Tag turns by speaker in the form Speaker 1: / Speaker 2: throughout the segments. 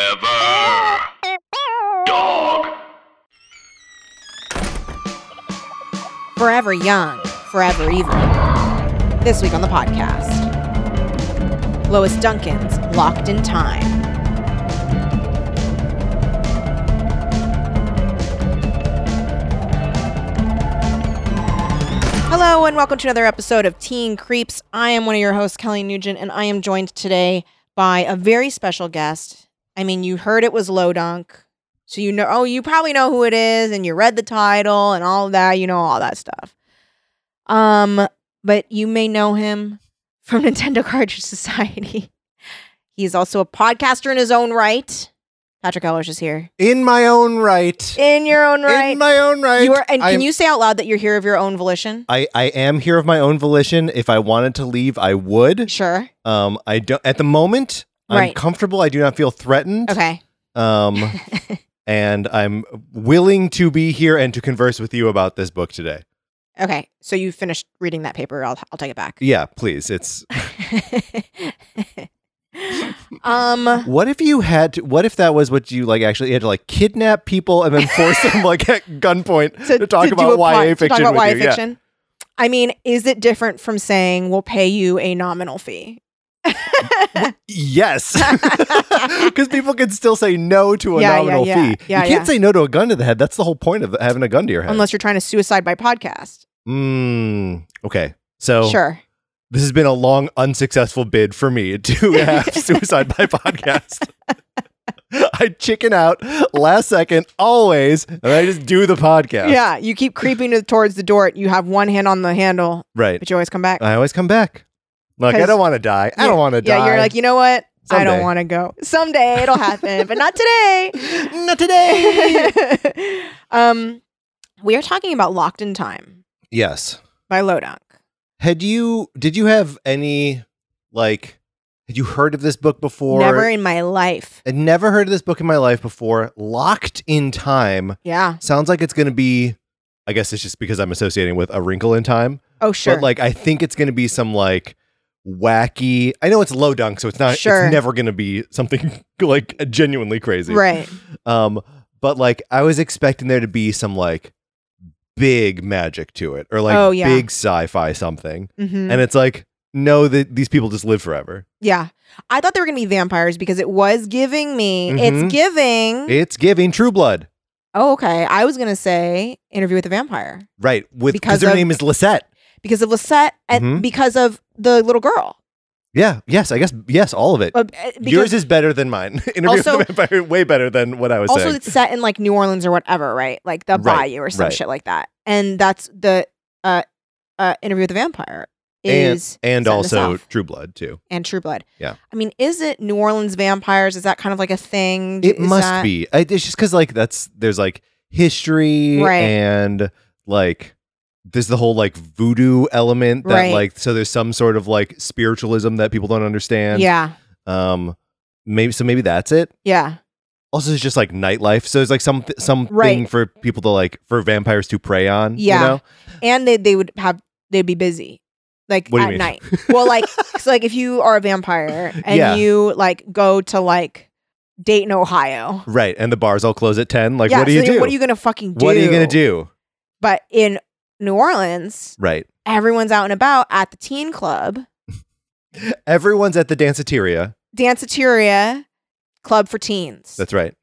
Speaker 1: Forever. Dog.
Speaker 2: Forever young, forever evil. This week on the podcast Lois Duncan's Locked in Time. Hello, and welcome to another episode of Teen Creeps. I am one of your hosts, Kelly Nugent, and I am joined today by a very special guest. I mean, you heard it was Low Dunk. So you know, oh, you probably know who it is, and you read the title and all of that. You know all that stuff. Um, but you may know him from Nintendo Cartridge Society. he is also a podcaster in his own right. Patrick Ellers is here
Speaker 3: In my own right.
Speaker 2: in your own right.
Speaker 3: In my own right.
Speaker 2: you are, and can
Speaker 3: I'm-
Speaker 2: you say out loud that you're here of your own volition?
Speaker 3: I, I am here of my own volition. If I wanted to leave, I would.
Speaker 2: Sure.
Speaker 3: Um, I don't. At the moment, I'm
Speaker 2: Right.
Speaker 3: comfortable. I do not feel threatened.
Speaker 2: Okay.
Speaker 3: Um, and I'm willing to be here and to converse with you about this book today.
Speaker 2: Okay. So you finished reading that paper. I'll I'll take it back.
Speaker 3: Yeah, please. It's
Speaker 2: um.
Speaker 3: what if you had? To, what if that was what you like? Actually, you had to like kidnap people and then force them like at gunpoint
Speaker 2: To,
Speaker 3: to, talk
Speaker 2: to do
Speaker 3: about
Speaker 2: a pod-
Speaker 3: YA
Speaker 2: to
Speaker 3: fiction
Speaker 2: talk about
Speaker 3: with
Speaker 2: YA
Speaker 3: you. Yeah.
Speaker 2: fiction. I mean, is it different from saying we'll pay you a nominal fee?
Speaker 3: Yes. Because people can still say no to a
Speaker 2: Yeah, yeah,
Speaker 3: nominal
Speaker 2: yeah.
Speaker 3: fee.
Speaker 2: Yeah,
Speaker 3: you can't
Speaker 2: yeah.
Speaker 3: say no to a gun to the head. That's the whole point of having a gun to your head.
Speaker 2: Unless you're trying to suicide by podcast.
Speaker 3: Mm, okay. So
Speaker 2: Sure.
Speaker 3: this has been a long, unsuccessful bid for me to have Suicide by Podcast. I chicken out last second, always, and I just do the podcast.
Speaker 2: Yeah. You keep creeping to- towards the door. You have one hand on the handle,
Speaker 3: Right.
Speaker 2: but you always come back.
Speaker 3: I always come back. Like, I
Speaker 2: 'Cause-
Speaker 3: don't want to die. I
Speaker 2: Yeah,
Speaker 3: don't want to die.
Speaker 2: Yeah. You're like, you know what? I don't
Speaker 3: Someday.
Speaker 2: want to go. Someday it'll happen, but not today.
Speaker 3: not today.
Speaker 2: um, we are talking about Locked in Time
Speaker 3: yes.
Speaker 2: by Lodunk.
Speaker 3: Had you did you have any like had you heard of this book before?
Speaker 2: Never in my life.
Speaker 3: I'd never heard of this book in my life before. Locked in Time
Speaker 2: Yeah.
Speaker 3: sounds like it's going to be I guess it's just because I'm associating with A Wrinkle in Time,
Speaker 2: Oh, sure.
Speaker 3: but like I think it's going to be some like wacky. I know it's low dunk so it's not
Speaker 2: Sure.
Speaker 3: it's never going to be something like genuinely crazy.
Speaker 2: right.
Speaker 3: Um but like I was expecting there to be some like big magic to it or like
Speaker 2: Oh, yeah.
Speaker 3: big sci-fi something
Speaker 2: hmm
Speaker 3: and it's like no that these people just live forever
Speaker 2: yeah. I thought they were going to be vampires because it was giving me.
Speaker 3: Mhm.
Speaker 2: It's giving.
Speaker 3: it's giving true blood
Speaker 2: oh, okay. I was going to say interview with a vampire
Speaker 3: right with
Speaker 2: Because
Speaker 3: because their
Speaker 2: of-
Speaker 3: name is lisette
Speaker 2: because of Lisette and
Speaker 3: Mhm.
Speaker 2: because of the little girl.
Speaker 3: yeah yes i guess yes all of it
Speaker 2: Uh, uh, because-
Speaker 3: yours is better than mine interview
Speaker 2: Also-
Speaker 3: with the vampire way better than what i was
Speaker 2: also
Speaker 3: saying
Speaker 2: it's set in like New Orleans or whatever, right? Like the
Speaker 3: Right,
Speaker 2: bayou or some
Speaker 3: right.
Speaker 2: shit like that. And that's the uh uh interview with the vampire is
Speaker 3: and, and
Speaker 2: set in the
Speaker 3: also
Speaker 2: South.
Speaker 3: true blood too
Speaker 2: and True Blood.
Speaker 3: Yeah.
Speaker 2: I mean, is it New Orleans vampires? Is that kind of like a thing?
Speaker 3: it
Speaker 2: Is
Speaker 3: must
Speaker 2: that-
Speaker 3: be I, it's just because like that's there's like history
Speaker 2: Right.
Speaker 3: and like there's the whole like voodoo element that
Speaker 2: Right.
Speaker 3: like so there's some sort of like spiritualism that people don't understand
Speaker 2: Yeah.
Speaker 3: um maybe so maybe that's it
Speaker 2: Yeah.
Speaker 3: also it's just like nightlife so it's like some something
Speaker 2: Right.
Speaker 3: for people to like for vampires to prey on
Speaker 2: Yeah.
Speaker 3: you know
Speaker 2: And they they would have they'd be busy. Like
Speaker 3: What do
Speaker 2: at
Speaker 3: you mean?
Speaker 2: night. Well, like so like if you are a vampire and
Speaker 3: Yeah.
Speaker 2: you like go to like Dayton, Ohio.
Speaker 3: right and the bars all close at 10 like
Speaker 2: yeah,
Speaker 3: what do
Speaker 2: so
Speaker 3: you
Speaker 2: then
Speaker 3: do
Speaker 2: What are you gonna fucking do?
Speaker 3: What are you gonna do
Speaker 2: But in New Orleans,
Speaker 3: right
Speaker 2: everyone's out and about at the teen club,
Speaker 3: everyone's at the danceteria
Speaker 2: danceteria, club for teens.
Speaker 3: that's right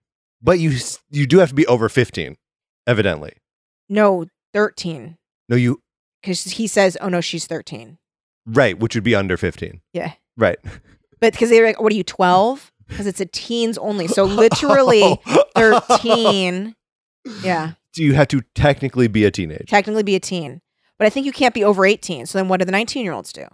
Speaker 3: but you s- you do have to be over 15 evidently
Speaker 2: no, 13.
Speaker 3: no you
Speaker 2: Because he says, oh no, she's 13.
Speaker 3: right which would be under 15
Speaker 2: Yeah.
Speaker 3: right
Speaker 2: But because they were like, what are you, 12? Because it's a teens only.
Speaker 3: Oh.
Speaker 2: So literally 13. Yeah,
Speaker 3: do you have to technically be a teenager
Speaker 2: technically be a teen. But I think you can't be over 18. So then what do the 19 year olds do?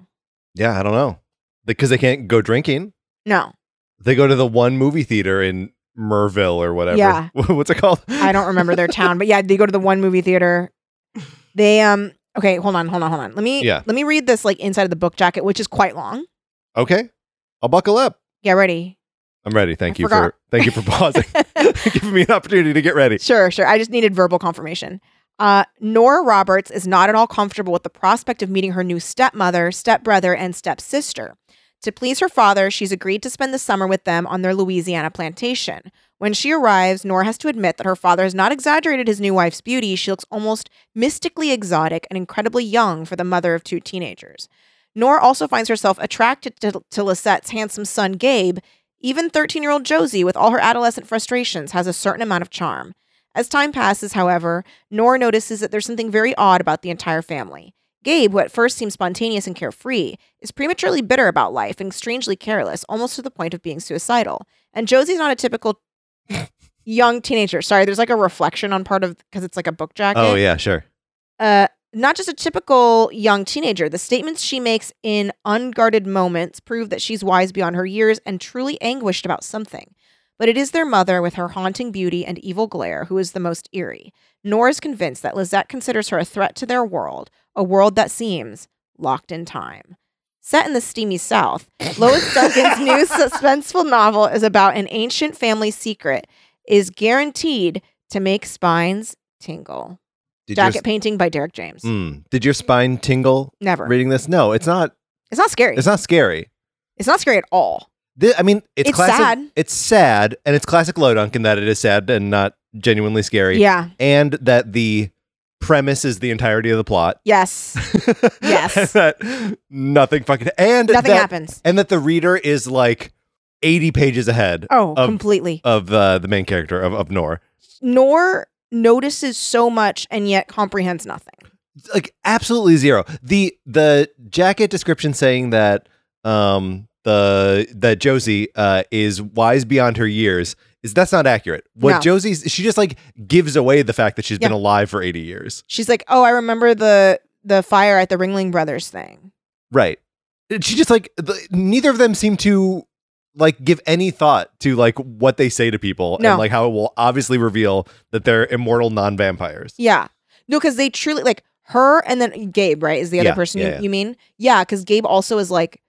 Speaker 3: yeah i don't know because they can't go drinking
Speaker 2: No,
Speaker 3: they go to the one movie theater in merville or whatever
Speaker 2: Yeah.
Speaker 3: what's it called
Speaker 2: I don't remember their town. But yeah, they go to the one movie theater. They, um, okay, hold on, hold on, hold on. Let me,
Speaker 3: Yeah.
Speaker 2: let me read this like inside of the book jacket, which is quite long.
Speaker 3: Okay. I'll buckle up.
Speaker 2: Get ready.
Speaker 3: I'm ready.
Speaker 2: I
Speaker 3: Thank you
Speaker 2: forgot.
Speaker 3: for thank you for pausing. Giving me an opportunity to get ready.
Speaker 2: Sure, sure. I just needed verbal confirmation. Uh, Nora Roberts is not at all comfortable with the prospect of meeting her new stepmother, stepbrother, and stepsister. To please her father, she's agreed to spend the summer with them on their Louisiana plantation. When she arrives, Nora has to admit that her father has not exaggerated his new wife's beauty. She looks almost mystically exotic and incredibly young for the mother of two teenagers. Nora also finds herself attracted to, to Lisette's handsome son, Gabe. Even 13 year old Josie, with all her adolescent frustrations, has a certain amount of charm. As time passes, however, Nora notices that there's something very odd about the entire family. Gabe, who at first seems spontaneous and carefree, is prematurely bitter about life and strangely careless, almost to the point of being suicidal. And Josie's not a typical young teenager. Sorry, there's like a reflection on part of because it's like a book jacket.
Speaker 3: Oh yeah, sure.
Speaker 2: Uh, not just a typical young teenager. The statements she makes in unguarded moments prove that she's wise beyond her years and truly anguished about something. But it is their mother with her haunting beauty and evil glare who is the most eerie. Nora is convinced that Lizette considers her a threat to their world, a world that seems locked in time. Set in the steamy South, Lois Duncan's new suspenseful novel is about an ancient family secret is guaranteed to make spines tingle.
Speaker 3: Did
Speaker 2: Jacket
Speaker 3: your,
Speaker 2: painting by Derek James.
Speaker 3: Mm. did your spine tingle
Speaker 2: Never.
Speaker 3: reading this? No, it's not.
Speaker 2: It's not scary.
Speaker 3: It's not scary.
Speaker 2: It's not scary at all.
Speaker 3: Thi- I mean, it's,
Speaker 2: It's
Speaker 3: classic.
Speaker 2: sad.
Speaker 3: It's sad, and it's classic Lodunk in that it is sad and not genuinely scary.
Speaker 2: Yeah.
Speaker 3: and that the premise is the entirety of the plot.
Speaker 2: Yes. Yes.
Speaker 3: And that nothing fucking and
Speaker 2: Nothing
Speaker 3: that,
Speaker 2: happens.
Speaker 3: and that the reader is like eighty pages ahead
Speaker 2: Oh,
Speaker 3: Um,
Speaker 2: completely.
Speaker 3: of uh, the main character of of Nor.
Speaker 2: Nor notices so much and yet comprehends nothing.
Speaker 3: like absolutely zero. The the jacket description saying that um the that Josie uh is wise beyond her years is that's not accurate. What
Speaker 2: No.
Speaker 3: Josie's she just like gives away the fact that she's been alive for 80 years.
Speaker 2: She's like, "Oh, I remember the the fire at the Ringling Brothers thing."
Speaker 3: Right. She just like the, neither of them seem to like give any thought to like what they say to people
Speaker 2: No.
Speaker 3: and like how it will obviously reveal that they're immortal non-vampires.
Speaker 2: Yeah. No, because they truly like her and then Gabe, right? Is the other
Speaker 3: Yeah,
Speaker 2: person
Speaker 3: yeah,
Speaker 2: you,
Speaker 3: yeah.
Speaker 2: you mean? Yeah, because Gabe also is like,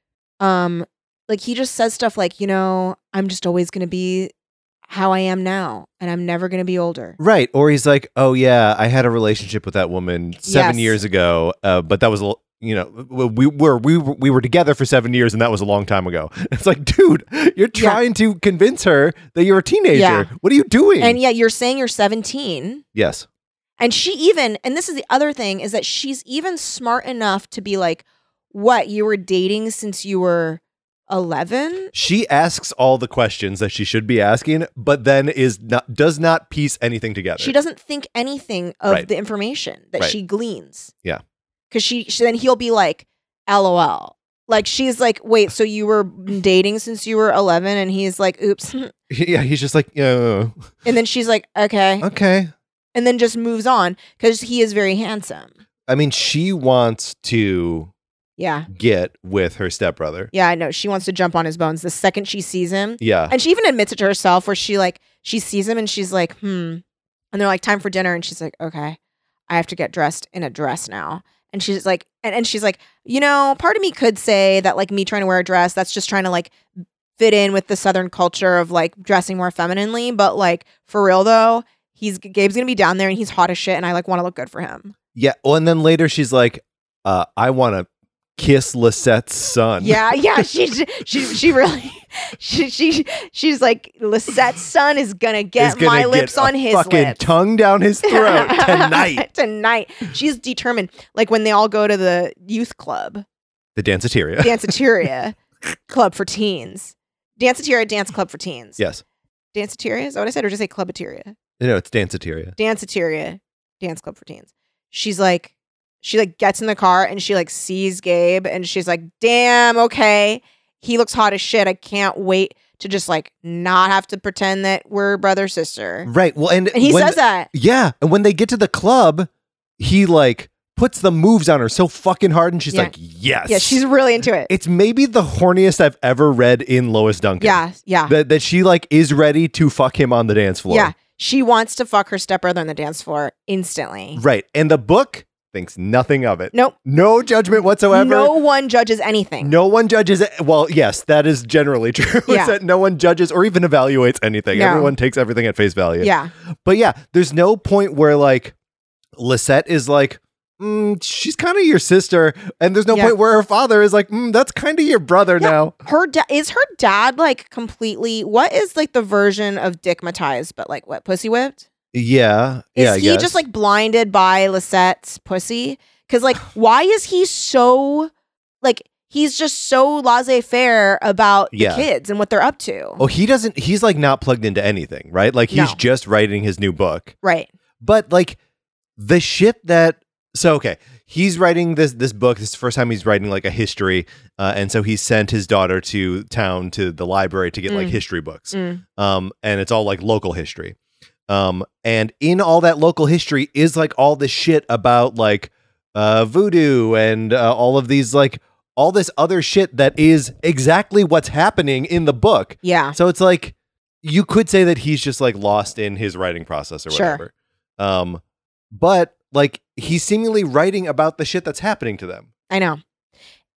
Speaker 2: um, like he just says stuff like, you know, I'm just always gonna be how I am now, and I'm never gonna be older.
Speaker 3: Right. Or he's like, oh, yeah, I had a relationship with that woman seven
Speaker 2: Yes.
Speaker 3: years ago, uh, but that was, a l- you know, w- we were, we, were- we were together for seven years and that was a long time ago. It's like, dude, you're
Speaker 2: Yeah.
Speaker 3: trying to convince her that you're a teenager.
Speaker 2: Yeah.
Speaker 3: What are you doing?
Speaker 2: And yet you're saying you're 17.
Speaker 3: yes.
Speaker 2: And she even, and this is the other thing, is that she's even smart enough to be like, what, you were dating since you were 11?
Speaker 3: She asks all the questions that she should be asking, but then is not, does not piece anything together.
Speaker 2: She doesn't think anything of
Speaker 3: Right.
Speaker 2: the information that
Speaker 3: Right.
Speaker 2: she gleans.
Speaker 3: Yeah.
Speaker 2: Cause she, she, then he'll be like, lol. Like she's like, wait, so you were dating since you were 11? And he's like, oops. and
Speaker 3: yeah. He's just like, yeah,
Speaker 2: then she's like, okay.
Speaker 3: okay.
Speaker 2: And then just moves on because he is very handsome.
Speaker 3: I mean, she wants to
Speaker 2: Yeah.
Speaker 3: get with her stepbrother.
Speaker 2: Yeah, I know. She wants to jump on his bones the second she sees him.
Speaker 3: Yeah.
Speaker 2: And she even admits it to herself where she like she sees him and she's like, hmm. And they're like, time for dinner. And she's like, okay, I have to get dressed in a dress now. And she's like, and, and she's like, you know, part of me could say that like me trying to wear a dress, that's just trying to like fit in with the Southern culture of like dressing more femininely. But like for real though, he's Gabe's gonna be down there and he's hot as shit. And I like wanna look good for him.
Speaker 3: Yeah. Well, and then later she's like, uh, I want to kiss Lisette's son.
Speaker 2: Yeah, yeah. She she she really she she she's like Lisette's son is gonna
Speaker 3: Is
Speaker 2: get
Speaker 3: gonna
Speaker 2: my
Speaker 3: get
Speaker 2: lips
Speaker 3: a
Speaker 2: on his
Speaker 3: fucking
Speaker 2: lips
Speaker 3: tongue down his throat tonight.
Speaker 2: tonight, she's determined. Like when they all go to the youth club,
Speaker 3: The danceteria.
Speaker 2: danceteria club for teens, danceteria dance club for teens.
Speaker 3: yes.
Speaker 2: danceteria is that what I said, or just say clubateria,
Speaker 3: No, it's danceteria.
Speaker 2: danceteria dance club for teens. She's like, she like gets in the car and she like sees Gabe and she's like, damn, okay, he looks hot as shit. I can't wait to just like not have to pretend that we're brother sister.
Speaker 3: Right. Well, and,
Speaker 2: And he
Speaker 3: when-
Speaker 2: says that.
Speaker 3: Yeah. And when they get to the club, he like puts the moves on her so fucking hard, and she's
Speaker 2: Yeah.
Speaker 3: like, yes.
Speaker 2: Yeah, she's really into it.
Speaker 3: It's maybe the horniest I've ever read in Lois Duncan.
Speaker 2: Yeah, yeah.
Speaker 3: That, that she like is ready to fuck him on the dance floor.
Speaker 2: Yeah. She wants to fuck her stepbrother on the dance floor instantly.
Speaker 3: Right. And the book thinks nothing of it.
Speaker 2: Nope.
Speaker 3: No judgment whatsoever.
Speaker 2: no one judges anything.
Speaker 3: No one judges. Well, yes, that is generally true.
Speaker 2: Yeah.
Speaker 3: is that no one judges or even evaluates anything.
Speaker 2: No.
Speaker 3: Everyone takes everything at face value.
Speaker 2: Yeah.
Speaker 3: But yeah, there's no point where like Lisette is like, mm, she's kind of your sister, and there's no
Speaker 2: Yeah.
Speaker 3: point where her father is like, mm, that's kind of your brother
Speaker 2: Yeah.
Speaker 3: now.
Speaker 2: Her da- is her dad like completely. What is like the version of Dick Mathias, but like what pussy whipped?
Speaker 3: Yeah,
Speaker 2: Is
Speaker 3: yeah, I
Speaker 2: he
Speaker 3: guess.
Speaker 2: just like blinded by Lisette's pussy? Because like, why is he so like he's just so laissez faire about
Speaker 3: Yeah.
Speaker 2: the kids and what they're up to?
Speaker 3: Oh, he doesn't. He's like not plugged into anything, right? Like he's
Speaker 2: No.
Speaker 3: just writing his new book.
Speaker 2: Right.
Speaker 3: But like the shit that. So okay, he's writing this this book. This is the first time he's writing like a history, uh, and so he sent his daughter to town to the library to get like
Speaker 2: Mm.
Speaker 3: history books.
Speaker 2: Mm.
Speaker 3: Um, and it's all like local history. Um, and in all that local history is like all this shit about like uh voodoo and uh, all of these like all this other shit that is exactly what's happening in the book.
Speaker 2: Yeah.
Speaker 3: So it's like you could say that he's just like lost in his writing process or
Speaker 2: Sure.
Speaker 3: whatever. Um but like he's seemingly writing about the shit that's happening to them.
Speaker 2: I know.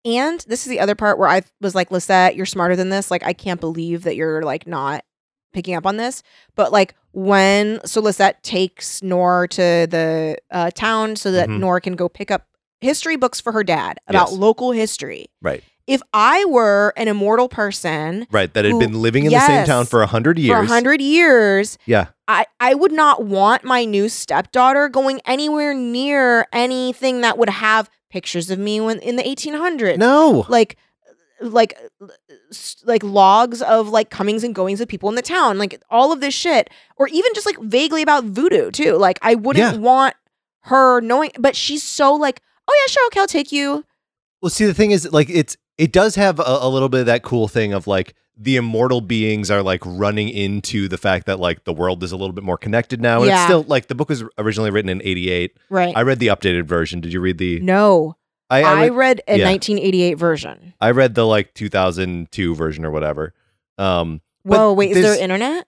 Speaker 2: And this is the other part where I was like, Lisette, you're smarter than this. Like, I can't believe that you're like not picking up on this. But like when so Lisette takes Nor to the uh, town so that
Speaker 3: Mhm.
Speaker 2: Nor can go pick up history books for her dad about
Speaker 3: Yes.
Speaker 2: local history.
Speaker 3: Right.
Speaker 2: If I were an immortal person
Speaker 3: Right. That had
Speaker 2: Who-
Speaker 3: been living in the same
Speaker 2: yes.
Speaker 3: town for a hundred years.
Speaker 2: for a hundred years,
Speaker 3: Yeah.
Speaker 2: I, I would not want my new stepdaughter going anywhere near anything that would have pictures of me when in the 1800s
Speaker 3: No.
Speaker 2: like like s- like logs of like comings and goings of people in the town like all of this shit or even just like vaguely about voodoo too like i wouldn't
Speaker 3: Yeah.
Speaker 2: want her knowing but she's so like oh yeah sure okay i'll take you
Speaker 3: Well, see, the thing is, like, it's it does have a, a little bit of that cool thing of like the immortal beings are like running into the fact that like the world is a little bit more connected now. And it's
Speaker 2: Yeah.
Speaker 3: still like the book was originally written in '88.
Speaker 2: right
Speaker 3: I read the updated version. Did you read the?
Speaker 2: no
Speaker 3: I I,
Speaker 2: i read
Speaker 3: read,
Speaker 2: a
Speaker 3: yeah.
Speaker 2: 1988 version
Speaker 3: I read the like 2002 version or whatever. Um, But
Speaker 2: whoa wait is there
Speaker 3: there's-
Speaker 2: internet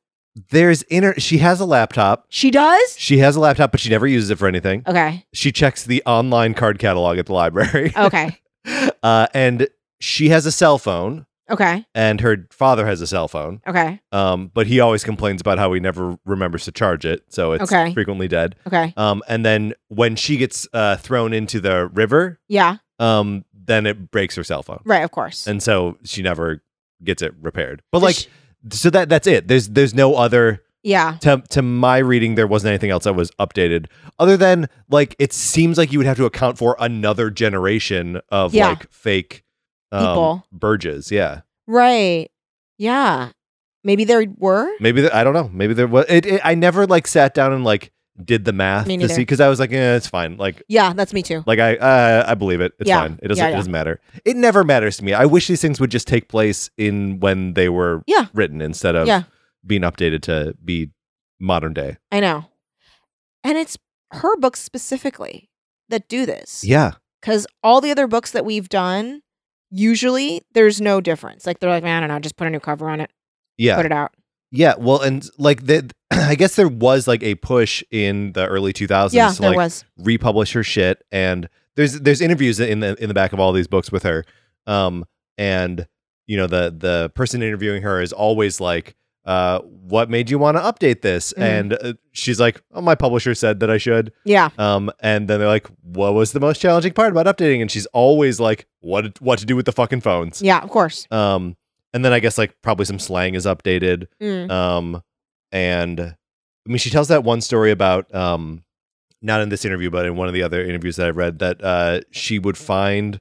Speaker 3: there's inner. She has a laptop.
Speaker 2: she does
Speaker 3: She has a laptop, but she never uses it for anything.
Speaker 2: okay
Speaker 3: She checks the online card catalog at the library,
Speaker 2: okay
Speaker 3: uh, and she has a cell phone,
Speaker 2: okay
Speaker 3: and her father has a cell phone.
Speaker 2: okay
Speaker 3: Um, but he always complains about how he never remembers to charge it, so it's
Speaker 2: Okay.
Speaker 3: frequently dead.
Speaker 2: okay
Speaker 3: Um, and then when she gets uh, thrown into the river,
Speaker 2: yeah
Speaker 3: um, then it breaks her cell phone,
Speaker 2: right of course
Speaker 3: and so she never gets it repaired. But
Speaker 2: Does
Speaker 3: like,
Speaker 2: she-
Speaker 3: so that that's it. There's there's no other
Speaker 2: yeah
Speaker 3: to to my reading. There wasn't anything else that was updated other than like it seems like you would have to account for another generation of
Speaker 2: Yeah.
Speaker 3: like fake um,
Speaker 2: People.
Speaker 3: Burges. Yeah,
Speaker 2: right yeah maybe there were
Speaker 3: Maybe there, I don't know. Maybe there was. It, it, I never like sat down and like did the math
Speaker 2: Me
Speaker 3: to
Speaker 2: neither.
Speaker 3: see because I was like, eh, it's fine. Like,
Speaker 2: yeah that's me too
Speaker 3: like I uh, I believe it. It's
Speaker 2: Yeah.
Speaker 3: fine. It doesn't.
Speaker 2: Yeah,
Speaker 3: It
Speaker 2: yeah.
Speaker 3: doesn't matter. It never matters to me. I wish these things would just take place in when they were
Speaker 2: Yeah.
Speaker 3: written instead of
Speaker 2: Yeah.
Speaker 3: being updated to be modern day.
Speaker 2: I know. And it's her books specifically that do this.
Speaker 3: Yeah.
Speaker 2: Because all the other books that we've done, usually there's no difference. Like they're like, man, I don't know, just put a new cover on it,
Speaker 3: Yeah.
Speaker 2: put it out.
Speaker 3: yeah. Well, and like the, I guess there was like a push in the early 2000s
Speaker 2: yeah,
Speaker 3: to
Speaker 2: there
Speaker 3: like
Speaker 2: was.
Speaker 3: republish her shit and there's there's interviews in the in the back of all these books with her um and you know the the person interviewing her is always like uh what made you want to update this
Speaker 2: Mhm.
Speaker 3: and uh, she's like oh my publisher said that I should
Speaker 2: Yeah,
Speaker 3: um and then they're like what was the most challenging part about updating and she's always like what what to do with the fucking phones
Speaker 2: yeah, of course.
Speaker 3: um and then I guess like probably some slang is updated
Speaker 2: Mm.
Speaker 3: um, and I mean, she tells that one story about um, not in this interview, but in one of the other interviews that I read that uh, she would find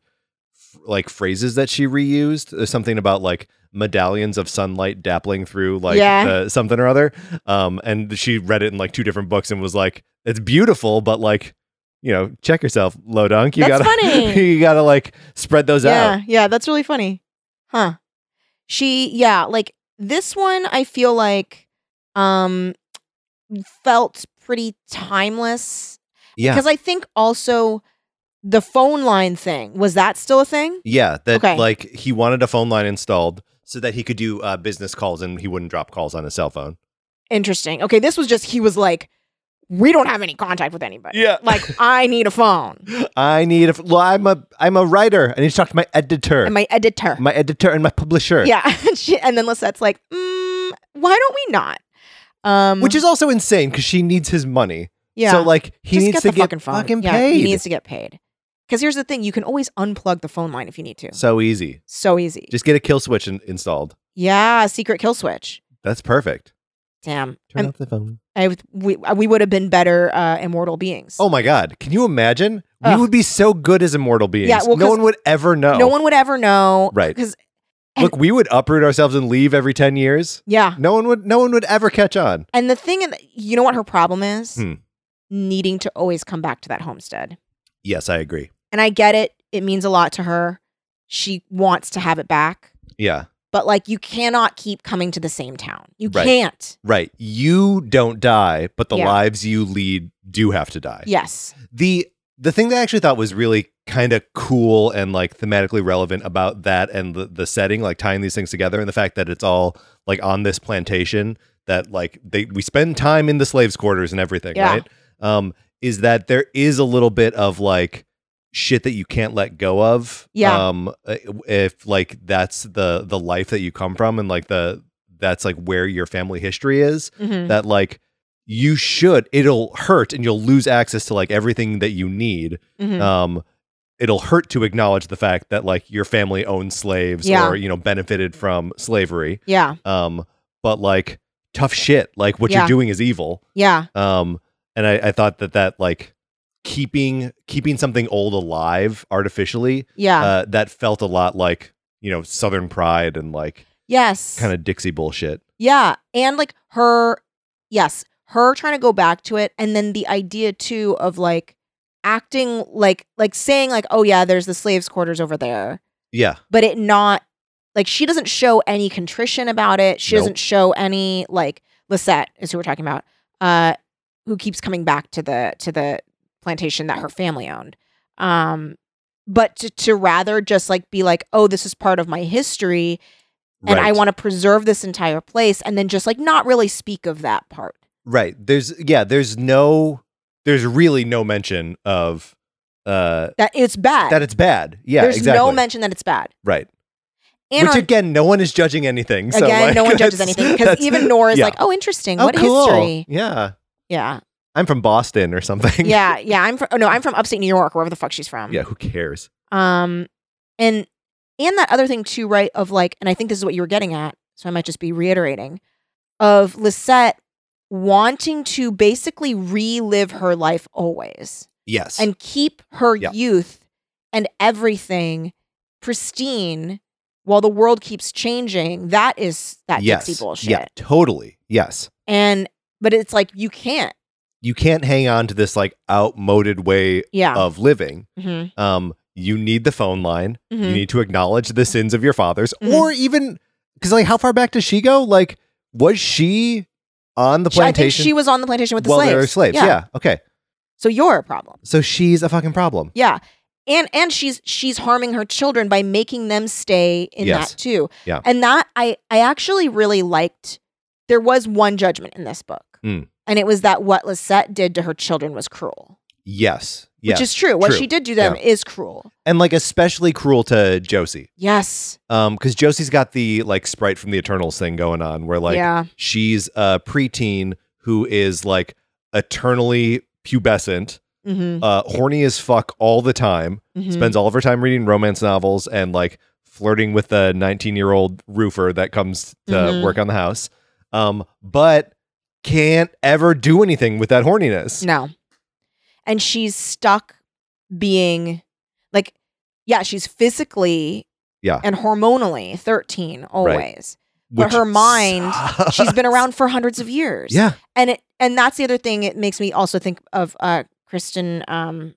Speaker 3: f- like phrases that she reused. There's something about like medallions of sunlight dappling through like
Speaker 2: Yeah.
Speaker 3: the, something or other. Um, and she read it in like two different books and was like, "It's beautiful, but like." You know, check yourself, low dunk. You
Speaker 2: That's
Speaker 3: gotta,
Speaker 2: funny.
Speaker 3: you gotta like spread those
Speaker 2: Yeah,
Speaker 3: out.
Speaker 2: yeah, that's really funny. Huh. She, yeah, like this one I feel like um felt pretty timeless.
Speaker 3: Yeah,
Speaker 2: Because I think also the phone line thing, was that still a thing?
Speaker 3: Yeah, that
Speaker 2: Okay.
Speaker 3: like he wanted a phone line installed so that he could do uh, business calls and he wouldn't drop calls on his cell phone.
Speaker 2: Interesting. Okay, this was just he was like, we don't have any contact with anybody.
Speaker 3: Yeah,
Speaker 2: Like I need a phone
Speaker 3: I need a. f- Well, I'm a I'm a writer. I need to talk to my editor,
Speaker 2: and
Speaker 3: my,
Speaker 2: my editor.
Speaker 3: editor, and my publisher.
Speaker 2: Yeah, and, she, and then Lisette's like, mm, why don't we not? Um,
Speaker 3: which is also insane because she needs his money.
Speaker 2: Mm-hmm. Yeah.
Speaker 3: So like he
Speaker 2: Just
Speaker 3: needs
Speaker 2: the
Speaker 3: to get
Speaker 2: fucking
Speaker 3: fucking,
Speaker 2: phone. yeah,
Speaker 3: paid.
Speaker 2: He needs to get paid. Because here's the thing: you can always unplug the phone line if you need to.
Speaker 3: so easy.
Speaker 2: So easy.
Speaker 3: Just get a kill switch in- installed.
Speaker 2: yeah, secret kill switch.
Speaker 3: That's perfect.
Speaker 2: Damn, I'm-
Speaker 3: Turn off the phone.
Speaker 2: I, was- we we would have been better uh, immortal beings.
Speaker 3: Oh my god! Can you imagine? We
Speaker 2: Ugh.
Speaker 3: would be so good as immortal beings.
Speaker 2: Yeah, well,
Speaker 3: no
Speaker 2: 'cause
Speaker 3: one would ever know.
Speaker 2: no one would ever know.
Speaker 3: Right.
Speaker 2: Because and-
Speaker 3: Look, we would uproot ourselves and leave every ten years.
Speaker 2: yeah,
Speaker 3: No one would. No one would ever catch on.
Speaker 2: and the thing, in the- you know what her problem is?
Speaker 3: Hmm.
Speaker 2: Needing to always come back to that homestead.
Speaker 3: Yes, I agree.
Speaker 2: And I get it; it means a lot to her. She wants to have it back,
Speaker 3: Yeah,
Speaker 2: but like you cannot keep coming to the same town. You
Speaker 3: Right.
Speaker 2: can't.
Speaker 3: right. You don't die, but the
Speaker 2: Yeah.
Speaker 3: lives you lead do have to die.
Speaker 2: Yes.
Speaker 3: the the thing that I actually thought was really kind of cool and like thematically relevant about that and the, the setting, like tying these things together and the fact that it's all like on this plantation that like they we spend time in the slaves' quarters and everything,
Speaker 2: Yeah.
Speaker 3: right? Um, is that there is a little bit of like shit that you can't let go of.
Speaker 2: Yeah.
Speaker 3: Um uh, if like that's the the life that you come from and like the that's like where your family history is
Speaker 2: Mhm.
Speaker 3: that like you should it'll hurt and you'll lose access to like everything that you need
Speaker 2: Mhm.
Speaker 3: um it'll hurt to acknowledge the fact that like your family owned slaves
Speaker 2: Yeah.
Speaker 3: or you know benefited from slavery
Speaker 2: yeah.
Speaker 3: um but like tough shit like what
Speaker 2: Yeah.
Speaker 3: you're doing is evil
Speaker 2: Yeah.
Speaker 3: um and I, I thought that that like keeping keeping something old alive artificially
Speaker 2: Yeah.
Speaker 3: uh that felt a lot like you know southern pride and like
Speaker 2: yes.
Speaker 3: kind of dixie bullshit
Speaker 2: Yeah. And like her, yes, her trying to go back to it. And then the idea too of like acting like, like saying like, oh yeah, there's the slaves' quarters over there,
Speaker 3: yeah
Speaker 2: but it not like she doesn't show any contrition about it. She
Speaker 3: Nope.
Speaker 2: doesn't show any like Lisette is who we're talking about, uh, who keeps coming back to the, to the plantation that her family owned. Um, but to, to rather just like be like, oh, this is part of my history and I
Speaker 3: Right.
Speaker 2: want to preserve this entire place and then just like not really speak of that part.
Speaker 3: Right. There's yeah, there's no there's really no mention of uh
Speaker 2: That it's bad.
Speaker 3: that it's bad. Yeah,
Speaker 2: There's
Speaker 3: exactly.
Speaker 2: no mention that it's bad.
Speaker 3: right.
Speaker 2: And
Speaker 3: Which
Speaker 2: on-
Speaker 3: again, no one is judging anything. so,
Speaker 2: again,
Speaker 3: like,
Speaker 2: no one judges
Speaker 3: that's-
Speaker 2: anything because
Speaker 3: that's-
Speaker 2: even Nora's
Speaker 3: yeah.
Speaker 2: like, oh, interesting.
Speaker 3: Oh,
Speaker 2: what
Speaker 3: cool.
Speaker 2: history?
Speaker 3: Yeah.
Speaker 2: Yeah.
Speaker 3: I'm from Boston or something.
Speaker 2: Yeah. Yeah. I'm from, oh, no, I'm from upstate New York, wherever the fuck she's from.
Speaker 3: yeah, who cares?
Speaker 2: Um, and, and that other thing too, right? Of like, and I think this is what you were getting at. So I might just be reiterating of Lisette wanting to basically relive her life always.
Speaker 3: Yes.
Speaker 2: and keep her
Speaker 3: Yeah.
Speaker 2: youth and everything pristine while the world keeps changing. That is that
Speaker 3: yes.
Speaker 2: Dixie bullshit.
Speaker 3: Yeah, totally. Yes.
Speaker 2: And but it's like you can't.
Speaker 3: You can't hang on to this like outmoded way
Speaker 2: Yeah.
Speaker 3: of living.
Speaker 2: Mhm.
Speaker 3: Um Uh, you need the phone line.
Speaker 2: Mhm.
Speaker 3: You need to acknowledge the sins of your fathers,
Speaker 2: Mhm.
Speaker 3: or even because, like, how far back does she go? Like, was she on the
Speaker 2: She- I
Speaker 3: plantation?
Speaker 2: think she was on the plantation with the
Speaker 3: while
Speaker 2: slaves.
Speaker 3: they were slaves. Yeah. Okay.
Speaker 2: So you're a problem.
Speaker 3: So she's a fucking problem.
Speaker 2: Yeah. And and she's she's harming her children by making them stay in
Speaker 3: Yes.
Speaker 2: that too.
Speaker 3: Yeah.
Speaker 2: And that I I actually really liked there was one judgment in this book.
Speaker 3: Mm.
Speaker 2: And it was that what Lisette did to her children was cruel.
Speaker 3: Yes. Yes.
Speaker 2: which is true. What
Speaker 3: true.
Speaker 2: she did do them is cruel.
Speaker 3: and like especially cruel to Josie,
Speaker 2: Yes.
Speaker 3: um, because Josie's got the like sprite from the Eternals thing going on, where like
Speaker 2: yeah.
Speaker 3: she's a preteen who is like eternally pubescent,
Speaker 2: Mm-hmm.
Speaker 3: uh, horny as fuck all the time, spends all of her time reading romance novels and like flirting with the 19 year old roofer that comes to
Speaker 2: Mhm.
Speaker 3: work on the house um but can't ever do anything with that horniness
Speaker 2: No. And she's stuck being like, yeah, she's physically
Speaker 3: Yeah.
Speaker 2: and hormonally 13 always. but
Speaker 3: which
Speaker 2: her mind,
Speaker 3: sucks.
Speaker 2: She's been around for hundreds of years.
Speaker 3: yeah
Speaker 2: And it and that's the other thing it makes me also think of uh Kristen um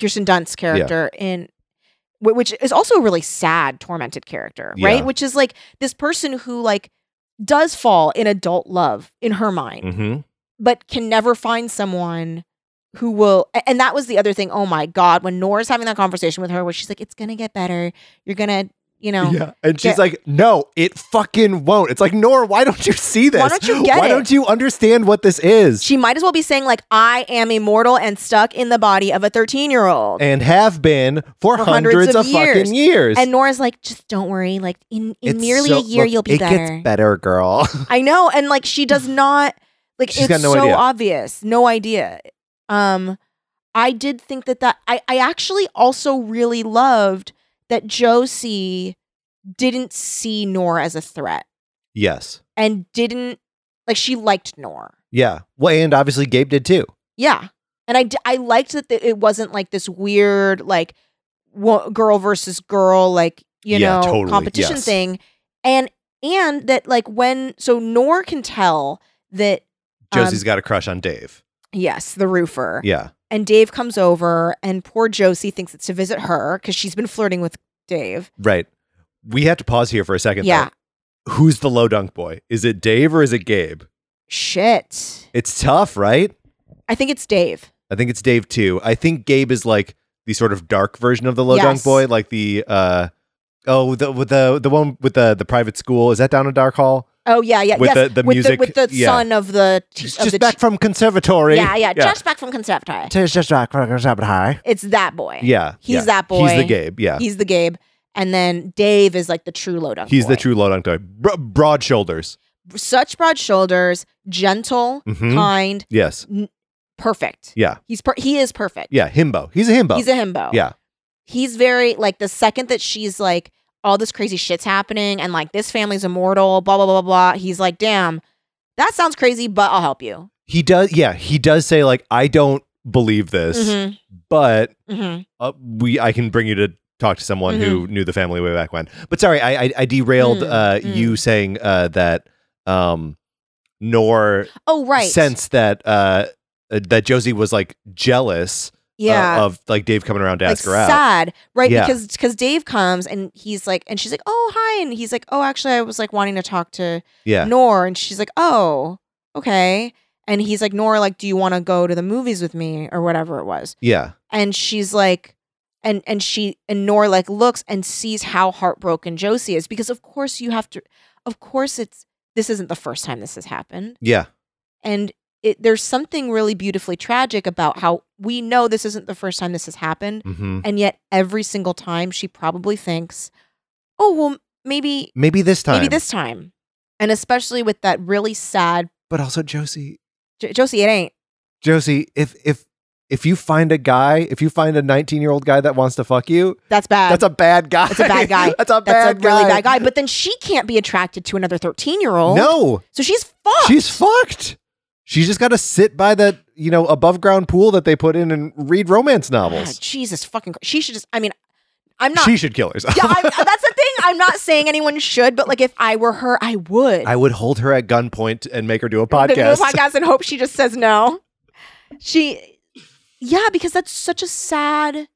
Speaker 2: Kirsten Dunst's character in wh- which is also a really sad tormented character, right?
Speaker 3: Yeah.
Speaker 2: Which is like this person who like does fall in adult love in her mind,
Speaker 3: hmm
Speaker 2: but can never find someone who will a- and that was the other thing. Oh my god, when Nora's having that conversation with her where she's like it's going to get better. You're going to, you know,
Speaker 3: yeah and she's
Speaker 2: Get-
Speaker 3: like no it fucking won't it's like nora why don't you see this
Speaker 2: Why don't you get
Speaker 3: why
Speaker 2: it?
Speaker 3: don't you understand what this is
Speaker 2: She might as well be saying like I am immortal and stuck in the body of a 13-year-old.
Speaker 3: and have been for,
Speaker 2: For hundreds
Speaker 3: hundreds,
Speaker 2: of
Speaker 3: of, fucking years
Speaker 2: And Nora's like, just don't worry. Like in, in
Speaker 3: It's
Speaker 2: nearly
Speaker 3: so-
Speaker 2: a year,
Speaker 3: look,
Speaker 2: you'll be
Speaker 3: it
Speaker 2: better.
Speaker 3: gets better girl
Speaker 2: I know. And like, she does not Like
Speaker 3: She's
Speaker 2: it's
Speaker 3: got no
Speaker 2: so
Speaker 3: idea.
Speaker 2: obvious, no idea. Um, I did think that that I I actually also really loved that Josie didn't see Nor as a threat
Speaker 3: Yes.
Speaker 2: and didn't like she liked Nor.
Speaker 3: Yeah. Well, and obviously Gabe did too.
Speaker 2: Yeah. And I, d- I liked that th- it wasn't like this weird, like wo- girl versus girl, like, you
Speaker 3: Yeah,
Speaker 2: know,
Speaker 3: totally,
Speaker 2: competition
Speaker 3: yes.
Speaker 2: thing. And, and that like when, so Nor can tell that, Um,
Speaker 3: Josie's got a crush on Dave.
Speaker 2: yes, the roofer.
Speaker 3: Yeah.
Speaker 2: And Dave comes over and poor Josie thinks it's to visit her because she's been flirting with Dave.
Speaker 3: Right. We have to pause here for a second.
Speaker 2: Yeah.
Speaker 3: Though. Who's the low dunk boy? Is it Dave or is it Gabe?
Speaker 2: Shit.
Speaker 3: It's tough, right?
Speaker 2: I think it's Dave.
Speaker 3: I think it's Dave too. I think Gabe is like the sort of dark version of the low
Speaker 2: Yes.
Speaker 3: dunk boy, like the uh oh the with the the one with the the private school. Is that down in Dark Hall?
Speaker 2: Oh yeah, yeah, yes.
Speaker 3: With the- the
Speaker 2: with
Speaker 3: music-
Speaker 2: the, with the
Speaker 3: yeah.
Speaker 2: son of the t-
Speaker 3: She's
Speaker 2: of
Speaker 3: just
Speaker 2: the
Speaker 3: back from
Speaker 2: t-
Speaker 3: conservatory.
Speaker 2: yeah, yeah, just back from conservatory.
Speaker 3: She's just back from conservatory.
Speaker 2: It's that boy.
Speaker 3: Yeah.
Speaker 2: He's
Speaker 3: yeah.
Speaker 2: that boy.
Speaker 3: He's the Gabe. Yeah.
Speaker 2: He's the Gabe. And then Dave is like the true low dunk.
Speaker 3: He's the
Speaker 2: boy.
Speaker 3: true low dunk boy. Bro- broad shoulders.
Speaker 2: Such broad shoulders, gentle,
Speaker 3: Mhm.
Speaker 2: kind,
Speaker 3: Yes.
Speaker 2: perfect.
Speaker 3: Yeah.
Speaker 2: He's per- he is perfect.
Speaker 3: Yeah. Himbo. He's a himbo.
Speaker 2: He's a himbo.
Speaker 3: Yeah.
Speaker 2: He's very like the second that she's like all this crazy shit's happening and like this family's immortal, blah blah blah blah blah. He's like, damn, that sounds crazy, but I'll help you.
Speaker 3: he does. Yeah. He does say like, I don't believe this,
Speaker 2: Mhm.
Speaker 3: but
Speaker 2: Mhm.
Speaker 3: uh, we I can bring you to talk to someone who knew the family way back when. But sorry, I I, I derailed
Speaker 2: Mm-hmm. Mm,
Speaker 3: uh,
Speaker 2: mm.
Speaker 3: you saying uh, that um, nor
Speaker 2: Oh right.
Speaker 3: sense that uh, uh, that Josie was like jealous uh,
Speaker 2: yeah.
Speaker 3: of like Dave coming around to ask
Speaker 2: like
Speaker 3: her out.
Speaker 2: sad, right?
Speaker 3: Yeah.
Speaker 2: Because because Dave comes and he's like, and she's like, oh hi, and he's like, oh actually, I was like wanting to talk to
Speaker 3: Yeah.
Speaker 2: Nor, and she's like, oh okay, and he's like, Nor, like, do you want to go to the movies with me or whatever it was?
Speaker 3: Yeah.
Speaker 2: And she's like, and and she and Nor like looks and sees how heartbroken Josie is because of course you have to, of course it's this isn't the first time this has happened
Speaker 3: Yeah.
Speaker 2: and it, there's something really beautifully tragic about how we know this isn't the first time this has happened
Speaker 3: hmm
Speaker 2: and yet every single time she probably thinks, oh, well, maybe,
Speaker 3: Maybe this time.
Speaker 2: maybe this time. And especially with that really sad
Speaker 3: But also Josie,
Speaker 2: J- Josie, it ain't.
Speaker 3: Josie, if if if you find a guy, if you find a 19 year old guy that wants to fuck you,
Speaker 2: That's bad.
Speaker 3: that's a bad guy.
Speaker 2: Um, That's a bad guy.
Speaker 3: that's a bad
Speaker 2: That's a
Speaker 3: guy.
Speaker 2: really bad guy. But then she can't be attracted to another 13 year old.
Speaker 3: No,
Speaker 2: So she's fucked.
Speaker 3: she's fucked. She's just got to sit by that you know above ground pool that they put in and read romance
Speaker 2: God,
Speaker 3: novels.
Speaker 2: Jesus fucking Christ. She should just, I mean, I'm not.
Speaker 3: she should kill herself.
Speaker 2: yeah, I, that's the thing. I'm not saying anyone should, but like if I were her, I would.
Speaker 3: I would hold her at gunpoint and make her do a
Speaker 2: to do a
Speaker 3: podcast.
Speaker 2: podcast and hope she just says no. She, yeah, because that's such a sad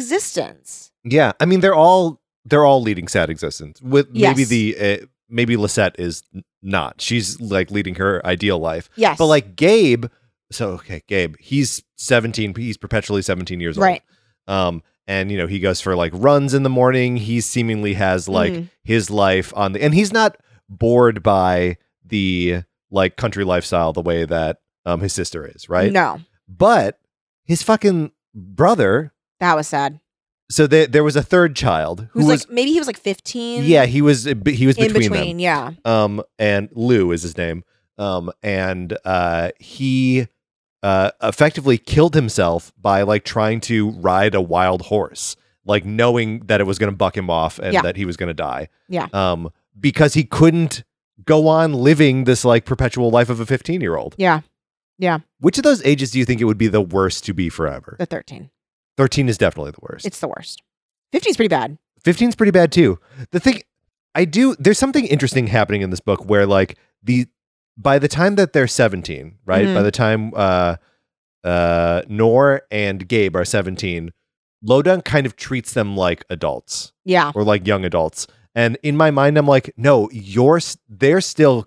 Speaker 2: existence.
Speaker 3: Yeah, I mean they're all they're all leading sad existence. With maybe
Speaker 2: Yes.
Speaker 3: the uh, maybe Lisette is n- not. She's like leading her ideal life.
Speaker 2: Yes,
Speaker 3: But like Gabe, so okay, Gabe, he's 17, he's perpetually 17 years old.
Speaker 2: Right.
Speaker 3: Um and you know, he goes for like runs in the morning. He seemingly has like
Speaker 2: Mhm.
Speaker 3: his life on the and he's not bored by the like country lifestyle the way that um his sister is, right?
Speaker 2: No,
Speaker 3: But his fucking brother,
Speaker 2: that was sad.
Speaker 3: so there there was a third child who
Speaker 2: Who's
Speaker 3: was
Speaker 2: like maybe he was like fifteen.
Speaker 3: yeah, he was he was
Speaker 2: in
Speaker 3: between,
Speaker 2: between.
Speaker 3: them
Speaker 2: Yeah,
Speaker 3: um and Lou is his name um and uh he uh effectively killed himself by like trying to ride a wild horse like knowing that it was going to buck him off and
Speaker 2: Yeah.
Speaker 3: that he was going to die
Speaker 2: Yeah.
Speaker 3: um because he couldn't go on living this like perpetual life of a 15 year old
Speaker 2: Yeah. Yeah.
Speaker 3: which of those ages do you think it would be the worst to be forever
Speaker 2: the thirteen.
Speaker 3: 13 is definitely the worst
Speaker 2: It's the worst. Fifteen's pretty bad.
Speaker 3: 15's pretty bad too. The thing I do there's something interesting happening in this book where like the by the time that they're 17, right?
Speaker 2: Mhm.
Speaker 3: By the time uh uh Nor and Gabe are 17, Lodun kind of treats them like adults
Speaker 2: Yeah,
Speaker 3: or like young adults. And in my mind I'm like, no, you're s- they're still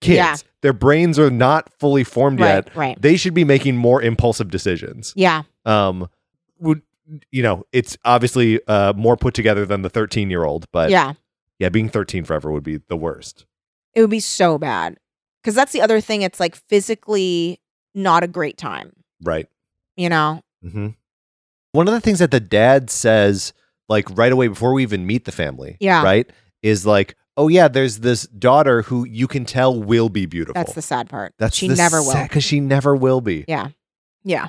Speaker 3: kids.
Speaker 2: Yeah.
Speaker 3: Their brains are not fully formed yet.
Speaker 2: right, right.
Speaker 3: They should be making more impulsive decisions
Speaker 2: Yeah,
Speaker 3: um would you know it's obviously uh more put together than the 13 year old but
Speaker 2: yeah.
Speaker 3: yeah, being 13 forever would be the worst
Speaker 2: It would be so bad because that's the other thing. It's like physically not a great time.
Speaker 3: right
Speaker 2: You know.
Speaker 3: mm-hmm. one of the things that the dad says like right away before we even meet the family
Speaker 2: Yeah.
Speaker 3: right is like oh yeah, there's this daughter who you can tell will be beautiful.
Speaker 2: That's the sad part.
Speaker 3: That's
Speaker 2: she never will.
Speaker 3: because she never will be.
Speaker 2: Yeah. Yeah.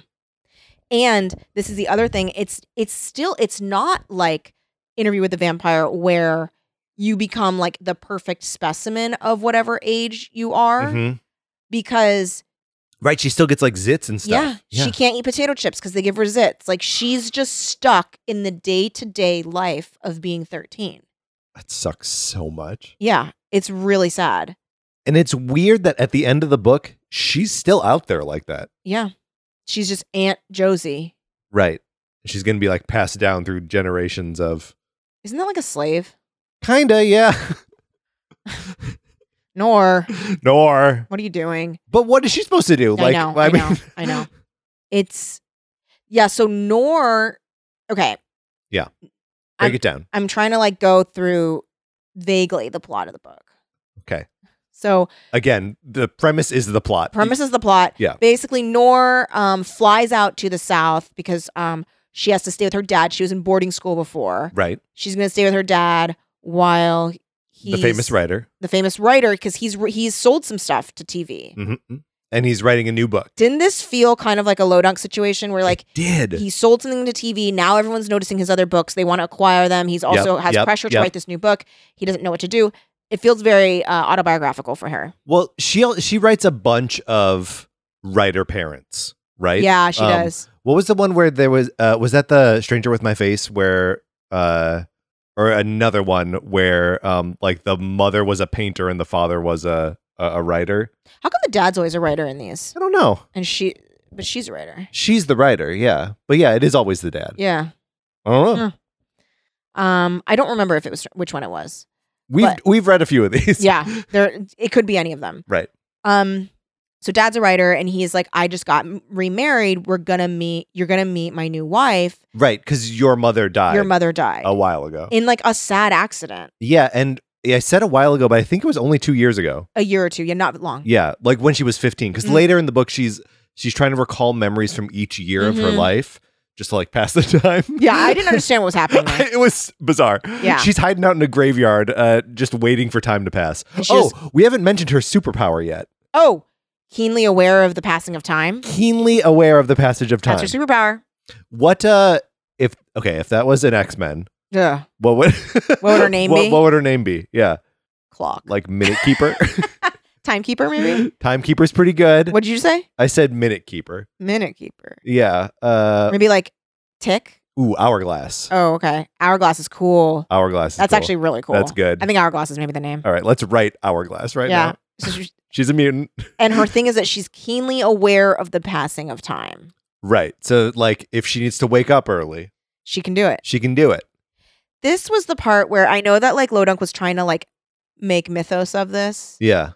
Speaker 2: And this is the other thing. It's it's still it's not like interview with the vampire where you become like the perfect specimen of whatever age you are
Speaker 3: Mhm.
Speaker 2: because
Speaker 3: Right, she still gets like zits and
Speaker 2: yeah,
Speaker 3: stuff.
Speaker 2: she can't eat potato chips cuz they give her zits. Like she's just stuck in the day-to-day life of being 13.
Speaker 3: that sucks so much.
Speaker 2: Yeah, it's really sad.
Speaker 3: And it's weird that at the end of the book, she's still out there like that.
Speaker 2: Yeah. She's just Aunt Josie.
Speaker 3: Right. She's going to be like passed down through generations of
Speaker 2: Isn't that like a slave?
Speaker 3: kinda, yeah.
Speaker 2: Nor
Speaker 3: Nor.
Speaker 2: what are you doing?
Speaker 3: But what is she supposed to do? like
Speaker 2: I know, I, know, I know. It's yeah. So Nor, okay,
Speaker 3: Break it down.
Speaker 2: I'm trying to like go through vaguely the plot of the book.
Speaker 3: Okay.
Speaker 2: So
Speaker 3: Again, the premise is the plot.
Speaker 2: premise is the plot.
Speaker 3: Yeah.
Speaker 2: Basically, Nor um, flies out to the south because um, she has to stay with her dad. She was in boarding school before.
Speaker 3: Right.
Speaker 2: She's gonna stay with her dad while he's
Speaker 3: the famous writer.
Speaker 2: the famous writer, because he's he's sold some stuff to TV.
Speaker 3: Mm-hmm. And he's writing a new book.
Speaker 2: Didn't this feel kind of like a low dunk situation where like
Speaker 3: It did.
Speaker 2: he sold something to TV. Now everyone's noticing his other books. They want to acquire them. He's also has
Speaker 3: yep,
Speaker 2: pressure to
Speaker 3: yep.
Speaker 2: write this new book. He doesn't know what to do. It feels very uh, autobiographical for her.
Speaker 3: well, she she writes a bunch of writer parents, right?
Speaker 2: Yeah, she
Speaker 3: Um,
Speaker 2: does.
Speaker 3: What was the one where there was uh was that the Stranger with My Face where uh or another one where um like the mother was a painter and the father was a a, a writer?
Speaker 2: How come the dad's always a writer in these?
Speaker 3: I don't know.
Speaker 2: And she, but she's a writer.
Speaker 3: She's the writer, yeah. But yeah, it is always the dad.
Speaker 2: Yeah.
Speaker 3: I don't know.
Speaker 2: Hmm. Um, I don't remember if it was which one it was.
Speaker 3: We've
Speaker 2: But-
Speaker 3: we've read a few of these.
Speaker 2: yeah, there. It could be any of them.
Speaker 3: Right.
Speaker 2: Um. So dad's a writer, and he's like, I just got m- remarried. We're gonna meet. You're gonna meet my new wife.
Speaker 3: Right, because your mother died Oh.
Speaker 2: Your mother died
Speaker 3: a while ago.
Speaker 2: in like a sad accident
Speaker 3: yeah, and yeah, I said a while ago, but I think it was only two years ago.
Speaker 2: a year or two. Yeah, not long.
Speaker 3: Yeah, like when she was 15. Because
Speaker 2: Mhm.
Speaker 3: later in the book, she's she's trying to recall memories from each year of her
Speaker 2: Mhm.
Speaker 3: life just to like pass the time.
Speaker 2: Yeah, I didn't understand what was happening. there.
Speaker 3: it was bizarre.
Speaker 2: Yeah.
Speaker 3: She's hiding out in a graveyard, uh, just waiting for time to pass.
Speaker 2: And she
Speaker 3: Oh, we haven't mentioned her superpower yet.
Speaker 2: Oh, keenly aware of the passing of time.
Speaker 3: Keenly aware of the passage of time.
Speaker 2: That's your superpower.
Speaker 3: what uh if okay, if that was an X-Men,
Speaker 2: Yeah.
Speaker 3: what would What
Speaker 2: would her name be?
Speaker 3: What would her name be? Yeah.
Speaker 2: Clock.
Speaker 3: Like Minute Keeper.
Speaker 2: Timekeeper, maybe?
Speaker 3: Timekeeper's pretty good.
Speaker 2: What did you say?
Speaker 3: I said Minute Keeper.
Speaker 2: Minute keeper.
Speaker 3: Yeah. Uh
Speaker 2: Maybe like tick.
Speaker 3: ooh, hourglass.
Speaker 2: Oh, okay. Hourglass is cool.
Speaker 3: Hourglass. Is
Speaker 2: Oh. That's
Speaker 3: cool.
Speaker 2: actually really cool.
Speaker 3: That's good. Uh,
Speaker 2: I think Hourglass is maybe the name.
Speaker 3: All right, let's write hourglass right
Speaker 2: yeah.
Speaker 3: now.
Speaker 2: So she-
Speaker 3: She's a mutant.
Speaker 2: and her thing is that she's keenly aware of the passing of time.
Speaker 3: Right. So like if she needs to wake up early,
Speaker 2: She can do it.
Speaker 3: she can do it.
Speaker 2: This was the part where I know that like Lodunk was trying to like make mythos of this.
Speaker 3: Yeah.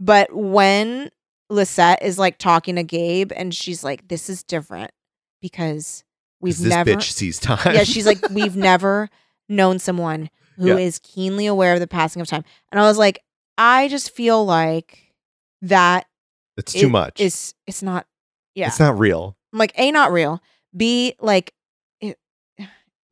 Speaker 2: But when Lisette is like talking to Gabe and she's like, this is different because we've
Speaker 3: 'Cause this
Speaker 2: never.
Speaker 3: bitch sees time.
Speaker 2: Yeah, she's like, we've never known someone who is
Speaker 3: Yeah.
Speaker 2: keenly aware of the passing of time. And I was like, I just feel like that
Speaker 3: it's
Speaker 2: it
Speaker 3: too much.
Speaker 2: is, it's not, yeah.
Speaker 3: It's not real.
Speaker 2: I'm like, A, not real. B, like,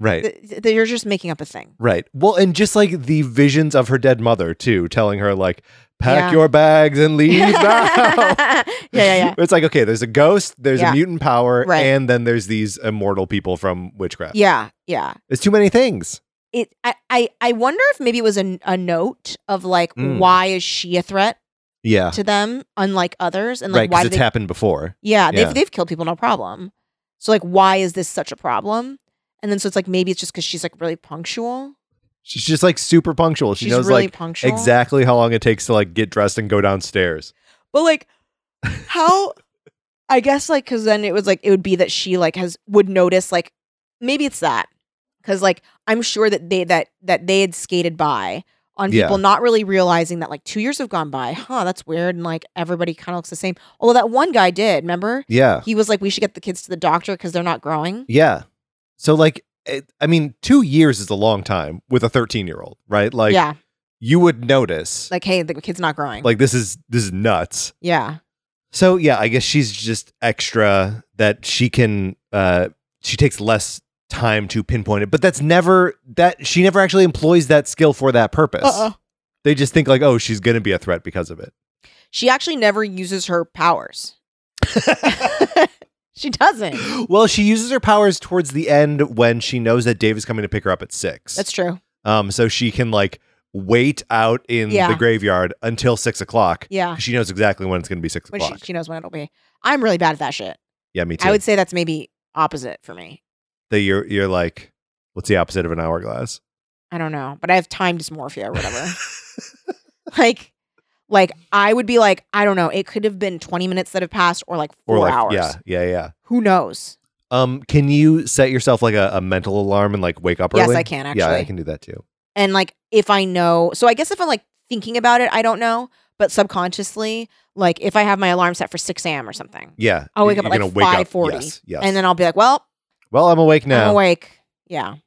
Speaker 3: Right.
Speaker 2: th- th- you're just making up a thing.
Speaker 3: right. Well, and just like the visions of her dead mother too, telling her like pack
Speaker 2: Yeah.
Speaker 3: your bags and leave now.
Speaker 2: yeah, yeah, yeah.
Speaker 3: It's like okay, there's a ghost, there's
Speaker 2: Yeah.
Speaker 3: a mutant power,
Speaker 2: Right.
Speaker 3: and then there's these immortal people from witchcraft.
Speaker 2: Yeah, yeah.
Speaker 3: It's too many things.
Speaker 2: it I, I I wonder if maybe it was a, a note of like
Speaker 3: Mm.
Speaker 2: why is she a threat
Speaker 3: Yeah.
Speaker 2: to them unlike others and like
Speaker 3: right,
Speaker 2: why
Speaker 3: because
Speaker 2: do
Speaker 3: it's
Speaker 2: they,
Speaker 3: happened before.
Speaker 2: yeah they've
Speaker 3: yeah.
Speaker 2: they've killed people no problem so like why is this such a problem and then so it's like maybe it's just because she's like really punctual
Speaker 3: She's just like super punctual. She
Speaker 2: she's
Speaker 3: knows
Speaker 2: really
Speaker 3: like
Speaker 2: punctual
Speaker 3: exactly how long it takes to like get dressed and go downstairs.
Speaker 2: but like how I guess like because then it was like it would be that she like has would notice like maybe it's that because like I'm sure that they that that they had skated by on
Speaker 3: Yeah.
Speaker 2: people not really realizing that like two years have gone by huh that's weird and like everybody kind of looks the same although that one guy did remember
Speaker 3: Yeah.
Speaker 2: he was like we should get the kids to the doctor because they're not growing
Speaker 3: Yeah. So like it, I mean 2 years is a long time with a 13-year-old, right? Like
Speaker 2: yeah
Speaker 3: you would notice.
Speaker 2: like
Speaker 3: Like,
Speaker 2: hey the kid's not growing
Speaker 3: this is this is nuts.
Speaker 2: yeah
Speaker 3: So yeah, I guess she's just extra that she can uh she takes less time to pinpoint it, but that's never that she never actually employs that skill for that purpose.
Speaker 2: uh
Speaker 3: They just think like, oh, she's gonna be a threat because of it.
Speaker 2: She actually never uses her powers. she doesn't.
Speaker 3: well, she uses her powers towards the end when she knows that Dave is coming to pick her up at six.
Speaker 2: That's true.
Speaker 3: um, so she can like wait out in
Speaker 2: Yeah.
Speaker 3: the graveyard until six o'clock.
Speaker 2: Yeah.
Speaker 3: She knows exactly when it's gonna be six
Speaker 2: When she,
Speaker 3: o'clock.
Speaker 2: she knows when it'll be. I'm really bad at that shit.
Speaker 3: yeah, me too.
Speaker 2: I would say that's maybe opposite for me.
Speaker 3: that you're you're like, what's the opposite of an hourglass?
Speaker 2: I don't know, but I have time dysmorphia or whatever. like, like I would be like, I don't know. It could have been 20 minutes that have passed, or like four
Speaker 3: or like,
Speaker 2: hours.
Speaker 3: yeah, yeah, yeah.
Speaker 2: Who knows?
Speaker 3: Um, can you set yourself like a, a mental alarm and like wake up
Speaker 2: Yes,
Speaker 3: early?
Speaker 2: I can,
Speaker 3: Yeah, I
Speaker 2: actually.
Speaker 3: can do that too.
Speaker 2: And like, if I know, so I guess if I'm like thinking about it, I don't know, but subconsciously, like if I have my alarm set for 6 a.m. or something,
Speaker 3: Yeah,
Speaker 2: I'll wake
Speaker 3: you're
Speaker 2: up at
Speaker 3: gonna
Speaker 2: like
Speaker 3: wake up-
Speaker 2: 5:40,
Speaker 3: Yes, yes.
Speaker 2: and then I'll be like, well,
Speaker 3: well, I'm awake now.
Speaker 2: I'm awake. Yeah,
Speaker 3: I'm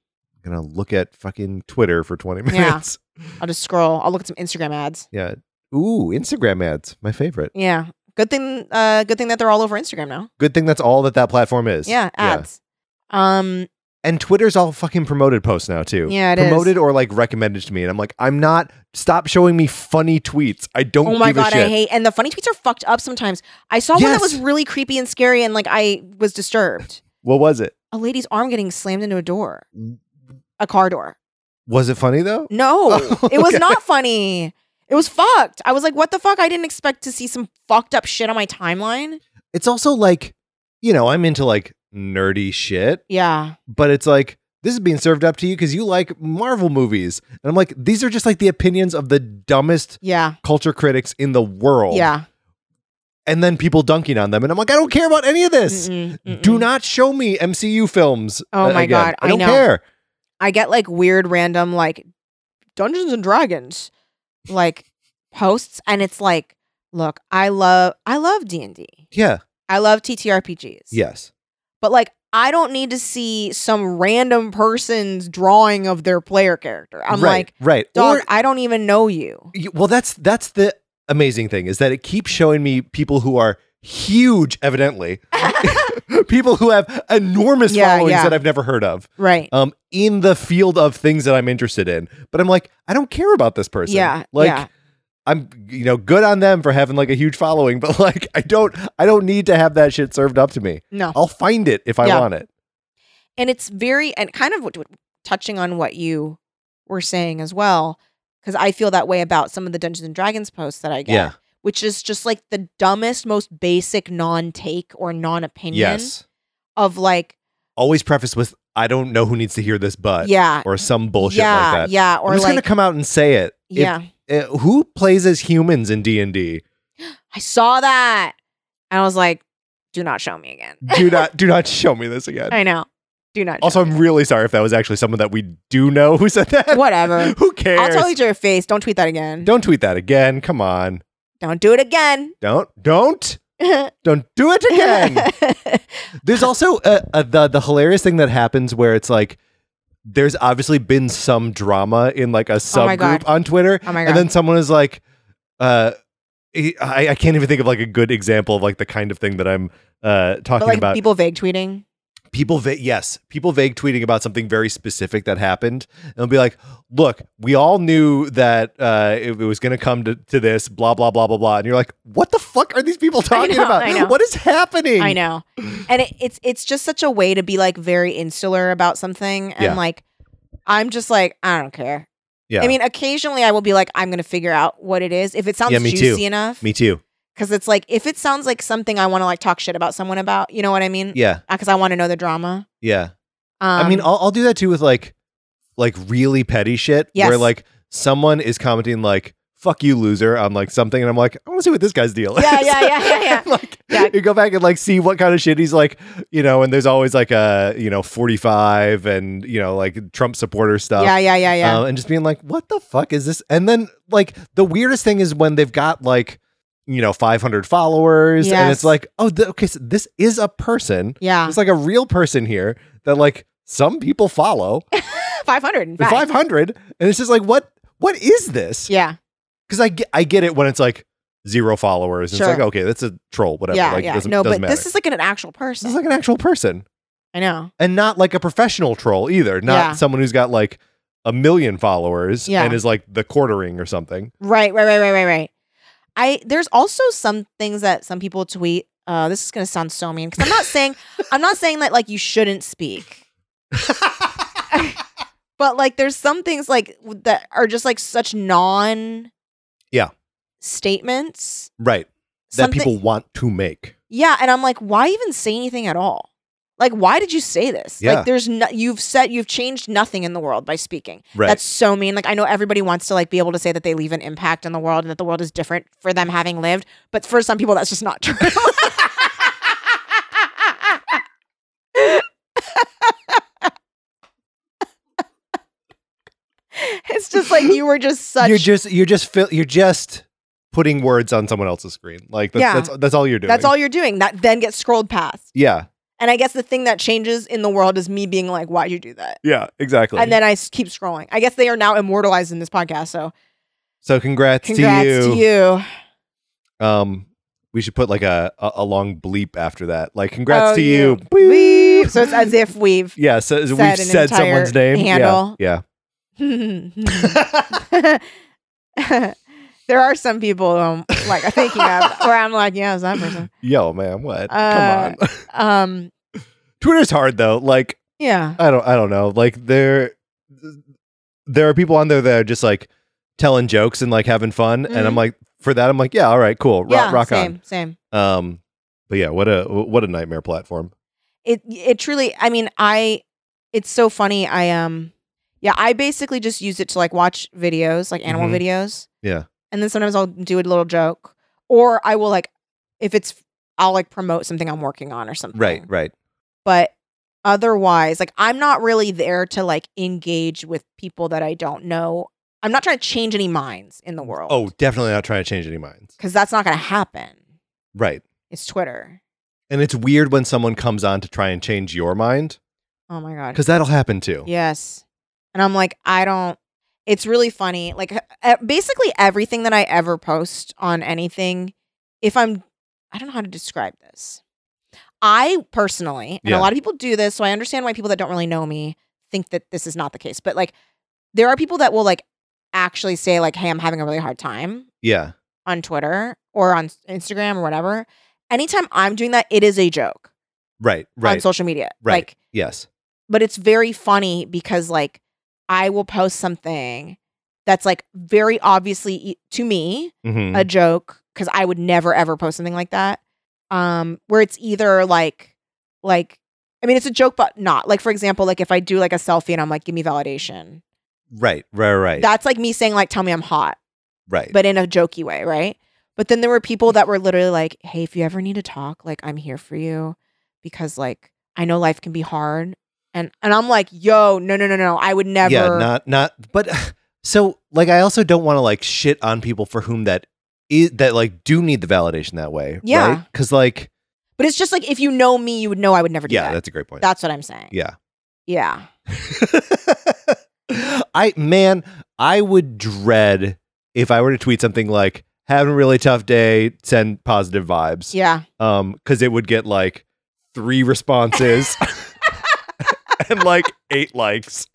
Speaker 3: gonna look at fucking Twitter for 20
Speaker 2: Yeah.
Speaker 3: minutes.
Speaker 2: I'll just scroll. I'll look at some Instagram ads.
Speaker 3: Yeah. Ooh, Instagram ads, my favorite.
Speaker 2: Yeah, good thing. Uh, good thing that they're all over Instagram now.
Speaker 3: Good thing that's all that that platform is.
Speaker 2: Yeah, ads. Um,
Speaker 3: And Twitter's all fucking promoted posts now too.
Speaker 2: Yeah, it is.
Speaker 3: promoted or like recommended to me, and I'm like, I'm not. Stop showing me funny tweets. I don't.
Speaker 2: oh my
Speaker 3: give a
Speaker 2: god,
Speaker 3: shit.
Speaker 2: I hate. And the funny tweets are fucked up sometimes. I saw one that was
Speaker 3: Yes.
Speaker 2: really creepy and scary, and like I was disturbed.
Speaker 3: What was it?
Speaker 2: A lady's arm getting slammed into a door, a car door.
Speaker 3: Was it funny though?
Speaker 2: No,
Speaker 3: Oh,
Speaker 2: it was
Speaker 3: okay.
Speaker 2: not funny. It was fucked. I was like, what the fuck? I didn't expect to see some fucked up shit on my timeline.
Speaker 3: It's also like, you know, I'm into like nerdy shit.
Speaker 2: Yeah,
Speaker 3: but it's like this is being served up to you because you like Marvel movies. And I'm like, these are just like the opinions of the dumbest
Speaker 2: yeah,
Speaker 3: culture critics in the world.
Speaker 2: yeah.
Speaker 3: And then people dunking on them. And I'm like, I don't care about any of this.
Speaker 2: Mm-mm, mm-mm.
Speaker 3: Do not show me MCU films. uh,
Speaker 2: Oh my
Speaker 3: again.
Speaker 2: God,
Speaker 3: I
Speaker 2: I
Speaker 3: don't
Speaker 2: know.
Speaker 3: care.
Speaker 2: I get like weird random like Dungeons and Dragons like posts and it's like look I love I love D&D.
Speaker 3: Yeah.
Speaker 2: I love TTRPGs.
Speaker 3: Yes.
Speaker 2: But like I don't need to see some random person's drawing of their player character. I'm
Speaker 3: right,
Speaker 2: like
Speaker 3: right.
Speaker 2: dog
Speaker 3: Or-
Speaker 2: I don't even know you.
Speaker 3: y- well, that's that's the amazing thing is that it keeps showing me people who are huge, evidently, people who have enormous
Speaker 2: Yeah,
Speaker 3: followings
Speaker 2: yeah.
Speaker 3: that I've never heard of.
Speaker 2: Right.
Speaker 3: um in the field of things that I'm interested in. But I'm like, I don't care about this person.
Speaker 2: Yeah,
Speaker 3: Like
Speaker 2: yeah.
Speaker 3: I'm you know, good on them for having like a huge following, but like I don't I don't need to have that shit served up to me.
Speaker 2: No.
Speaker 3: I'll find it if I
Speaker 2: Yeah.
Speaker 3: want it.
Speaker 2: and it's very and kind of what- what- touching on what you were saying as well because i feel that way about some of the dungeons and dragons posts that i get
Speaker 3: Yeah.
Speaker 2: which is just like the dumbest most basic non-take or non-opinion
Speaker 3: Yes.
Speaker 2: of like
Speaker 3: Always preface with I don't know who needs to hear this but
Speaker 2: yeah
Speaker 3: Uh, or some bullshit
Speaker 2: yeah
Speaker 3: like that.
Speaker 2: yeah or
Speaker 3: I'm just
Speaker 2: like
Speaker 3: gonna come out and say it. If-
Speaker 2: yeah
Speaker 3: eh, who plays as humans in D and D?
Speaker 2: i saw that and i was like do not show me again
Speaker 3: Do not, do not show me this again.
Speaker 2: i know do not show
Speaker 3: also,
Speaker 2: me
Speaker 3: I'm really sorry if that was actually someone that we do know who said that.
Speaker 2: again. whatever
Speaker 3: who cares?
Speaker 2: i'll tell you to your face don't tweet that again
Speaker 3: Don't tweet that again. Come on.
Speaker 2: don't do it again Oh
Speaker 3: Don't don't don't do it again. There's also uh uh the the hilarious thing that happens where it's like there's obviously been some drama in like a
Speaker 2: Oh my God.
Speaker 3: subgroup on Twitter,
Speaker 2: oh my god
Speaker 3: and then someone is like, uh. I, I can't even think of like a good example of like the kind of thing that I'm uh, talking
Speaker 2: but like
Speaker 3: about.
Speaker 2: people vague tweeting
Speaker 3: people va- yes people vague tweeting about something very specific that happened and they'll be like look we all knew that uh it, it was gonna come to, to this blah blah blah blah blah and you're like what the fuck are these people talking
Speaker 2: know, I know.
Speaker 3: about what is happening
Speaker 2: I know. And it, it's it's just such a way to be like very insular about something and
Speaker 3: Yeah.
Speaker 2: like I'm just like I don't care.
Speaker 3: yeah
Speaker 2: I mean, occasionally I will be like I'm going to figure out what it is if it sounds
Speaker 3: Yeah, me too.
Speaker 2: juicy enough
Speaker 3: me too
Speaker 2: cuz it's like if it sounds like something I want to like talk shit about someone about, you know what I mean?
Speaker 3: yeah
Speaker 2: Cuz I want to know the drama.
Speaker 3: yeah
Speaker 2: Um,
Speaker 3: i mean I'll, I'll do that too with like like really petty shit
Speaker 2: Yes.
Speaker 3: where like someone is commenting like fuck you loser on like something and i'm like i want to see what this guy's deal
Speaker 2: Yeah,
Speaker 3: is.
Speaker 2: yeah, yeah, yeah, yeah.
Speaker 3: And, like
Speaker 2: Yeah.
Speaker 3: you go back and like see what kind of shit he's like you know and there's always like a you know 45 and you know like trump supporter stuff
Speaker 2: yeah, yeah, yeah, yeah.
Speaker 3: um, and just being like, what the fuck is this? And then like the weirdest thing is when they've got like, you know, 500 followers and
Speaker 2: Yes.
Speaker 3: it's like, oh, th- okay, so this is a person.
Speaker 2: yeah.
Speaker 3: It's like a real person here that like some people follow
Speaker 2: 500 in fact.
Speaker 3: 500. And it's just like, what, what is this?
Speaker 2: Yeah.
Speaker 3: Cause I get, I get it when it's like zero followers.
Speaker 2: Sure.
Speaker 3: It's like, okay, that's a troll, whatever.
Speaker 2: yeah,
Speaker 3: like,
Speaker 2: yeah.
Speaker 3: Doesn't,
Speaker 2: No,
Speaker 3: doesn't
Speaker 2: but
Speaker 3: matter.
Speaker 2: this is like an actual
Speaker 3: this is
Speaker 2: person.
Speaker 3: like an actual person
Speaker 2: I know.
Speaker 3: and not like a professional troll either. Not
Speaker 2: Yeah.
Speaker 3: someone who's got like a million followers
Speaker 2: Yeah.
Speaker 3: and is like the quartering or something.
Speaker 2: Right, right, right, right, right, right. I there's also some things that some people tweet. Uh, this is gonna sound so mean because I'm not saying I'm not saying that like you shouldn't speak, but like there's some things like w- that are just like such non,
Speaker 3: Yeah.
Speaker 2: statements
Speaker 3: right. That
Speaker 2: Something-
Speaker 3: people want to make.
Speaker 2: yeah, and I'm like, why even say anything at all? Like, why did you say this?
Speaker 3: Yeah.
Speaker 2: Like, there's no, you've said you've changed nothing in the world by speaking.
Speaker 3: Right.
Speaker 2: That's so mean. Like I know everybody wants to like be able to say that they leave an impact on the world and that the world is different for them having lived, but for some people that's just not true. it's just like you were just such
Speaker 3: you're just you're just fill you're just putting words on someone else's screen. Like that's
Speaker 2: Yeah.
Speaker 3: that's, that's all you're doing.
Speaker 2: that's all you're doing. That then gets scrolled past.
Speaker 3: Yeah.
Speaker 2: And I guess the thing that changes in the world is me being like, why'd you do that?
Speaker 3: Yeah, exactly.
Speaker 2: And then I s- keep scrolling. I guess they are now immortalized in this podcast. So
Speaker 3: so congrats,
Speaker 2: congrats
Speaker 3: to, you.
Speaker 2: to you.
Speaker 3: Um we should put like a, a a long bleep after that. Like congrats
Speaker 2: Oh,
Speaker 3: to
Speaker 2: yeah.
Speaker 3: you.
Speaker 2: Beep. So it's as if we've.
Speaker 3: yeah, so
Speaker 2: Said
Speaker 3: we've
Speaker 2: an
Speaker 3: said someone's
Speaker 2: entire
Speaker 3: name. Yeah,
Speaker 2: handle.
Speaker 3: Yeah.
Speaker 2: there are some people um, like I'm thinking of where I'm like, yeah, it's that person.
Speaker 3: Yo, man, what?
Speaker 2: Uh,
Speaker 3: Come on.
Speaker 2: Um,
Speaker 3: Twitter's hard though. Like
Speaker 2: yeah,
Speaker 3: I don't I don't know. Like there there are people on there that are just like telling jokes and like having fun and I'm
Speaker 2: Mhm.
Speaker 3: like for that I'm like yeah, all right, cool. Rock
Speaker 2: yeah,
Speaker 3: rock
Speaker 2: same,
Speaker 3: on.
Speaker 2: same.
Speaker 3: Um but yeah, what a what a nightmare platform.
Speaker 2: It it truly. I mean, I. It's so funny. I um, yeah, I basically just use it to like watch videos, like animal
Speaker 3: Mhm.
Speaker 2: videos.
Speaker 3: Yeah.
Speaker 2: and then sometimes I'll do a little joke, or I will like, if it's, I'll like promote something I'm working on or something.
Speaker 3: Right, right.
Speaker 2: but otherwise like i'm not really there to like engage with people that i don't know i'm not trying to change any minds in the world
Speaker 3: Oh, definitely not trying to change any minds.
Speaker 2: because that's not going to happen
Speaker 3: Right.
Speaker 2: it's twitter
Speaker 3: And it's weird when someone comes on to try and change your mind
Speaker 2: oh my god
Speaker 3: because that'll happen too.
Speaker 2: yes and i'm like i don't it's really funny like e- basically everything that i ever post on anything if i'm i don't know how to describe this i personally and
Speaker 3: Yeah.
Speaker 2: a lot of people do this so i understand why people that don't really know me think that this is not the case but like there are people that will like actually say like hey i'm having a really hard time
Speaker 3: Yeah.
Speaker 2: on twitter or on instagram or whatever anytime i'm doing that it is a joke
Speaker 3: Right,
Speaker 2: on
Speaker 3: right.
Speaker 2: social media
Speaker 3: Right.
Speaker 2: like
Speaker 3: yes.
Speaker 2: but it's very funny because like I will post something that's like very obviously e- to me
Speaker 3: hmm
Speaker 2: a joke cuz I would never ever post something like that. Um where it's either like like I mean it's a joke but not. Like for example, like if I do like a selfie and I'm like give me validation.
Speaker 3: right, right, right.
Speaker 2: That's like me saying like tell me I'm hot,
Speaker 3: right.
Speaker 2: but in a jokey way, right? But then there were people that were literally like, "Hey, if you ever need to talk, like I'm here for you because like I know life can be hard." And and I'm like, "Yo, no no no no, I would never
Speaker 3: Yeah, not not but so like I also don't want to like shit on people for whom that is that like do need the validation that way.
Speaker 2: Yeah.
Speaker 3: Right? Cause like
Speaker 2: But it's just like if you know me, you would know I would never do
Speaker 3: Yeah,
Speaker 2: that.
Speaker 3: that's a great point.
Speaker 2: That's what I'm saying.
Speaker 3: yeah.
Speaker 2: Yeah.
Speaker 3: I man, I would dread if I were to tweet something like having a really tough day, send positive vibes.
Speaker 2: Yeah.
Speaker 3: um because it would get like three responses and like eight likes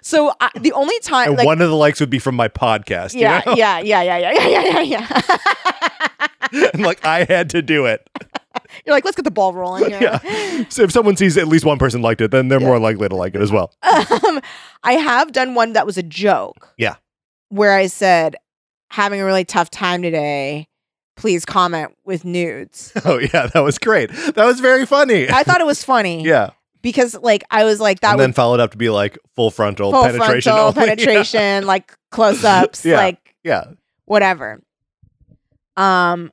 Speaker 2: So I, the only time
Speaker 3: and
Speaker 2: like
Speaker 3: one of the likes would be from my podcast you
Speaker 2: yeah,
Speaker 3: know?
Speaker 2: yeah, yeah, yeah, yeah, yeah, yeah, yeah, yeah.
Speaker 3: and like i had to do it
Speaker 2: You're like, let's get the ball rolling here.
Speaker 3: yeah so if someone sees at least one person liked it then they're
Speaker 2: Yeah.
Speaker 3: more likely to like it as well
Speaker 2: Um, I have done one that was a joke.
Speaker 3: Yeah.
Speaker 2: Where I said, having a really tough time today, please comment with nudes.
Speaker 3: oh yeah that was great that was very funny
Speaker 2: I thought it was funny.
Speaker 3: yeah
Speaker 2: Because like I was like that
Speaker 3: and
Speaker 2: was
Speaker 3: then followed up to be like full frontal
Speaker 2: full
Speaker 3: penetration
Speaker 2: frontal
Speaker 3: only.
Speaker 2: penetration, like close ups,
Speaker 3: Yeah.
Speaker 2: like
Speaker 3: yeah
Speaker 2: whatever. Um,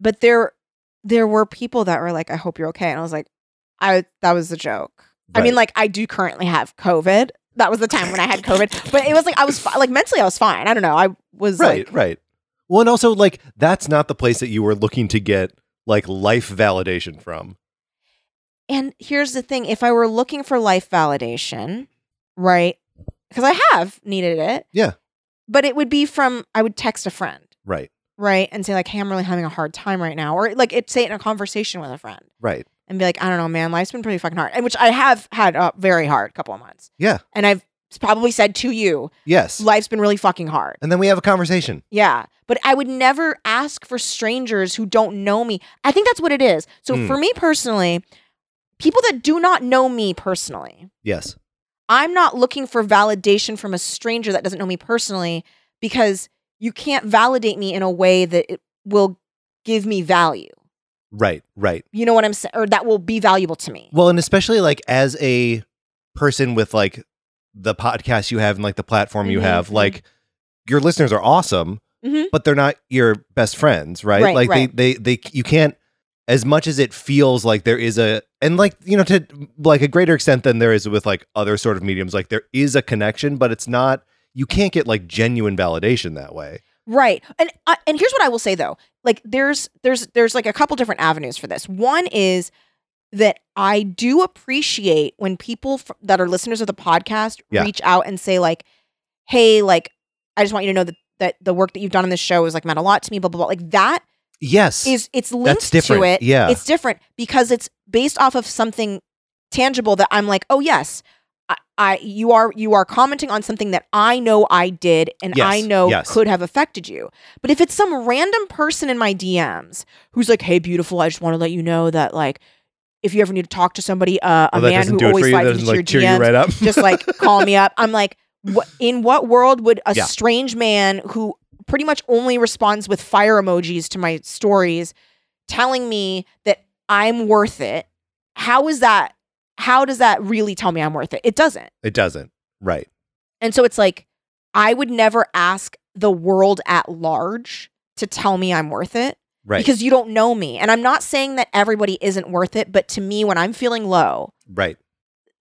Speaker 2: but there there were people that were like, I hope you're okay. And I was like, I that was a joke. I mean,
Speaker 3: Right.
Speaker 2: like, I do currently have COVID. That was the time when I had COVID. But it was like I was fi- like mentally I was fine. I don't know. I was
Speaker 3: right
Speaker 2: like
Speaker 3: right well and also like that's not the place that you were looking to get like life validation from
Speaker 2: and here's the thing, if I were looking for life validation, right? Because I have needed it.
Speaker 3: Yeah.
Speaker 2: But it would be from I would text a friend,
Speaker 3: right
Speaker 2: right? And say, like, hey, I'm really having a hard time right now. Or like it say it in a conversation with a friend.
Speaker 3: right
Speaker 2: and be like, I don't know, man, life's been pretty fucking hard, and which I have had a very hard couple of months.
Speaker 3: Yeah.
Speaker 2: and I've probably said to you,
Speaker 3: Yes.
Speaker 2: life's been really fucking hard.
Speaker 3: and then we have a conversation.
Speaker 2: Yeah. But I would never ask for strangers who don't know me. I think that's what it is. So
Speaker 3: Hmm.
Speaker 2: for me personally, people that do not know me personally,
Speaker 3: Yes.
Speaker 2: I'm not looking for validation from a stranger that doesn't know me personally because you can't validate me in a way that it will give me value.
Speaker 3: Right. Right.
Speaker 2: You know what I'm saying? Or that will be valuable to me.
Speaker 3: Well, and especially like as a person with like the podcast you have and like the platform you
Speaker 2: Mhm,
Speaker 3: have,
Speaker 2: mhm.
Speaker 3: like your listeners are awesome,
Speaker 2: Mhm.
Speaker 3: but they're not your best friends, right?
Speaker 2: Right,
Speaker 3: like
Speaker 2: right.
Speaker 3: they they they you can't as much as it feels like there is a and like you know to like a greater extent than there is with like other sort of mediums like there is a connection but it's not you can't get like genuine validation that way
Speaker 2: Right. And uh, and here's what I will say though. Like there's there's there's like a couple different avenues for this. One is that I do appreciate when people f- that are listeners of the podcast
Speaker 3: Yeah.
Speaker 2: reach out and say like, "Hey, like I just want you to know that that the work that you've done on this show has like meant a lot to me, blah blah blah." Like that
Speaker 3: yes
Speaker 2: is it's linked
Speaker 3: that's different
Speaker 2: to it.
Speaker 3: yeah
Speaker 2: It's different because it's based off of something tangible that I'm like, "Oh yes, I, I you are you are commenting on something that I know I did and
Speaker 3: Yes,
Speaker 2: I know
Speaker 3: yes.
Speaker 2: could have affected you." But if it's some random person in my DMs who's like, "Hey beautiful, I just want to let you know that like if you ever need to talk to somebody, uh, a
Speaker 3: Well, that
Speaker 2: man
Speaker 3: doesn't
Speaker 2: who
Speaker 3: do it for
Speaker 2: always
Speaker 3: you. That
Speaker 2: slides
Speaker 3: doesn't
Speaker 2: into
Speaker 3: like
Speaker 2: your
Speaker 3: cheer
Speaker 2: DMs
Speaker 3: you right up.
Speaker 2: just like call me up. I'm like, what, in what world would a
Speaker 3: Yeah.
Speaker 2: strange man who pretty much only responds with fire emojis to my stories telling me that I'm worth it? How is that? How does that really tell me I'm worth it? It doesn't.
Speaker 3: it doesn't right
Speaker 2: And so it's like, I would never ask the world at large to tell me I'm worth it
Speaker 3: right
Speaker 2: because you don't know me. And I'm not saying that everybody isn't worth it, but to me, when I'm feeling low,
Speaker 3: right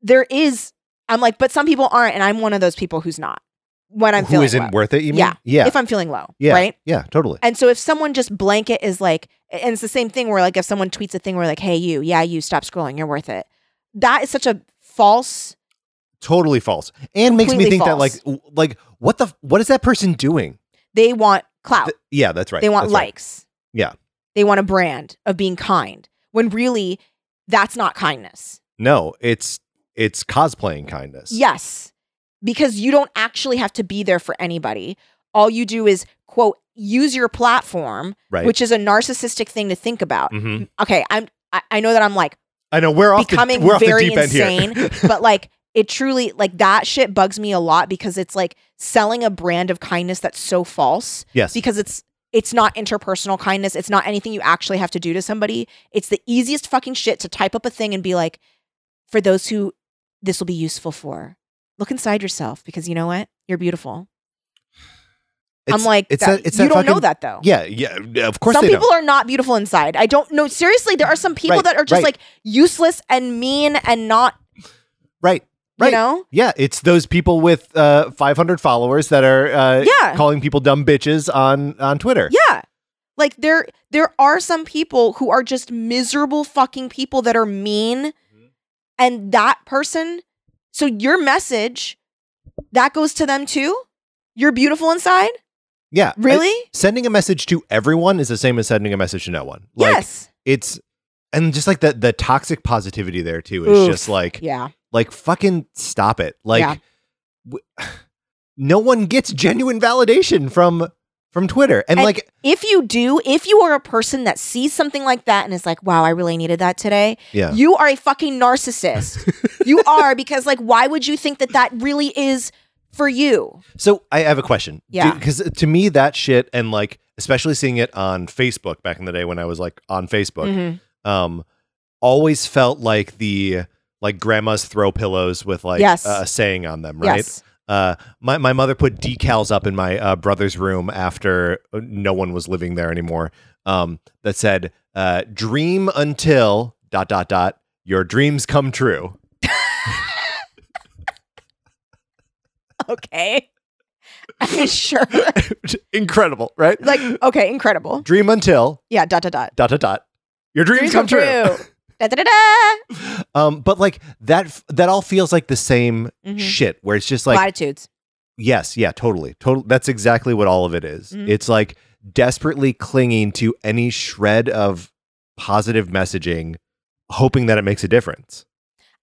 Speaker 2: there is I'm like, but some people aren't, and I'm one of those people who's not when I'm
Speaker 3: who
Speaker 2: feeling
Speaker 3: isn't
Speaker 2: low.
Speaker 3: worth it you mean
Speaker 2: Yeah.
Speaker 3: yeah
Speaker 2: If I'm feeling low,
Speaker 3: Yeah.
Speaker 2: right?
Speaker 3: Yeah, totally.
Speaker 2: And so if someone just blanket is like, and it's the same thing where like if someone tweets a thing where like, hey, you, yeah, you, stop scrolling, you're worth it. That is such a false.
Speaker 3: Totally false. And makes me
Speaker 2: Completely
Speaker 3: think that
Speaker 2: false.
Speaker 3: like w- like what the f- what is that person doing?
Speaker 2: They want clout.
Speaker 3: Th- yeah, that's right.
Speaker 2: They want
Speaker 3: That's right.
Speaker 2: likes.
Speaker 3: Yeah.
Speaker 2: They want a brand of being kind when really that's not kindness.
Speaker 3: No, it's it's cosplaying kindness.
Speaker 2: Yes. Because you don't actually have to be there for anybody. All you do is quote use your platform
Speaker 3: Right.
Speaker 2: which is a narcissistic thing to think about.
Speaker 3: Mhm.
Speaker 2: Okay, I'm I, I know that I'm like
Speaker 3: I know we're off
Speaker 2: becoming
Speaker 3: the, we're off
Speaker 2: very
Speaker 3: the deep
Speaker 2: insane,
Speaker 3: end here.
Speaker 2: but like it truly like that shit bugs me a lot because it's like selling a brand of kindness that's so false
Speaker 3: yes.
Speaker 2: because it's it's not interpersonal kindness. It's not anything you actually have to do to somebody. It's the easiest fucking shit to type up a thing and be like, for those who this will be useful for, look inside yourself because you know what? You're beautiful.
Speaker 3: It's-
Speaker 2: I'm like,
Speaker 3: it's
Speaker 2: that-
Speaker 3: that, it's
Speaker 2: you
Speaker 3: that
Speaker 2: don't know
Speaker 3: fucking-
Speaker 2: that though
Speaker 3: Yeah, yeah, of course
Speaker 2: some
Speaker 3: they
Speaker 2: people
Speaker 3: don't.
Speaker 2: are not beautiful inside. I don't know. Seriously, there are some people
Speaker 3: Right,
Speaker 2: that are just
Speaker 3: right.
Speaker 2: like useless and mean and not,
Speaker 3: Right. Right.
Speaker 2: you know?
Speaker 3: Yeah, it's those people with uh 500 followers that are uh
Speaker 2: Yeah.
Speaker 3: calling people dumb bitches on on Twitter.
Speaker 2: Yeah. Like there there are some people who are just miserable fucking people that are mean
Speaker 3: Mm-hmm.
Speaker 2: and that person so your message that goes to them too? You're beautiful inside?
Speaker 3: Yeah. I-
Speaker 2: Really?
Speaker 3: sending a message to everyone is the same as sending a message to no one. Like
Speaker 2: yes.
Speaker 3: it's and just like the the toxic positivity there too is
Speaker 2: Oof.
Speaker 3: just like
Speaker 2: Yeah.
Speaker 3: like fucking stop it like
Speaker 2: Yeah.
Speaker 3: w- no one gets genuine validation from from twitter and,
Speaker 2: And-
Speaker 3: like
Speaker 2: If you do, if you are a person that sees something like that and is like, "Wow, I really needed that today."
Speaker 3: yeah
Speaker 2: You are a fucking narcissist. you are because like why would you think that that really is for you?
Speaker 3: so i have a question
Speaker 2: Yeah.
Speaker 3: because to me that shit and like especially seeing it on facebook back in the day when i was like on facebook
Speaker 2: Mm-hmm.
Speaker 3: um always felt like the like grandma's throw pillows with like
Speaker 2: Yes.
Speaker 3: a saying on them right Uh, my, my mother put decals up in my uh, brother's room after no one was living there anymore um, that said, uh, dream until dot, dot, dot, your dreams come true.
Speaker 2: Okay. I mean, sure.
Speaker 3: Incredible, right?
Speaker 2: like okay, incredible.
Speaker 3: dream until
Speaker 2: Yeah. Dot dot dot.
Speaker 3: dot, dot, dot, your dreams, come, true.
Speaker 2: da, da, da, da.
Speaker 3: Um, but like that, f- that all feels like the same
Speaker 2: Mhm.
Speaker 3: shit where it's just like,
Speaker 2: Platitudes.
Speaker 3: Yes, yeah, totally. Total that's exactly what all of it is.
Speaker 2: Mhm.
Speaker 3: It's like desperately clinging to any shred of positive messaging hoping that it makes a difference.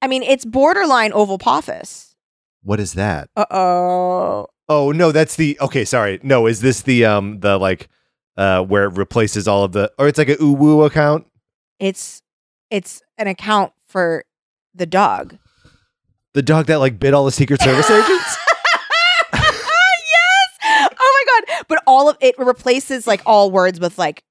Speaker 2: I mean, it's borderline oval pophis.
Speaker 3: What is that?
Speaker 2: Uh oh.
Speaker 3: Oh no, that's the okay. Sorry, no. Is this the um the like uh where it replaces all of the or it's like a uwu account?
Speaker 2: It's it's an account for the dog.
Speaker 3: The dog that like bit all the Secret Service agents.
Speaker 2: yes. Oh my god. But all of it replaces like all words with like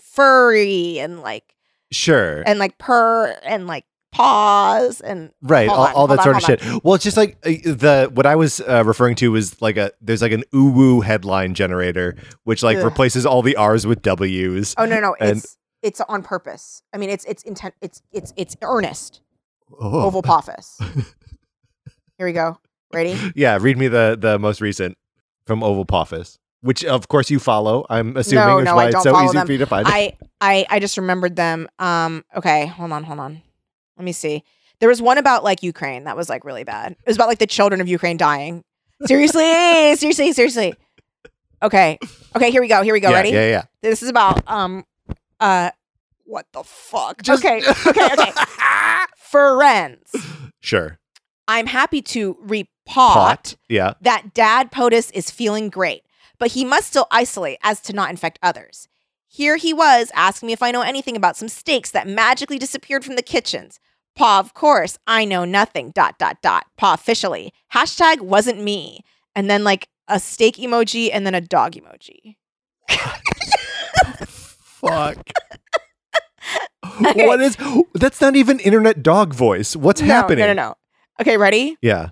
Speaker 2: furry and like
Speaker 3: Sure.
Speaker 2: and like purr and like paws and
Speaker 3: Right,
Speaker 2: Hold
Speaker 3: all,
Speaker 2: on,
Speaker 3: all that
Speaker 2: hold
Speaker 3: sort
Speaker 2: on,
Speaker 3: of shit. Well, it's just like uh, the what I was uh, referring to was like a there's like an uwu headline generator which like
Speaker 2: Ugh.
Speaker 3: replaces all the R's with W's.
Speaker 2: oh no no
Speaker 3: And-
Speaker 2: it's it's on purpose. I mean it's it's intent it's it's it's earnest.
Speaker 3: Oh.
Speaker 2: Oval Poffice. Here we go. Ready?
Speaker 3: Oh. Yeah, read me the the most recent from Oval Poffice, which of course you follow. I'm assuming
Speaker 2: No,
Speaker 3: which
Speaker 2: no,
Speaker 3: why
Speaker 2: I
Speaker 3: it's
Speaker 2: don't
Speaker 3: so
Speaker 2: follow
Speaker 3: easy
Speaker 2: them.
Speaker 3: for you to find. it.
Speaker 2: I I I just remembered them. Um okay, hold on, hold on. Let me see. There was one about like Ukraine that was like really bad. It was about like the children of Ukraine dying. Seriously, seriously, seriously. Okay. Okay, here we go. Here we go.
Speaker 3: yeah,
Speaker 2: Ready?
Speaker 3: Yeah, yeah.
Speaker 2: This is about um uh what the fuck?
Speaker 3: Just-
Speaker 2: okay. Okay, okay. Friends.
Speaker 3: Sure.
Speaker 2: I'm happy to repot
Speaker 3: Pot. Yeah.
Speaker 2: that dad POTUS is feeling great, but he must still isolate as to not infect others. Here he was asking me if I know anything about some steaks that magically disappeared from the kitchens. Pa, of course, I know nothing. Dot dot dot. Pa officially. Hashtag wasn't me. And then like a steak emoji and then a dog emoji.
Speaker 3: Fuck. What is that's not even internet dog voice. What's
Speaker 2: No,
Speaker 3: happening?
Speaker 2: No, no, no. Okay, ready?
Speaker 3: Yeah.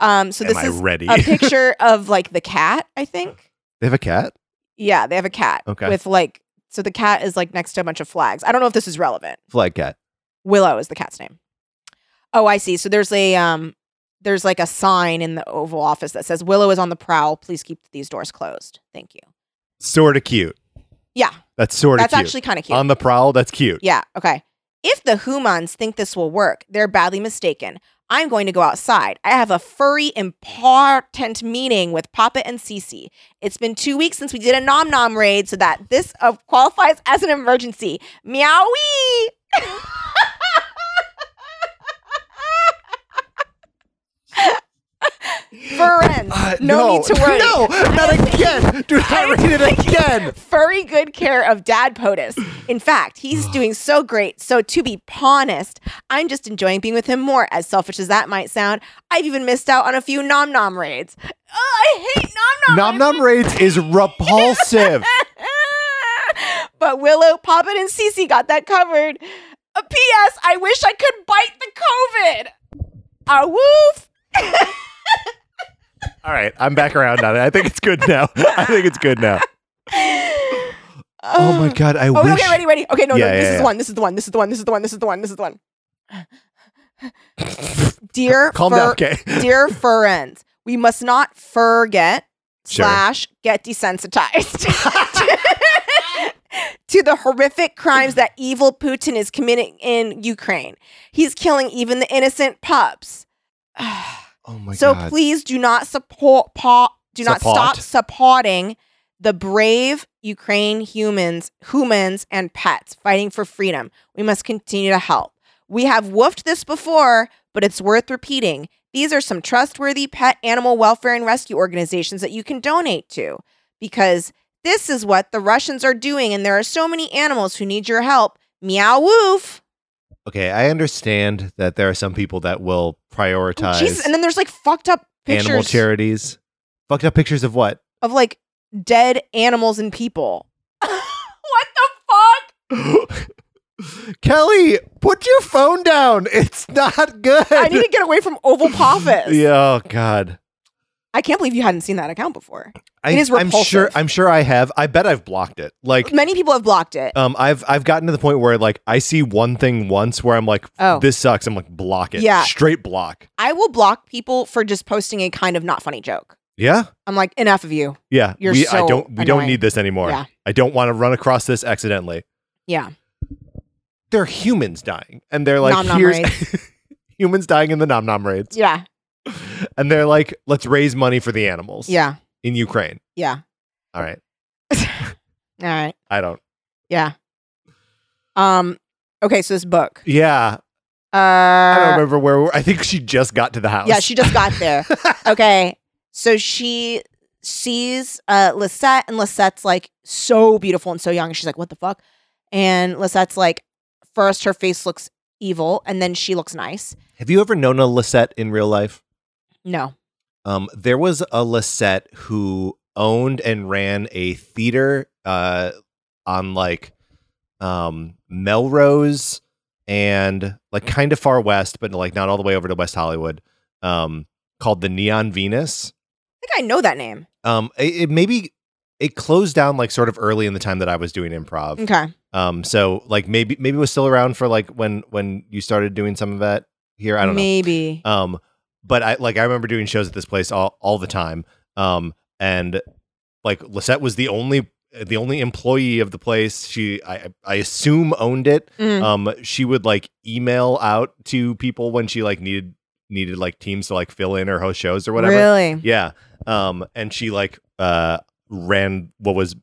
Speaker 2: Um, so
Speaker 3: Am
Speaker 2: this
Speaker 3: I
Speaker 2: is
Speaker 3: ready?
Speaker 2: a picture of like the cat, I think.
Speaker 3: they have a cat?
Speaker 2: Yeah, they have a cat.
Speaker 3: Okay.
Speaker 2: With like, so the cat is like next to a bunch of flags. I don't know if this is relevant.
Speaker 3: Flag cat.
Speaker 2: Willow is the cat's name. Oh, I see. So there's a um, there's like a sign in the Oval Office that says Willow is on the prowl. Please keep these doors closed. Thank you.
Speaker 3: Sort of cute.
Speaker 2: Yeah,
Speaker 3: That's sort of
Speaker 2: that's
Speaker 3: cute.
Speaker 2: actually kind of cute.
Speaker 3: On the prowl, that's cute.
Speaker 2: yeah. Okay. If the humans think this will work, they're badly mistaken. I'm going to go outside. I have a furry important meeting with Papa and Cece. It's been two weeks since we did a nom nom raid, so that this uh, qualifies as an emergency. Meowie. Friends,
Speaker 3: Uh,
Speaker 2: no, need to worry.
Speaker 3: No, not again. Do
Speaker 2: I'm
Speaker 3: not read it again.
Speaker 2: Furry good care of Dad POTUS. In fact, he's doing so great. So to be honest, I'm just enjoying being with him more. As selfish as that might sound, I've even missed out on a few nom nom raids. Ugh, I hate nom nom.
Speaker 3: Nom Nom Raids is repulsive.
Speaker 2: but Willow, Poppin, and Cece got that covered. A P.S. I wish I could bite the COVID. Ah woof.
Speaker 3: All right, I'm back around on it. I think it's good now. I think it's good now. Oh my god, I
Speaker 2: Oh,
Speaker 3: wish.
Speaker 2: okay, ready, ready. Okay, no,
Speaker 3: Yeah,
Speaker 2: no.
Speaker 3: yeah,
Speaker 2: This is
Speaker 3: yeah.
Speaker 2: the one. This is the one. This is the one. This is the one. This is the one. This is the one. dear,
Speaker 3: Calm down,
Speaker 2: fur-
Speaker 3: okay.
Speaker 2: dear friends, we must not forget
Speaker 3: Sure.
Speaker 2: slash get desensitized to the horrific crimes that evil Putin is committing in Ukraine. He's killing even the innocent pups.
Speaker 3: Oh my
Speaker 2: so
Speaker 3: god.
Speaker 2: please do not support pa- do not
Speaker 3: Support.
Speaker 2: stop supporting the brave Ukraine humans, humans and pets fighting for freedom. We must continue to help. We have woofed this before, but it's worth repeating. These are some trustworthy pet animal welfare and rescue organizations that you can donate to because this is what the Russians are doing and there are so many animals who need your help. Meow woof.
Speaker 3: Okay, I understand that there are some people that will
Speaker 2: Oh,
Speaker 3: prioritize
Speaker 2: Jesus. And then there's like fucked up pictures.
Speaker 3: animal charities. Fucked up pictures of what?
Speaker 2: of like dead animals and people. what the fuck?
Speaker 3: Kelly, put your phone down. It's not good.
Speaker 2: I need to get away from Oval Poffice.
Speaker 3: Yeah, oh god.
Speaker 2: I can't believe you hadn't seen that account before.
Speaker 3: I,
Speaker 2: It is
Speaker 3: I'm sure
Speaker 2: repulsive.
Speaker 3: I'm sure I have. I bet I've blocked it. Like
Speaker 2: Many people have blocked it.
Speaker 3: um I've I've gotten to the point where like I see one thing once where I'm like
Speaker 2: oh,
Speaker 3: this sucks. I'm like block it.
Speaker 2: Yeah.
Speaker 3: Straight block.
Speaker 2: I will block people for just posting a kind of not funny joke.
Speaker 3: Yeah.
Speaker 2: I'm like, enough of you.
Speaker 3: Yeah.
Speaker 2: You're
Speaker 3: we I
Speaker 2: so
Speaker 3: don't we don't
Speaker 2: annoying.
Speaker 3: need this anymore.
Speaker 2: Yeah.
Speaker 3: I don't want to run across this accidentally.
Speaker 2: Yeah.
Speaker 3: They're humans dying. And they're like
Speaker 2: Nom nom
Speaker 3: here's humans dying in the nom nom raids.
Speaker 2: Yeah.
Speaker 3: And they're like, let's raise money for the animals
Speaker 2: Yeah.
Speaker 3: in Ukraine.
Speaker 2: Yeah.
Speaker 3: All right.
Speaker 2: All right.
Speaker 3: I don't.
Speaker 2: Yeah. Um. Okay. So this book.
Speaker 3: Yeah.
Speaker 2: Uh,
Speaker 3: I don't remember where. we I think she just got to the house.
Speaker 2: Yeah, she just got there. okay. So she sees uh Lisette and Lisette's like so beautiful and so young. She's like, what the fuck? And Lisette's like, first her face looks evil and then she looks nice.
Speaker 3: Have you ever known a Lisette in real life?
Speaker 2: No.
Speaker 3: Um, there was a Lisette who owned and ran a theater uh, on like um, Melrose and like kind of far west, but like not all the way over to West Hollywood, um, called the Neon Venus.
Speaker 2: I think I know that name.
Speaker 3: Um, it, it maybe it closed down like sort of early in the time that I was doing improv.
Speaker 2: Okay.
Speaker 3: Um, so like maybe maybe it was still around for like when when you started doing some of that here. I don't know.
Speaker 2: Maybe.
Speaker 3: Um, but I like I remember doing shows at this place all, all the time. Um, and like Lisette was the only the only employee of the place. She I I assume owned it.
Speaker 2: Mm.
Speaker 3: Um, she would like email out to people when she like needed needed like teams to like fill in or host shows or whatever.
Speaker 2: Really?
Speaker 3: Yeah. Um, and she like uh ran what was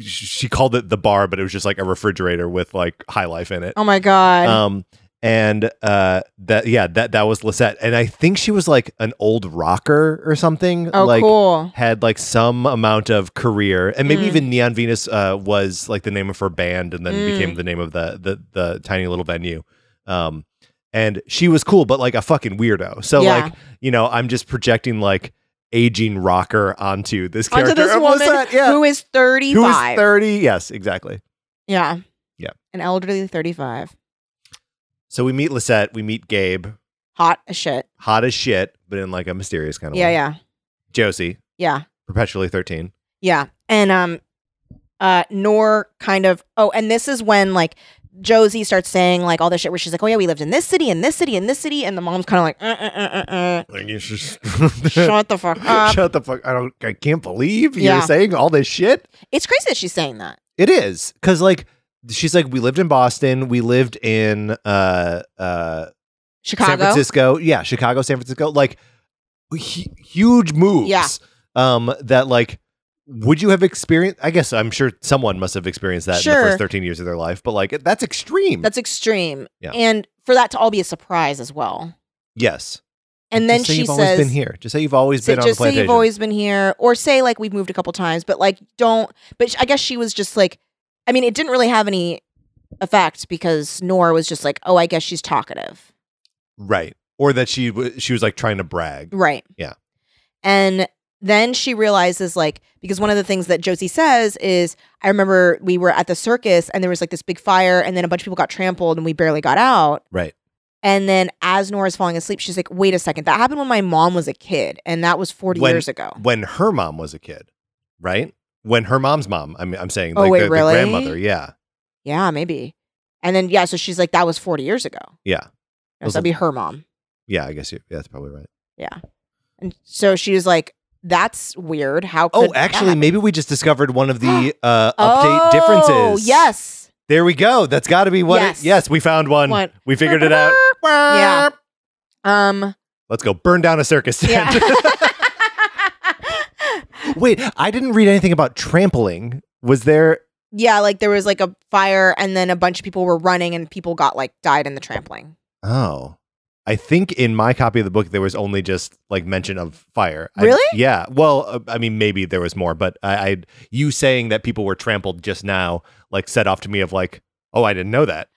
Speaker 3: sh- she called it the bar, but it was just like a refrigerator with like high life in it.
Speaker 2: Oh my God.
Speaker 3: Um, and uh, that yeah, that that was Lisette, and I think she was like an old rocker or something.
Speaker 2: oh,
Speaker 3: like,
Speaker 2: cool.
Speaker 3: Had like some amount of career, and maybe
Speaker 2: Mm.
Speaker 3: even Neon Venus uh, was like the name of her band, and then
Speaker 2: Mm.
Speaker 3: became the name of the the the tiny little venue. Um, and she was cool, but like a fucking weirdo. So
Speaker 2: Yeah.
Speaker 3: like you know, I'm just projecting like aging rocker onto this
Speaker 2: Onto
Speaker 3: character
Speaker 2: this
Speaker 3: of
Speaker 2: woman
Speaker 3: Lisette, yeah,
Speaker 2: Who is
Speaker 3: who is
Speaker 2: 35.
Speaker 3: thirty. Yes, exactly.
Speaker 2: yeah.
Speaker 3: Yeah.
Speaker 2: An elderly 35.
Speaker 3: So we meet Lisette, we meet Gabe,
Speaker 2: Hot as shit.
Speaker 3: hot as shit, but in like a mysterious kind of
Speaker 2: Yeah,
Speaker 3: way.
Speaker 2: yeah.
Speaker 3: Josie,
Speaker 2: Yeah.
Speaker 3: perpetually 13.
Speaker 2: Yeah. And um uh Nor kind of oh, and this is when like Josie starts saying like all this shit where she's like, Oh yeah, we lived in this city and this city and this city and the mom's kinda like, uh, uh, uh, uh,
Speaker 3: Like, you just
Speaker 2: uh. Shut the fuck up.
Speaker 3: Shut the fuck. I don't I can't believe
Speaker 2: Yeah.
Speaker 3: you're saying all this shit.
Speaker 2: It's crazy that she's saying that.
Speaker 3: It is. Cause like she's like, we lived in Boston, we lived in uh uh San
Speaker 2: Chicago.
Speaker 3: Francisco. Yeah, Chicago, San Francisco. Like hu- huge moves.
Speaker 2: Yeah.
Speaker 3: Um that like would you have experienced I guess I'm sure someone must have experienced that in
Speaker 2: Sure.
Speaker 3: the first 13 years of their life, but like that's extreme.
Speaker 2: That's extreme.
Speaker 3: Yeah.
Speaker 2: And for that to all be a surprise as well.
Speaker 3: yes.
Speaker 2: And then
Speaker 3: Just say
Speaker 2: she
Speaker 3: you've always
Speaker 2: says
Speaker 3: been here. Just say you've always
Speaker 2: Say-
Speaker 3: been on the
Speaker 2: just say
Speaker 3: plantation.
Speaker 2: you've always been here, or say like we've moved a couple times, but like don't. But sh- I guess she was just like, I mean, it didn't really have any effect because Nora was just like, oh, I guess she's talkative,
Speaker 3: Right. Or that she w- she was like trying to brag.
Speaker 2: right?
Speaker 3: Yeah.
Speaker 2: And then she realizes like because one of the things that Josie says is, I remember we were at the circus and there was like this big fire, and then a bunch of people got trampled and we barely got out.
Speaker 3: Right.
Speaker 2: And then as Nora's falling asleep, she's like, wait a second, that happened when my mom was a kid, and that was forty
Speaker 3: When-
Speaker 2: years ago.
Speaker 3: When her mom was a kid, right? When her mom's mom, I'm I'm saying
Speaker 2: Oh,
Speaker 3: like
Speaker 2: wait,
Speaker 3: the, the
Speaker 2: really?
Speaker 3: grandmother, yeah.
Speaker 2: Yeah, maybe. And then yeah, so she's like, that was forty years ago.
Speaker 3: Yeah.
Speaker 2: No, so that'd be her mom.
Speaker 3: Yeah, I guess you yeah, that's probably right.
Speaker 2: And so she was like, that's weird. How could
Speaker 3: Oh, actually,
Speaker 2: that?
Speaker 3: maybe we just discovered one of the uh, update differences.
Speaker 2: Oh, yes.
Speaker 3: There we go. That's got to be what. it-
Speaker 2: Yes.
Speaker 3: yes, we found one.
Speaker 2: One.
Speaker 3: We figured it out.
Speaker 2: Yeah. Um
Speaker 3: Let's go burn down a circus
Speaker 2: yeah.
Speaker 3: tent. Wait, I didn't read anything about trampling. Was there
Speaker 2: yeah, like there was like a fire and then a bunch of people were running and people got like died in the trampling.
Speaker 3: Oh. I think in my copy of the book there was only just like mention of fire. I-
Speaker 2: Really?
Speaker 3: yeah. Well, uh, I mean, maybe there was more, but I, I you saying that people were trampled just now like set off to me of like, oh, I didn't know that.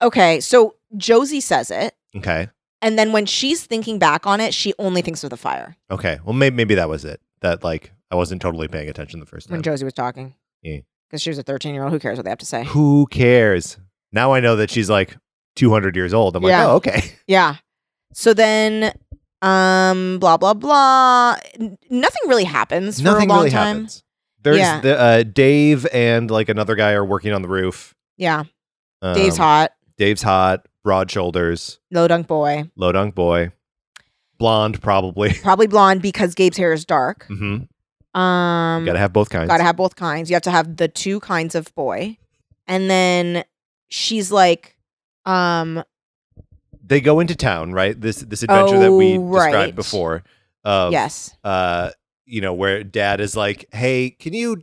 Speaker 2: Okay, so Josie says it,
Speaker 3: Okay.
Speaker 2: and then when she's thinking back on it, she only thinks of the fire
Speaker 3: Okay. Well, maybe maybe that was it. That like I wasn't totally paying attention the first
Speaker 2: when
Speaker 3: time.
Speaker 2: Josie was talking.
Speaker 3: Yeah.
Speaker 2: Because she was a thirteen year old. Who cares what they have to say?
Speaker 3: Who cares? Now I know that she's like 200 years old. I'm
Speaker 2: Yeah.
Speaker 3: like, oh, okay.
Speaker 2: Yeah. So then, um, blah blah blah. N- nothing really happens for
Speaker 3: Nothing
Speaker 2: a long
Speaker 3: really
Speaker 2: time.
Speaker 3: happens. There's
Speaker 2: Yeah.
Speaker 3: the uh, Dave and like another guy are working on the roof.
Speaker 2: Yeah.
Speaker 3: Um,
Speaker 2: Dave's hot,
Speaker 3: Dave's hot, broad shoulders,
Speaker 2: low dunk boy,
Speaker 3: low dunk boy, blonde probably.
Speaker 2: probably blonde because Gabe's hair is dark.
Speaker 3: hmm
Speaker 2: Um,
Speaker 3: Gotta have both kinds.
Speaker 2: gotta have both kinds. You have to have the two kinds of boy, and then she's like, um,
Speaker 3: they go into town, right? This this adventure that we
Speaker 2: Oh, right.
Speaker 3: described before. Of,
Speaker 2: yes,
Speaker 3: Uh, you know where Dad is like, "Hey, can you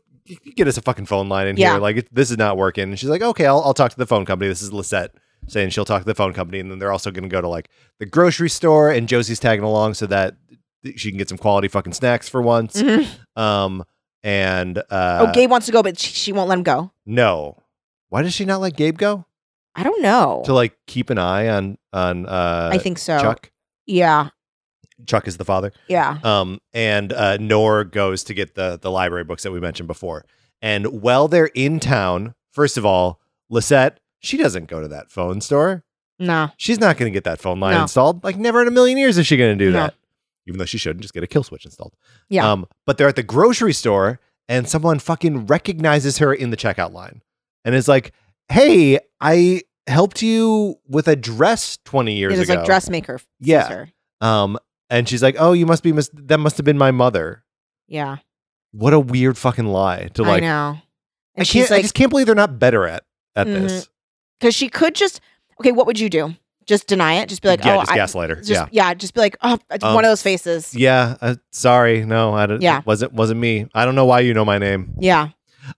Speaker 3: get us a fucking phone line in
Speaker 2: Yeah.
Speaker 3: here? Like it- this is not working." And she's like, "Okay, I'll, I'll talk to the phone company. This is Lisette." saying she'll talk to the phone company, and then they're also going to go to like the grocery store, and Josie's tagging along so that th- she can get some quality fucking snacks for once.
Speaker 2: Mhm.
Speaker 3: Um, and uh,
Speaker 2: oh, Gabe wants to go, but she, she won't let him go.
Speaker 3: no, why does she not let Gabe go
Speaker 2: I don't know.
Speaker 3: to like keep an eye on on uh,
Speaker 2: I think so.
Speaker 3: Chuck?
Speaker 2: Yeah.
Speaker 3: Chuck is the father.
Speaker 2: Yeah.
Speaker 3: Um, and uh, Nor goes to get the the library books that we mentioned before. And while they're in town, first of all, Lisette she doesn't go to that phone store.
Speaker 2: No.
Speaker 3: She's not going to get that phone line
Speaker 2: No.
Speaker 3: installed. Like never in a million years is she going to do
Speaker 2: No.
Speaker 3: that. Even though she should just get a kill switch installed.
Speaker 2: Yeah.
Speaker 3: Um, but they're at the grocery store and someone fucking recognizes her in the checkout line and is like, "Hey, I helped you with a dress 20 years
Speaker 2: It was
Speaker 3: ago."
Speaker 2: like dressmaker.
Speaker 3: Yeah.
Speaker 2: sister.
Speaker 3: Um, and she's like, "Oh, you must be mis- that must have been my mother."
Speaker 2: Yeah.
Speaker 3: What a weird fucking lie to like.
Speaker 2: I
Speaker 3: I,
Speaker 2: know. And
Speaker 3: can't.
Speaker 2: she's like, Mm-hmm.
Speaker 3: I just can't believe they're not better at at this.
Speaker 2: because she could just okay what would you do just deny it just be like
Speaker 3: yeah,
Speaker 2: oh
Speaker 3: just
Speaker 2: I,
Speaker 3: gaslight her.
Speaker 2: just-
Speaker 3: yeah,
Speaker 2: just be like oh it's
Speaker 3: Um,
Speaker 2: one of those faces yeah,
Speaker 3: yeah. Uh, sorry, no, I don't,
Speaker 2: Yeah.
Speaker 3: wasn't wasn't me. I don't know why you know my name.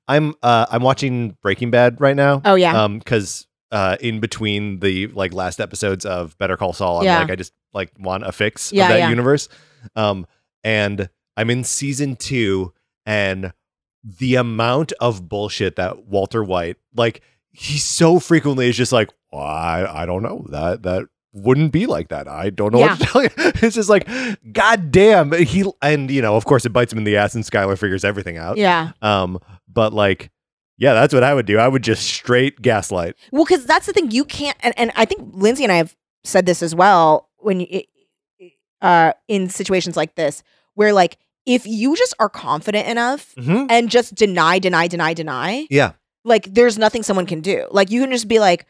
Speaker 3: I'm uh I'm watching Breaking Bad right now.
Speaker 2: oh yeah
Speaker 3: Um, because uh, in between the like last episodes of Better Call Saul, I'm
Speaker 2: Yeah.
Speaker 3: like, I just like want a fix
Speaker 2: Yeah,
Speaker 3: of that
Speaker 2: yeah.
Speaker 3: universe. Um, and I'm in season two, and the amount of bullshit that Walter White, like, he so frequently is just like, "Well, I I don't know that that wouldn't be like that. I don't know what to tell you. It's just like, god damn. He and you know, of course, it bites him in the ass, and Skylar figures everything out.
Speaker 2: yeah
Speaker 3: Um, but like, yeah, that's what I would do. I would just straight gaslight.
Speaker 2: well because that's the thing you can't and, and i think lindsay and i have said this as well when you it- it- uh in situations like this where like if you just are confident enough
Speaker 3: Mm-hmm.
Speaker 2: and just deny deny deny deny
Speaker 3: Yeah,
Speaker 2: like there's nothing someone can do like you can just be like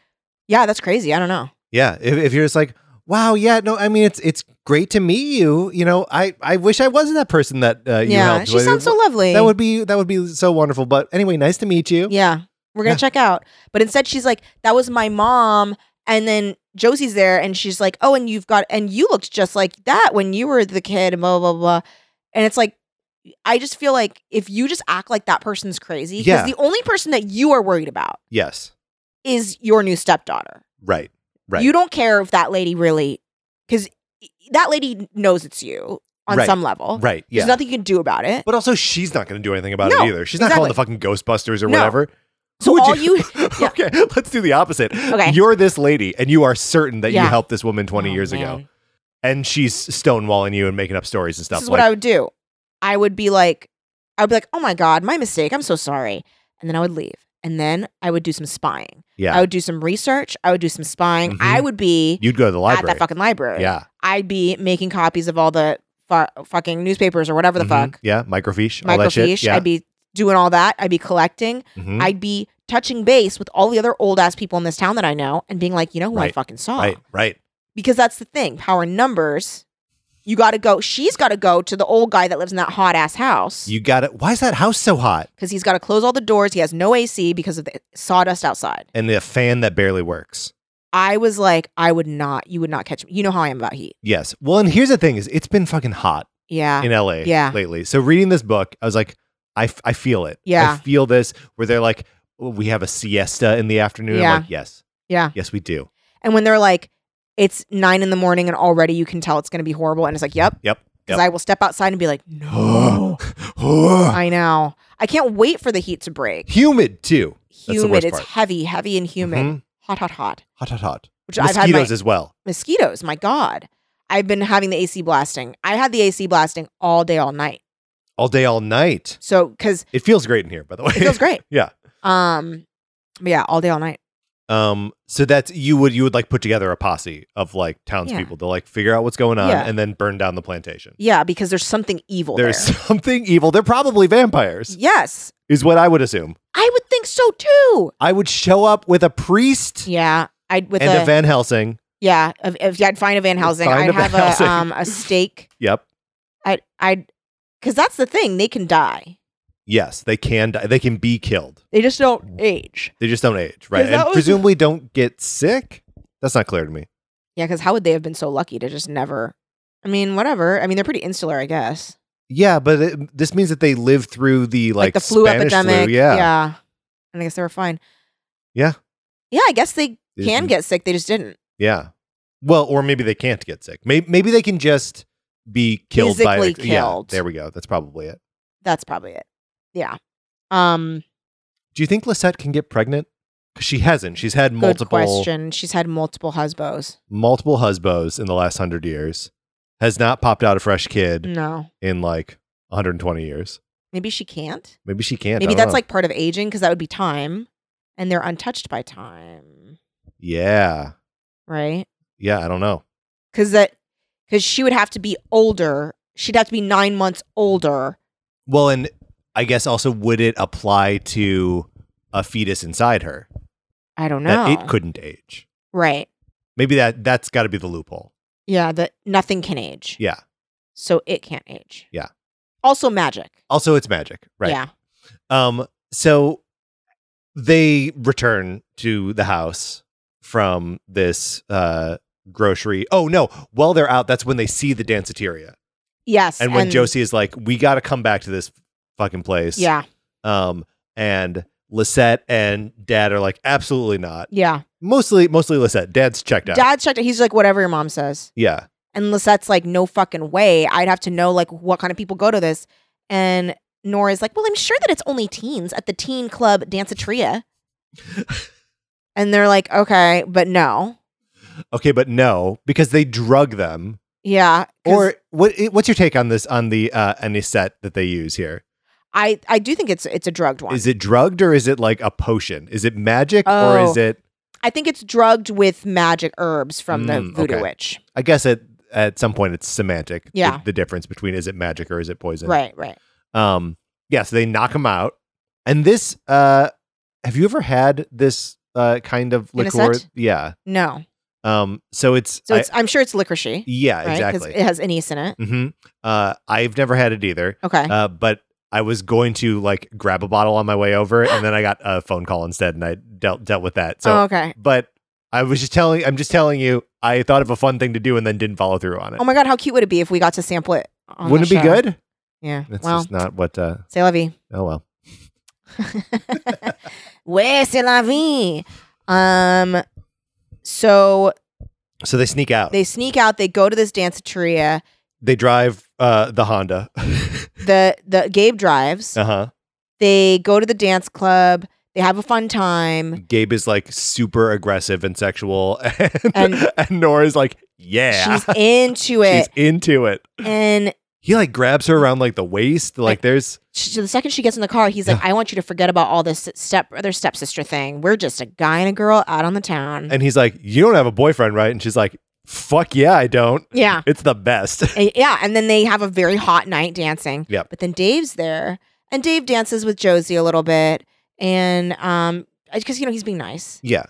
Speaker 2: yeah that's crazy i don't know
Speaker 3: yeah. If, if you're just like, wow, yeah, no, I mean, it's it's great to meet you. You know, I I wish I was that person that uh, you
Speaker 2: yeah
Speaker 3: helped
Speaker 2: she
Speaker 3: with.
Speaker 2: sounds so lovely
Speaker 3: That would be that would be so wonderful. But anyway, nice to meet you.
Speaker 2: Yeah. We're going
Speaker 3: Yeah.
Speaker 2: to check out. But instead, she's like, that was my mom. And then Josie's there and she's like, oh, and you've got, and you looked just like that when you were the kid, and blah, blah, blah. And it's like, I just feel like if you just act like that person's crazy, because
Speaker 3: Yeah.
Speaker 2: the only person that you are worried about
Speaker 3: Yes,
Speaker 2: is your new stepdaughter.
Speaker 3: right. Right.
Speaker 2: You don't care if that lady really, because that lady knows it's you on
Speaker 3: Right.
Speaker 2: some level.
Speaker 3: Right.
Speaker 2: There's
Speaker 3: Yeah.
Speaker 2: nothing you can do about it.
Speaker 3: but also, she's not going to do anything about
Speaker 2: No,
Speaker 3: it either. She's not calling the fucking Ghostbusters or
Speaker 2: No.
Speaker 3: whatever.
Speaker 2: so
Speaker 3: Who would
Speaker 2: all you, yeah.
Speaker 3: okay, let's do the opposite.
Speaker 2: Okay.
Speaker 3: You're this lady, and you are certain that you
Speaker 2: Yeah.
Speaker 3: helped this woman 20
Speaker 2: Oh,
Speaker 3: years
Speaker 2: man.
Speaker 3: ago. and she's stonewalling you and making up stories and stuff.
Speaker 2: This is
Speaker 3: like,
Speaker 2: what I would do. I would be like, I would be like, oh my God, my mistake. I'm so sorry. And then I would leave. And then I would do some spying.
Speaker 3: yeah,
Speaker 2: I would do some research. I would do some spying.
Speaker 3: Mhm.
Speaker 2: I would be
Speaker 3: you'd go to the
Speaker 2: at
Speaker 3: library.
Speaker 2: that fucking library.
Speaker 3: yeah,
Speaker 2: I'd be making copies of all the fu- fucking newspapers or whatever the
Speaker 3: Mhm.
Speaker 2: fuck.
Speaker 3: yeah, microfiche, all that shit.
Speaker 2: Microfiche.
Speaker 3: Yeah,
Speaker 2: I'd be doing all that. I'd be collecting.
Speaker 3: Mhm.
Speaker 2: I'd be touching base with all the other old ass people in this town that I know and being like, you know who I
Speaker 3: Right.
Speaker 2: fucking saw?
Speaker 3: right, right,
Speaker 2: because that's the thing power in numbers you gotta go she's gotta go to the old guy that lives in that hot ass house
Speaker 3: you got it. Why is that house so hot?
Speaker 2: because he's gotta close all the doors he has no ac because of the sawdust outside
Speaker 3: And the fan that barely works.
Speaker 2: i was like i would not you would not catch me you know how i am about heat
Speaker 3: Yes. Well, and here's the thing: is it's been fucking hot
Speaker 2: yeah
Speaker 3: in LA
Speaker 2: yeah.
Speaker 3: lately. So reading this book, I was like, I, f- I feel it.
Speaker 2: Yeah.
Speaker 3: I feel this. Where they're like, "Oh, we have a siesta in the afternoon.
Speaker 2: Yeah.
Speaker 3: I'm like, yes,
Speaker 2: Yeah.
Speaker 3: yes, we do.
Speaker 2: and when they're like it's nine in the morning and already you can tell it's gonna be horrible and it's like yep
Speaker 3: Yep,
Speaker 2: because
Speaker 3: yep.
Speaker 2: i will step outside and be like no i know i can't wait for the heat to break
Speaker 3: humid too. the
Speaker 2: humid
Speaker 3: worst
Speaker 2: it's
Speaker 3: part.
Speaker 2: heavy heavy and humid
Speaker 3: Mhm.
Speaker 2: hot hot hot
Speaker 3: Hot, hot, hot.
Speaker 2: which i've had my
Speaker 3: Mosquitoes as well.
Speaker 2: mosquitoes. My God. I've been having the AC blasting. I had the AC blasting all day, all night.
Speaker 3: All day, all night.
Speaker 2: So, because
Speaker 3: It feels great in here, by the way.
Speaker 2: it feels great.
Speaker 3: Yeah.
Speaker 2: Um, but yeah, all day, all night.
Speaker 3: Um, so that's you would you would like put together a posse of like townspeople to like figure out what's going on
Speaker 2: Yeah.
Speaker 3: and then burn down the plantation.
Speaker 2: Yeah, because there's something evil
Speaker 3: There's
Speaker 2: there.
Speaker 3: something evil. They're probably vampires,
Speaker 2: Yes,
Speaker 3: is what I would assume.
Speaker 2: I would think so too.
Speaker 3: I would show up with a priest
Speaker 2: Yeah, I'd with
Speaker 3: and
Speaker 2: a,
Speaker 3: a Van Helsing.
Speaker 2: yeah. If, if I'd find a Van Helsing,
Speaker 3: Find
Speaker 2: I'd
Speaker 3: a Van
Speaker 2: have
Speaker 3: Helsing.
Speaker 2: a um a stake.
Speaker 3: Yep.
Speaker 2: I'd I'd because that's the thing. They can die.
Speaker 3: Yes, they can die. They can be killed.
Speaker 2: They just don't age.
Speaker 3: They just don't age, right?
Speaker 2: 'Cause that
Speaker 3: And
Speaker 2: was-
Speaker 3: presumably don't get sick. That's not clear to me.
Speaker 2: Yeah, because how would they have been so lucky to just never? I mean, whatever. I mean, they're pretty insular, I guess.
Speaker 3: Yeah, but it, this means that they lived through the like,
Speaker 2: like, the flu
Speaker 3: Spanish
Speaker 2: epidemic.
Speaker 3: Flu. Yeah.
Speaker 2: yeah. And I guess they were fine.
Speaker 3: Yeah.
Speaker 2: Yeah, I guess they
Speaker 3: They just-
Speaker 2: can get sick. They just didn't.
Speaker 3: Yeah. Well, or maybe they can't get sick. Maybe, maybe they can just be killed by
Speaker 2: Physically killed.
Speaker 3: Yeah, there we go. That's probably it.
Speaker 2: That's probably it. Yeah. Um.
Speaker 3: Do you think Lisette can get pregnant? 'Cause she hasn't. She's had
Speaker 2: Good
Speaker 3: multiple
Speaker 2: question. She's had multiple husbands.
Speaker 3: multiple husbands in the last 100 years. Has not popped out a fresh kid
Speaker 2: No.
Speaker 3: in like 120 years.
Speaker 2: Maybe she can't.
Speaker 3: Maybe she can't. I
Speaker 2: Maybe
Speaker 3: don't
Speaker 2: that's
Speaker 3: know.
Speaker 2: like part of aging because that would be time, and they're untouched by time,
Speaker 3: Yeah.
Speaker 2: right?
Speaker 3: Yeah, I don't know.
Speaker 2: Because that because she would have to be older. She'd have to be nine months older.
Speaker 3: Well, and I guess also would it apply to a fetus inside her
Speaker 2: I don't know.
Speaker 3: that it couldn't age?
Speaker 2: Right.
Speaker 3: Maybe that that's got to be the loophole.
Speaker 2: Yeah. That nothing can age.
Speaker 3: Yeah.
Speaker 2: So it can't age.
Speaker 3: Yeah.
Speaker 2: Also magic.
Speaker 3: Also, it's magic, right?
Speaker 2: Yeah.
Speaker 3: Um, so they return to the house from this uh grocery. Oh no, while they're out, that's when they see the danceteria.
Speaker 2: Yes.
Speaker 3: And when Josie is like, We gotta come back to this fucking place.
Speaker 2: Yeah.
Speaker 3: Um, and Lisette and Dad are like, absolutely not.
Speaker 2: Yeah.
Speaker 3: Mostly mostly Lisette. Dad's checked out.
Speaker 2: Dad checked it. He's like, whatever your mom says.
Speaker 3: yeah.
Speaker 2: And Lisette's like, no fucking way. I'd have to know like what kind of people go to this. And Nora's like, well, I'm sure that it's only teens at the teen club danceteria. and they're like, okay, but no.
Speaker 3: Okay, but no, because they drug them.
Speaker 2: Yeah. 'cause
Speaker 3: Or what what's your take on this on the uh anisette that they use here?
Speaker 2: I, I do think it's it's a drugged one.
Speaker 3: Is it drugged or is it like a potion? Is it magic or is
Speaker 2: Oh.
Speaker 3: it?
Speaker 2: I think it's drugged with magic herbs from the
Speaker 3: Mm,
Speaker 2: voodoo
Speaker 3: okay.
Speaker 2: witch.
Speaker 3: I guess at at some point it's semantic. the-
Speaker 2: Yeah.
Speaker 3: the, difference between is it magic or is it poison?
Speaker 2: Right, right.
Speaker 3: Um. Yeah. So they knock him out, and this. Uh, have you ever had this uh kind of liqueur?
Speaker 2: Anisette?
Speaker 3: Yeah.
Speaker 2: No.
Speaker 3: Um. So it's.
Speaker 2: So
Speaker 3: I-
Speaker 2: it's I, am sure it's licorice,
Speaker 3: yeah.
Speaker 2: right?
Speaker 3: Exactly.
Speaker 2: it has anise in it.
Speaker 3: hmm Uh. I've never had it either.
Speaker 2: Okay.
Speaker 3: Uh. But. I was going to like grab a bottle on my way over, and then I got a phone call instead, and I dealt dealt with that.
Speaker 2: oh,
Speaker 3: So
Speaker 2: okay.
Speaker 3: but I was just telling I'm just telling you I thought of a fun thing to do and then didn't follow through on it.
Speaker 2: Oh my god, how cute would it be if we got to sample it? On the
Speaker 3: Wouldn't it be
Speaker 2: show?
Speaker 3: good?
Speaker 2: Yeah.
Speaker 3: That's
Speaker 2: well,
Speaker 3: just not what uh
Speaker 2: c'est la vie.
Speaker 3: oh well.
Speaker 2: ouais, c'est la vie. Um, so
Speaker 3: So they sneak out. They,
Speaker 2: they sneak out. They go to this danceteria.
Speaker 3: drive uh the Honda.
Speaker 2: The the Gabe drives.
Speaker 3: uh-huh.
Speaker 2: They go to the dance club. They have a fun time.
Speaker 3: Gabe is like super aggressive and sexual and and,
Speaker 2: And-
Speaker 3: Nora's like, "Yeah."
Speaker 2: She's into it,
Speaker 3: She's into it.
Speaker 2: and
Speaker 3: He like grabs her around like the waist, like there's
Speaker 2: she, the second she gets in the car, he's like, "I want you to forget about all this step brother stepsister thing. We're just a guy and a girl out on the town."
Speaker 3: and he's like, "You don't have a boyfriend, right?" And she's like, "Fuck yeah, I don't."
Speaker 2: yeah.
Speaker 3: It's the best.
Speaker 2: And- yeah, and then they have a very hot night dancing.
Speaker 3: Yep.
Speaker 2: But then Dave's there, and Dave dances with Josie a little bit, and um, because you know he's being nice,
Speaker 3: yeah.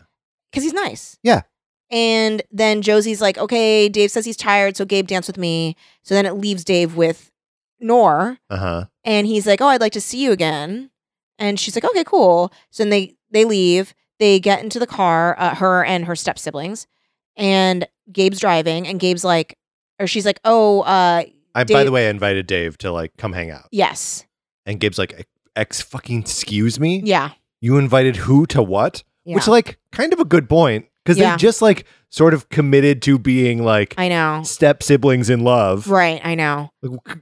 Speaker 2: because he's nice.
Speaker 3: Yeah.
Speaker 2: And then Josie's like, okay, Dave says he's tired, so Gabe dance with me. So then it leaves Dave with Nor,
Speaker 3: Uh-huh.
Speaker 2: and he's like, oh, I'd like to see you again, and she's like, okay, cool. So then they they leave. They get into the car, uh, her and her step siblings, and Gabe's driving, and Gabe's like, or she's like, oh, uh.
Speaker 3: I by
Speaker 2: Dave-
Speaker 3: the way I invited Dave to like come hang out.
Speaker 2: Yes.
Speaker 3: And Gabe's like, "Ex fucking excuse me?
Speaker 2: Yeah.
Speaker 3: You invited who to what?"
Speaker 2: yeah.
Speaker 3: Which like kind of a good point because
Speaker 2: Yeah.
Speaker 3: they just like sort of committed to being like
Speaker 2: I know.
Speaker 3: step siblings in love.
Speaker 2: Right. I know.
Speaker 3: Like,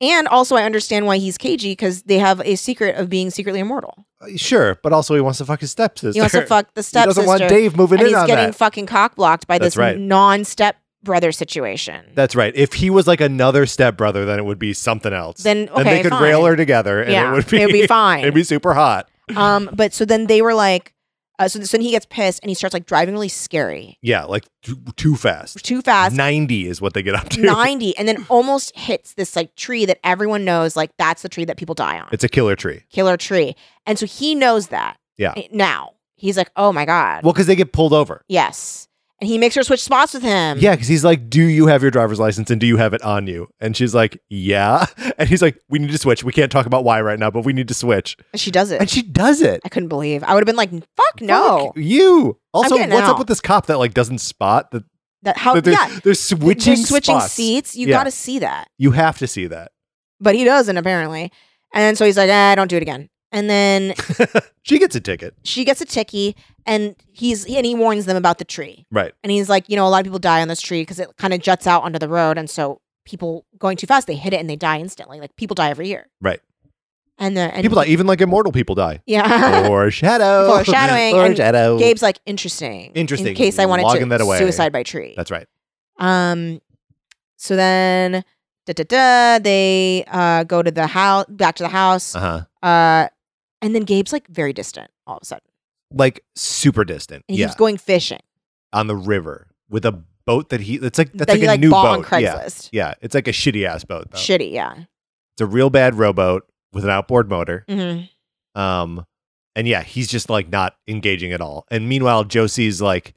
Speaker 2: And also, I understand why he's cagey because they have a secret of being secretly immortal.
Speaker 3: w- uh, Sure, but also he wants to fuck his stepsister.
Speaker 2: He wants to fuck the
Speaker 3: He
Speaker 2: stepsister.
Speaker 3: doesn't want Dave moving
Speaker 2: and
Speaker 3: in
Speaker 2: he's
Speaker 3: on
Speaker 2: getting
Speaker 3: that.
Speaker 2: fucking cock blocked by
Speaker 3: That's
Speaker 2: this
Speaker 3: right.
Speaker 2: non step brother situation.
Speaker 3: That's right. If he was like another stepbrother, then it would be something else.
Speaker 2: then okay,
Speaker 3: they could
Speaker 2: fine.
Speaker 3: rail her together and
Speaker 2: yeah,
Speaker 3: it would be,
Speaker 2: it'd be fine.
Speaker 3: it'd be super hot.
Speaker 2: um, but so then they were like, uh, so, so then he gets pissed and he starts like driving really scary,
Speaker 3: Yeah, like too, too fast.
Speaker 2: too fast,
Speaker 3: 90 is what they get up to.
Speaker 2: 90, and then almost hits this like tree that everyone knows like that's the tree that people die on.
Speaker 3: It's a killer tree.
Speaker 2: killer tree. And so he knows that.
Speaker 3: Yeah.
Speaker 2: Now he's like, oh my God.
Speaker 3: Well, because they get pulled over.
Speaker 2: yes. And he makes her switch spots with him.
Speaker 3: Yeah, because he's like, "Do you have your driver's license and do you have it on you?" And she's like, "Yeah." And he's like, "We need to switch. We can't talk about why right now, but we need to switch."
Speaker 2: And she does
Speaker 3: And
Speaker 2: it.
Speaker 3: she does it.
Speaker 2: I couldn't believe. I would have been like, fuck no.
Speaker 3: Fuck you. Also,
Speaker 2: getting
Speaker 3: what's up
Speaker 2: out.
Speaker 3: with this cop that like doesn't spot that,
Speaker 2: That how
Speaker 3: that they're,
Speaker 2: yeah.
Speaker 3: they're switching
Speaker 2: They're switching
Speaker 3: spots.
Speaker 2: seats. You
Speaker 3: Yeah.
Speaker 2: gotta see that.
Speaker 3: You have to see that.
Speaker 2: But he doesn't apparently. And so he's like, eh, don't do it again. and then
Speaker 3: she gets a ticket.
Speaker 2: she gets a ticky, and he's and he warns them about the tree,
Speaker 3: Right.
Speaker 2: and he's like, you know, a lot of people die on this tree because it kind of juts out onto the road, and so people going too fast, they hit it and they die instantly. Like people die every year,
Speaker 3: Right.
Speaker 2: And the and
Speaker 3: People die, even like immortal people die.
Speaker 2: yeah.
Speaker 3: Foreshadow.
Speaker 2: Foreshadowing, and
Speaker 3: Foreshadow.
Speaker 2: Gabe's like interesting.
Speaker 3: Oh. Interesting.
Speaker 2: In case I wanted
Speaker 3: Logging
Speaker 2: to
Speaker 3: that away.
Speaker 2: suicide by tree.
Speaker 3: That's right.
Speaker 2: Um, so then, da da da, they uh go to the house, back to the house,
Speaker 3: Uh
Speaker 2: uh,
Speaker 3: huh.
Speaker 2: and then Gabe's like very distant all of a sudden.
Speaker 3: Like super distant.
Speaker 2: And he
Speaker 3: yeah.
Speaker 2: keeps going fishing
Speaker 3: on the river with a boat that he. It's like
Speaker 2: that
Speaker 3: that's like
Speaker 2: he
Speaker 3: a
Speaker 2: like
Speaker 3: new
Speaker 2: bought
Speaker 3: boat.
Speaker 2: on
Speaker 3: yeah.
Speaker 2: Craigslist.
Speaker 3: Yeah. It's like a shitty ass boat though.
Speaker 2: Shitty, yeah.
Speaker 3: It's a real bad rowboat with an outboard motor.
Speaker 2: hmm
Speaker 3: Um, and yeah, he's just like not engaging at all. And meanwhile, Josie's like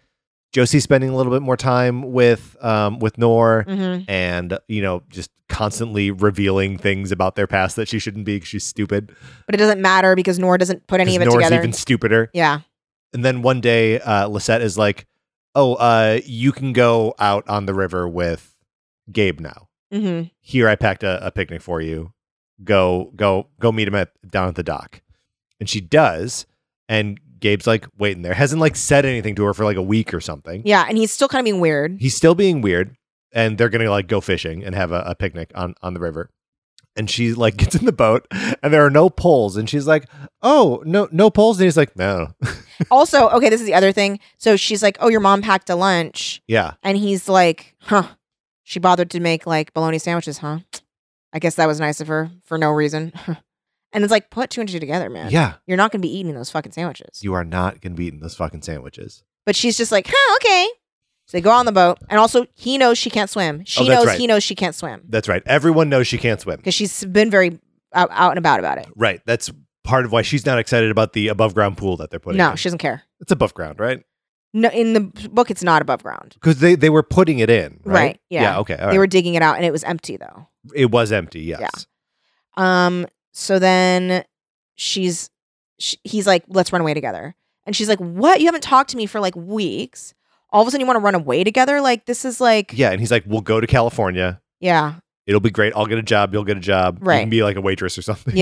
Speaker 3: Josie's spending a little bit more time with um with Nor
Speaker 2: hmm
Speaker 3: and you know just constantly revealing things about their past that she shouldn't be 'cause she's stupid.
Speaker 2: But it doesn't matter because Nora doesn't put any
Speaker 3: 'Cause
Speaker 2: of it
Speaker 3: Nor's
Speaker 2: together.
Speaker 3: even stupider.
Speaker 2: yeah,
Speaker 3: And then one day, uh, Lisette is like, "Oh, uh, you can go out on the river with Gabe now.
Speaker 2: hmm
Speaker 3: Here, I packed a, a picnic for you. Go, go, go meet him at down at the dock." And she does, and Gabe's like waiting there. Hasn't like said anything to her for like a week or something.
Speaker 2: yeah. And he's still kind of being weird.
Speaker 3: He's still being weird, and they're gonna like go fishing and have a, a picnic on on the river. And she like gets in the boat, and there are no poles. And she's like, "Oh, no, no poles." And he's like, "No,
Speaker 2: also, okay, this is the other thing. So she's like, "Oh, your mom packed a lunch."
Speaker 3: yeah,
Speaker 2: And he's like, huh, she bothered to make like bologna sandwiches, huh? I guess that was nice of her for no reason. and it's like, put two and two together, man.
Speaker 3: yeah."
Speaker 2: You're not going to be eating those fucking sandwiches.
Speaker 3: you are not going to be eating those fucking sandwiches.
Speaker 2: But she's just like, huh, okay. So they go on the boat. And also, he knows she can't swim. She
Speaker 3: Oh, that's
Speaker 2: knows
Speaker 3: right.
Speaker 2: he knows she can't swim
Speaker 3: That's right. Everyone knows she can't swim.
Speaker 2: because she's been very out, out and about about it.
Speaker 3: Right. That's part of why she's not excited about the above ground pool that they're putting.
Speaker 2: no,
Speaker 3: in.
Speaker 2: she doesn't care.
Speaker 3: it's above ground, right?
Speaker 2: No, in the book, it's not above ground.
Speaker 3: Because they, they were putting it in, right?
Speaker 2: Right, yeah.
Speaker 3: okay. all
Speaker 2: They
Speaker 3: right.
Speaker 2: were digging it out and it was empty though.
Speaker 3: it was empty. Yes.
Speaker 2: Yeah. Um, so then she's, sh he's like, let's run away together. And she's like, what? You haven't talked to me for like weeks. All of a sudden you want to run away together? Like, this is like, yeah.
Speaker 3: Yeah, And he's like, "We'll go to California.
Speaker 2: Yeah.
Speaker 3: It'll be great. I'll get a job. You'll get a job. You
Speaker 2: Right.
Speaker 3: can be like a waitress or something.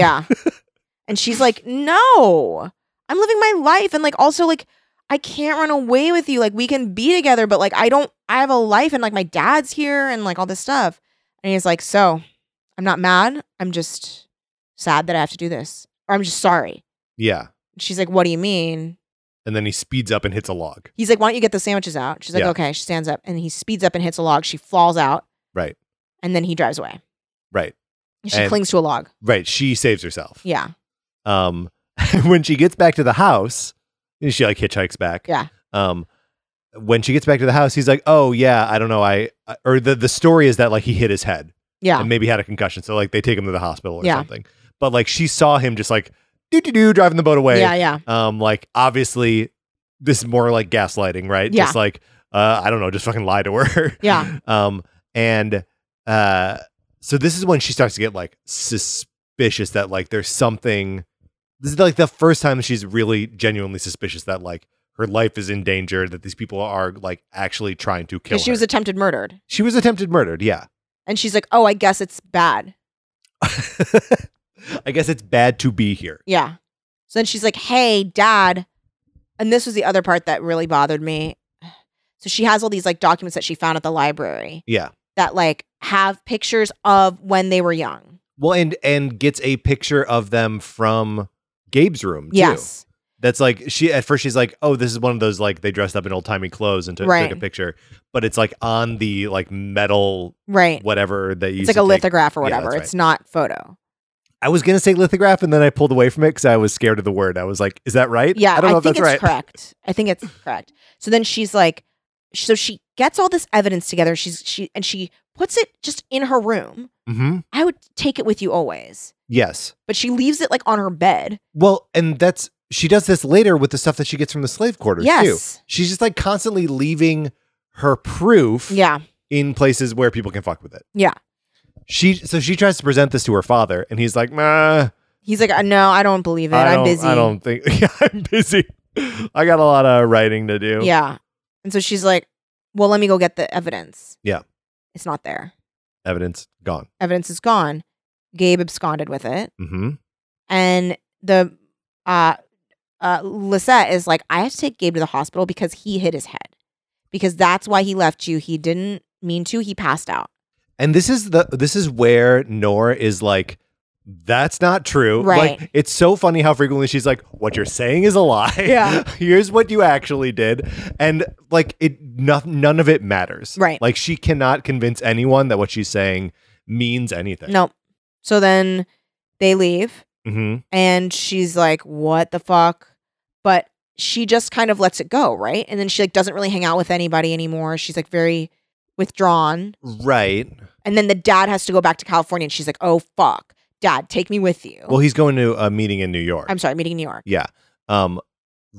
Speaker 2: and she's like, no, I'm living my life. And like, also, like, I can't run away with you. Like, we can be together, but like, I don't, I have a life and like my dad's here and like all this stuff. And he's like, so I'm not mad. I'm just sad that I have to do this. Or I'm just sorry.
Speaker 3: yeah.
Speaker 2: And she's like, what do you mean?
Speaker 3: And then he speeds up and hits a log.
Speaker 2: He's like, "Why don't you get the sandwiches out?" She's like,
Speaker 3: Yeah.
Speaker 2: "Okay." She stands up and he speeds up and hits a log. She falls out.
Speaker 3: Right.
Speaker 2: And then he drives away.
Speaker 3: Right.
Speaker 2: She
Speaker 3: And-
Speaker 2: clings to a log.
Speaker 3: Right. She saves herself.
Speaker 2: Yeah.
Speaker 3: Um, when she gets back to the house, and she like hitchhikes back.
Speaker 2: Yeah.
Speaker 3: Um, when she gets back to the house, he's like, "Oh yeah, I don't know, I I- or the the story is that like he hit his head
Speaker 2: Yeah.
Speaker 3: and maybe had a concussion, so like they take him to the hospital or
Speaker 2: Yeah.
Speaker 3: something. But like she saw him just like doo doo doo driving the boat away.
Speaker 2: Yeah, yeah.
Speaker 3: Um, like obviously this is more like gaslighting, right?
Speaker 2: Yeah.
Speaker 3: Just like uh, I don't know, just fucking lie to her.
Speaker 2: Yeah.
Speaker 3: Um, and uh, so this is when she starts to get like suspicious that like there's something. This is like the first time she's really genuinely suspicious that like her life is in danger, that these people are like actually trying to kill
Speaker 2: Cuz
Speaker 3: her.
Speaker 2: she was attempted murdered.
Speaker 3: she was attempted murdered. Yeah.
Speaker 2: And she's like, "Oh, I guess it's bad."
Speaker 3: I guess it's bad to be here.
Speaker 2: Yeah. So then she's like, "Hey, dad." And this was the other part that really bothered me. So she has all these like documents that she found at the library
Speaker 3: Yeah.
Speaker 2: that like have pictures of when they were young.
Speaker 3: Well, and and gets a picture of them from Gabe's room. Too.
Speaker 2: Yes.
Speaker 3: That's like she at first she's like, oh, this is one of those like they dressed up in old timey clothes and took,
Speaker 2: Right.
Speaker 3: took a picture, but it's like on the like metal
Speaker 2: Right.
Speaker 3: whatever that you.
Speaker 2: It's
Speaker 3: used
Speaker 2: like a
Speaker 3: to take.
Speaker 2: lithograph or
Speaker 3: Yeah,
Speaker 2: whatever.
Speaker 3: that's right.
Speaker 2: It's not photo.
Speaker 3: I was gonna say lithograph, and then I pulled away from it because I was scared of the word. I was like, is that right?
Speaker 2: Yeah,
Speaker 3: I
Speaker 2: I,
Speaker 3: don't know if
Speaker 2: think
Speaker 3: that's
Speaker 2: it's
Speaker 3: right.
Speaker 2: correct. I think it's correct. So then she's like, so she gets all this evidence together. She's she and she puts it just in her room.
Speaker 3: Mm-hmm.
Speaker 2: I would take it with you always,
Speaker 3: Yes.
Speaker 2: but she leaves it like on her bed.
Speaker 3: Well, and that's she does this later with the stuff that she gets from the slave quarters too.
Speaker 2: Yes,
Speaker 3: She's just like constantly leaving her proof.
Speaker 2: yeah,
Speaker 3: in places where people can fuck with it.
Speaker 2: Yeah.
Speaker 3: She so she tries to present this to her father, and he's like, "Nah,
Speaker 2: he's like, "Uh, no, I don't believe it.
Speaker 3: I
Speaker 2: I'm
Speaker 3: don't,
Speaker 2: busy.
Speaker 3: I don't think yeah, I'm busy. I got a lot of writing to do.
Speaker 2: Yeah, and so she's like, well, let me go get the evidence.
Speaker 3: Yeah.
Speaker 2: it's not there.
Speaker 3: Evidence gone.
Speaker 2: Evidence is gone. Gabe absconded with it,
Speaker 3: Mm-hmm.
Speaker 2: and the uh, uh, Lisette is like, I have to take Gabe to the hospital because he hit his head. Because that's why he left you. He didn't mean to. He passed out.
Speaker 3: And this is the this is where Nora is like, that's not true.
Speaker 2: Right.
Speaker 3: Like it's so funny how frequently she's like, what you're saying is a lie.
Speaker 2: Yeah.
Speaker 3: Here's what you actually did. And like it no, none of it matters.
Speaker 2: Right.
Speaker 3: Like she cannot convince anyone that what she's saying means anything.
Speaker 2: Nope. So then they leave,
Speaker 3: hmm
Speaker 2: and she's like, "What the fuck?" But she just kind of lets it go, right? And then she like doesn't really hang out with anybody anymore. She's like very withdrawn.
Speaker 3: Right.
Speaker 2: And then the dad has to go back to California, and she's like, "Oh fuck, dad, take me with you."
Speaker 3: Well, he's going to a meeting in New York.
Speaker 2: Oh. I'm sorry, meeting in New York.
Speaker 3: Yeah. Um.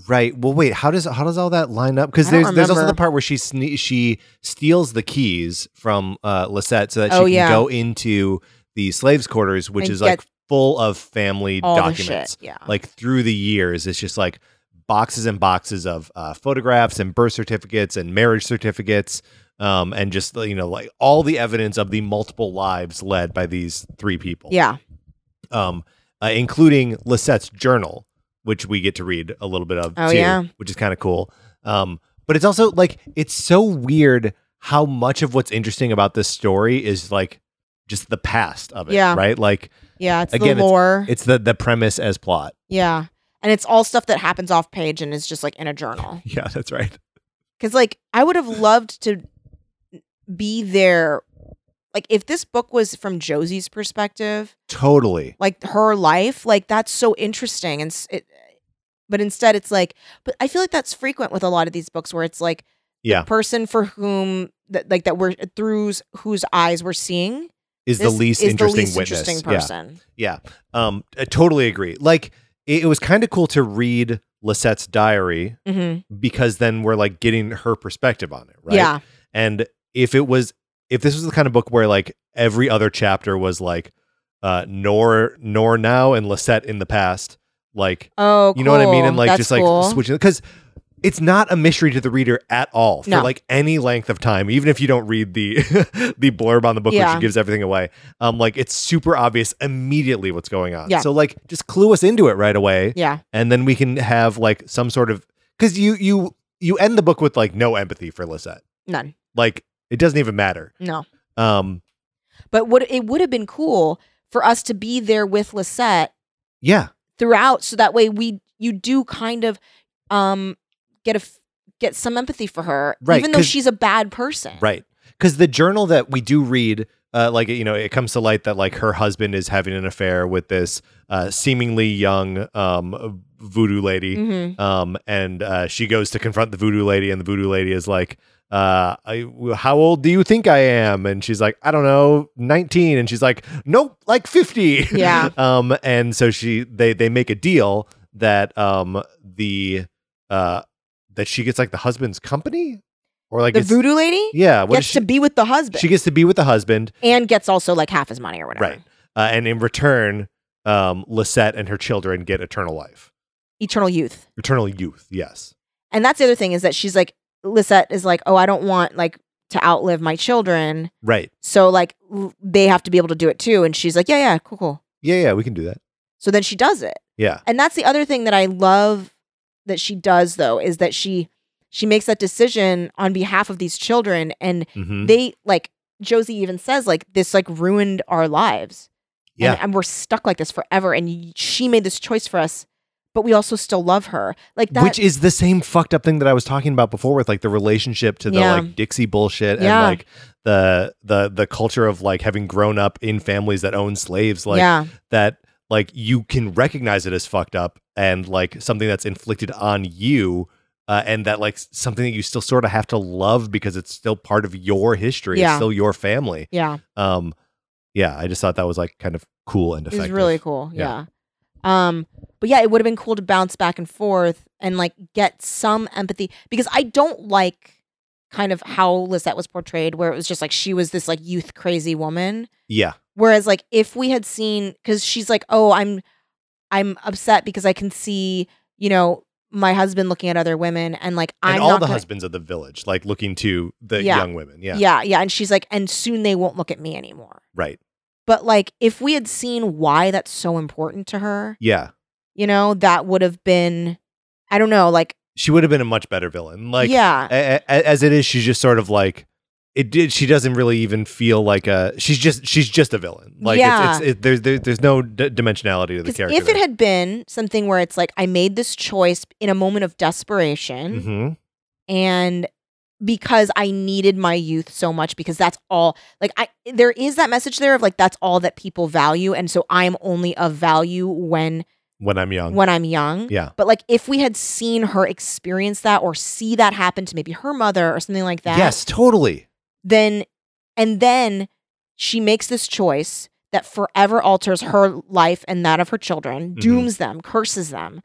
Speaker 3: Right. Well, wait. How does how does all that line up? Because
Speaker 2: I don't
Speaker 3: there's there's also the
Speaker 2: remember.
Speaker 3: part where she sne- she steals the keys from uh Lisette so that she
Speaker 2: Oh,
Speaker 3: can
Speaker 2: yeah.
Speaker 3: go into the slaves' quarters, which
Speaker 2: And
Speaker 3: is like
Speaker 2: get
Speaker 3: full of family
Speaker 2: All
Speaker 3: documents.
Speaker 2: the shit. Yeah.
Speaker 3: Like through the years, it's just like boxes and boxes of uh, photographs and birth certificates and marriage certificates. Um, and just you know, like all the evidence of the multiple lives led by these three people
Speaker 2: yeah.
Speaker 3: um, uh, including Lisette's journal, which we get to read a little bit of
Speaker 2: Oh,
Speaker 3: too,
Speaker 2: yeah.
Speaker 3: which is kind of cool. Um, but it's also like it's so weird how much of what's interesting about this story is like just the past of it,
Speaker 2: Yeah.
Speaker 3: right? Like
Speaker 2: Yeah. It's
Speaker 3: Again,
Speaker 2: the
Speaker 3: it's-
Speaker 2: lore.
Speaker 3: it's the the premise as plot.
Speaker 2: yeah. And it's all stuff that happens off page and is just like in a journal.
Speaker 3: Yeah, that's right.
Speaker 2: Because like I would have loved to be there. Like if this book was from Josie's perspective,
Speaker 3: Totally.
Speaker 2: like her life, like that's so interesting. And s- it, but instead, it's like. But I feel like that's frequent with a lot of these books where it's like
Speaker 3: Yeah.
Speaker 2: the person for whom that like that we're through whose eyes we're seeing
Speaker 3: Is the
Speaker 2: this
Speaker 3: least
Speaker 2: is
Speaker 3: interesting
Speaker 2: the least
Speaker 3: witness.
Speaker 2: interesting
Speaker 3: yeah.
Speaker 2: person.
Speaker 3: Um. I totally agree. Like it, it was kind of cool to read Lisette's diary
Speaker 2: hmm
Speaker 3: because then we're like getting her perspective on it, right?
Speaker 2: Yeah.
Speaker 3: And if it was, if this was the kind of book where like every other chapter was like, uh, nor nor now and Lisette in the past, like
Speaker 2: Oh,
Speaker 3: you know what I mean,
Speaker 2: cool.
Speaker 3: and like
Speaker 2: That's
Speaker 3: just like
Speaker 2: cool.
Speaker 3: switching because it's not a mystery to the reader at all for
Speaker 2: No.
Speaker 3: like any length of time, even if you don't read the the blurb on the book,
Speaker 2: Yeah.
Speaker 3: which gives everything away. Um, like it's super obvious immediately what's going on.
Speaker 2: Yeah.
Speaker 3: So like just clue us into it right away
Speaker 2: Yeah,
Speaker 3: and then we can have like some sort of because you you you end the book with like no empathy for Lisette.
Speaker 2: none.
Speaker 3: Like it doesn't even matter.
Speaker 2: No.
Speaker 3: Um,
Speaker 2: But would it would have been cool for us to be there with Lisette
Speaker 3: yeah,
Speaker 2: throughout, so that way we you do kind of um get a f- get some empathy for her,
Speaker 3: Right,
Speaker 2: even though
Speaker 3: 'cause-
Speaker 2: she's a bad person.
Speaker 3: right. Because the journal that we do read, uh, like you know, it comes to light that like her husband is having an affair with this uh, seemingly young um voodoo lady.
Speaker 2: hmm
Speaker 3: Um, and uh, she goes to confront the voodoo lady, and the voodoo lady is like, uh, I, "How old do you think I am?" And she's like, "I don't know, 19." And she's like, "Nope, like 50."
Speaker 2: Yeah.
Speaker 3: um, and so she they they make a deal that um the uh that she gets like the husband's company or like
Speaker 2: The
Speaker 3: it's-
Speaker 2: voodoo lady
Speaker 3: Yeah, what is
Speaker 2: gets
Speaker 3: she?
Speaker 2: to be with the husband
Speaker 3: she gets to be with the husband,
Speaker 2: and gets also like half his money or whatever.
Speaker 3: right? Uh, and in return, um, Lisette and her children get eternal life,
Speaker 2: Eternal youth.
Speaker 3: eternal youth. Yes.
Speaker 2: And that's the other thing is that she's like Lisette is like, oh, I don't want like to outlive my children,
Speaker 3: Right.
Speaker 2: so like l- they have to be able to do it too. And she's like, yeah, yeah, cool, cool.
Speaker 3: Yeah. Yeah. We can do that.
Speaker 2: So then she does it.
Speaker 3: Yeah.
Speaker 2: and that's the other thing that I love that she does though is that she she makes that decision on behalf of these children and
Speaker 3: Mm-hmm.
Speaker 2: they like Josie even says like this like ruined our lives. And-
Speaker 3: Yeah.
Speaker 2: And, we're stuck like this forever and y- she made this choice for us but we also still love her. Like that
Speaker 3: Which is the same fucked up thing that I was talking about before with like the relationship to the
Speaker 2: Yeah.
Speaker 3: like Dixie bullshit
Speaker 2: Yeah.
Speaker 3: and like the the the culture of like having grown up in families that own slaves like
Speaker 2: yeah.
Speaker 3: that like you can recognize it as fucked up and like something that's inflicted on you uh, and that like s- something that you still sort of have to love because it's still part of your history it's
Speaker 2: Yeah.
Speaker 3: still your family
Speaker 2: Yeah.
Speaker 3: um yeah I just thought that was like kind of cool and
Speaker 2: It was
Speaker 3: effective
Speaker 2: really cool. Yeah.
Speaker 3: Yeah.
Speaker 2: Um but yeah, it would have been cool to bounce back and forth and like get some empathy because I don't like kind of how Lisette was portrayed where it was just like she was this like youth crazy woman
Speaker 3: yeah
Speaker 2: whereas like if we had seen cuz she's like, "Oh, I'm I'm upset because I can see, you know, my husband looking at other women and like
Speaker 3: and
Speaker 2: I'm
Speaker 3: all
Speaker 2: not
Speaker 3: the
Speaker 2: gonna-
Speaker 3: husbands of the village like looking to the
Speaker 2: Yeah.
Speaker 3: young women yeah
Speaker 2: yeah, yeah, and she's like, "And soon they won't look at me anymore."
Speaker 3: right
Speaker 2: But like if we had seen why that's so important to her,
Speaker 3: yeah
Speaker 2: you know, that would have been, I don't know, like,
Speaker 3: She would have been a much better villain. Like
Speaker 2: yeah,
Speaker 3: a- a- as it is, she's just sort of like it did. She doesn't really even feel like a. She's just she's just a villain. Like
Speaker 2: Yeah.
Speaker 3: it's, it's, it, there's there, there's no d- dimensionality to the
Speaker 2: 'Cause
Speaker 3: character.
Speaker 2: if it had been something where it's like I made this choice in a moment of desperation
Speaker 3: hmm
Speaker 2: and because I needed my youth so much because that's all like I there is that message there of like that's all that people value and so I'm only of value when
Speaker 3: when I'm young,
Speaker 2: when I'm young.
Speaker 3: yeah,
Speaker 2: But like if we had seen her experience that or see that happen to maybe her mother or something like that,
Speaker 3: yes, totally.
Speaker 2: then and then she makes this choice that forever alters her life and that of her children,
Speaker 3: Mhm.
Speaker 2: dooms them, curses them.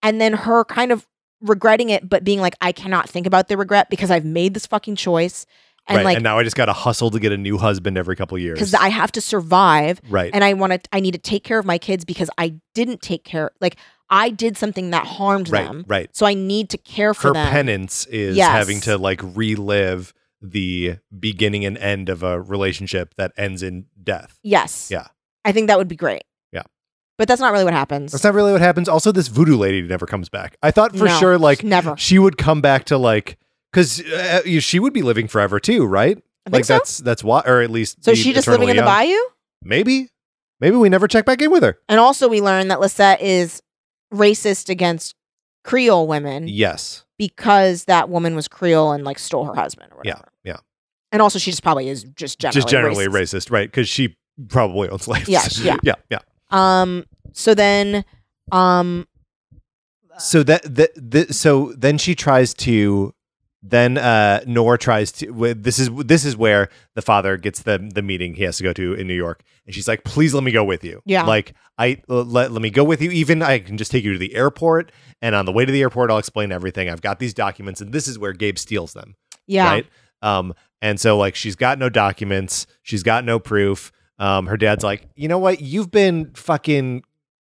Speaker 2: And then her kind of regretting it but being like I cannot think about the regret because I've made this fucking choice and
Speaker 3: right,
Speaker 2: like
Speaker 3: and now I just got to hustle to get a new husband every couple years.
Speaker 2: cuz I have to survive
Speaker 3: right,
Speaker 2: and I want to I need to take care of my kids because I didn't take care like I did something that harmed
Speaker 3: right,
Speaker 2: them.
Speaker 3: right.
Speaker 2: So I need to care for
Speaker 3: Her
Speaker 2: them.
Speaker 3: penance is
Speaker 2: Yes.
Speaker 3: having to like relive the beginning and end of a relationship that ends in death.
Speaker 2: yes.
Speaker 3: Yeah.
Speaker 2: I think that would be great.
Speaker 3: Yeah.
Speaker 2: But that's not really what happens.
Speaker 3: That's not really what happens. Also, this voodoo lady never comes back. I thought for
Speaker 2: No,
Speaker 3: sure, like
Speaker 2: never.
Speaker 3: she would come back to like because uh, you- she would be living forever too, right?
Speaker 2: I think
Speaker 3: Like
Speaker 2: so.
Speaker 3: that's that's why, or at least
Speaker 2: So
Speaker 3: be
Speaker 2: is she just living in the
Speaker 3: eternally
Speaker 2: bayou?
Speaker 3: young. Maybe, maybe we never check back in with her.
Speaker 2: And also we learn that Lisette is racist against Creole women
Speaker 3: Yes,
Speaker 2: because that woman was Creole and like stole her husband or
Speaker 3: Yeah,
Speaker 2: whatever.
Speaker 3: yeah.
Speaker 2: And also she just probably is just generally
Speaker 3: just generally
Speaker 2: racist.
Speaker 3: racist, right? Because she probably owned slaves.
Speaker 2: Yeah, yeah.
Speaker 3: yeah, yeah.
Speaker 2: Um so then um
Speaker 3: So that that the, so then she tries to then uh Nor tries to wi- this is this is where the father gets the the meeting he has to go to in New York and she's like please let me go with you.
Speaker 2: Yeah.
Speaker 3: Like I let, let me go with you even I can just take you to the airport and on the way to the airport I'll explain everything. I've got these documents and this is where Gabe steals them,
Speaker 2: yeah.
Speaker 3: right? Um and so like she's got no documents, she's got no proof. Um her dad's like, "You know what? You've been fucking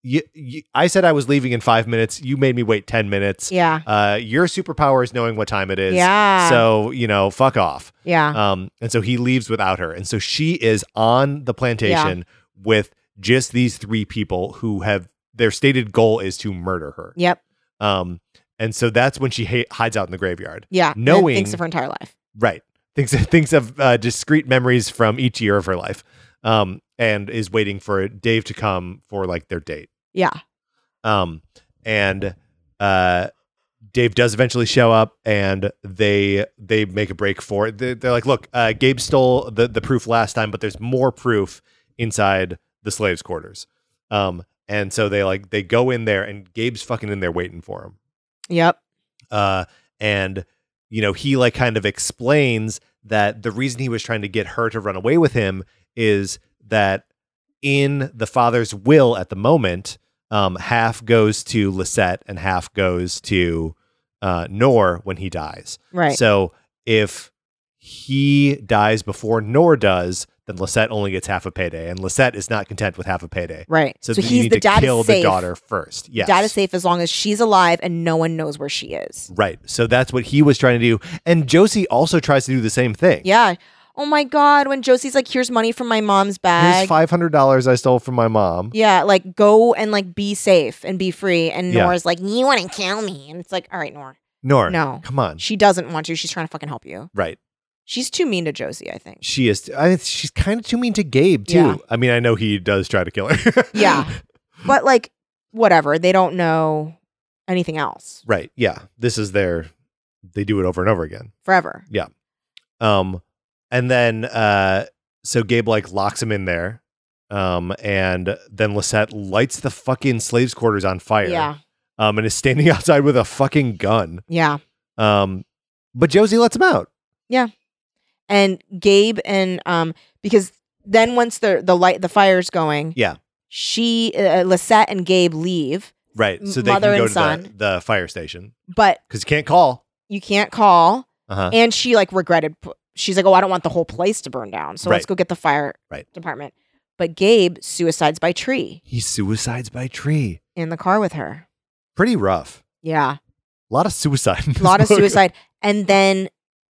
Speaker 3: you, you, I said I was leaving in five minutes. You made me wait ten minutes.
Speaker 2: Yeah.
Speaker 3: Uh, your superpower is knowing what time it is.
Speaker 2: Yeah. Uh-huh.
Speaker 3: So you know, fuck off.
Speaker 2: yeah.
Speaker 3: Um, and so he leaves without her, and so she is on the plantation with just these three people who have their stated goal is to murder her.
Speaker 2: Yep.
Speaker 3: Um, and so that's when she ha- hides out in the graveyard.
Speaker 2: Yeah. and
Speaker 3: Knowing-
Speaker 2: thinks of her entire life.
Speaker 3: Right. Thinks thinks of uh, discrete memories from each year of her life. Um, and is waiting for Dave to come for like their date.
Speaker 2: Yeah.
Speaker 3: Um, and uh, Dave does eventually show up, and they they make a break for it. They're, they're like, "Look, uh, Gabe stole the the proof last time, but there's more proof inside the slaves' quarters." Um, and so they like they go in there, and Gabe's fucking in there waiting for him.
Speaker 2: Yep.
Speaker 3: Uh, and you know he like kind of explains that the reason he was trying to get her to run away with him is that in the father's will at the moment um half goes to lisette and half goes to uh nor when he dies
Speaker 2: Right.
Speaker 3: so if he dies before nor does then lisette only gets half a payday and lisette is not content with half a payday
Speaker 2: right.
Speaker 3: so,
Speaker 2: So,
Speaker 3: you
Speaker 2: he's
Speaker 3: need
Speaker 2: the
Speaker 3: to
Speaker 2: dad
Speaker 3: kill
Speaker 2: is safe.
Speaker 3: the daughter first yes
Speaker 2: Dad is safe as long as she's alive and no one knows where she is.
Speaker 3: Right. So that's what he was trying to do. And Josie also tries to do the same thing.
Speaker 2: Yeah. Oh my God. When Josie's like, here's money from my mom's
Speaker 3: Here's
Speaker 2: bag.
Speaker 3: five hundred dollars I stole from my mom.
Speaker 2: Yeah. Like, go and like be safe and be free. And
Speaker 3: Yeah.
Speaker 2: Nora's like, you want to kill me. And it's like, all right, Nora.
Speaker 3: Nor.
Speaker 2: No.
Speaker 3: Come on.
Speaker 2: She doesn't want to. She's trying to fucking help you.
Speaker 3: Right.
Speaker 2: She's too mean to Josie, I think.
Speaker 3: She is I, she's kind of too mean to Gabe too.
Speaker 2: Yeah.
Speaker 3: I mean, I know he does try to kill her.
Speaker 2: Yeah. But like, whatever. They don't know anything else
Speaker 3: Right. Yeah. This is their they do it over and over again.
Speaker 2: forever.
Speaker 3: Um, and then uh, so Gabe like locks him in there. Um, and then Lisette lights the fucking slaves' quarters on fire.
Speaker 2: Yeah.
Speaker 3: Um, and is standing outside with a fucking gun.
Speaker 2: Yeah.
Speaker 3: Um, but Josie lets him out.
Speaker 2: And Gabe and, um, because then once the, the light, the fire's going.
Speaker 3: Yeah.
Speaker 2: She, uh, Lisette and Gabe leave,
Speaker 3: Right.
Speaker 2: M-
Speaker 3: So they
Speaker 2: mother
Speaker 3: can
Speaker 2: and
Speaker 3: go to
Speaker 2: son.
Speaker 3: The, the fire station
Speaker 2: but
Speaker 3: because you can't call.
Speaker 2: you can't call.
Speaker 3: Uh-huh.
Speaker 2: And she like regretted. p- She's like, oh, I don't want the whole place to burn down. So let's
Speaker 3: Right.
Speaker 2: go get the fire
Speaker 3: Right.
Speaker 2: department. But Gabe suicides by tree
Speaker 3: He suicides by tree.
Speaker 2: in the car with her.
Speaker 3: Pretty rough.
Speaker 2: Yeah.
Speaker 3: A lot of suicide. in this
Speaker 2: A lot of
Speaker 3: book.
Speaker 2: suicide. And then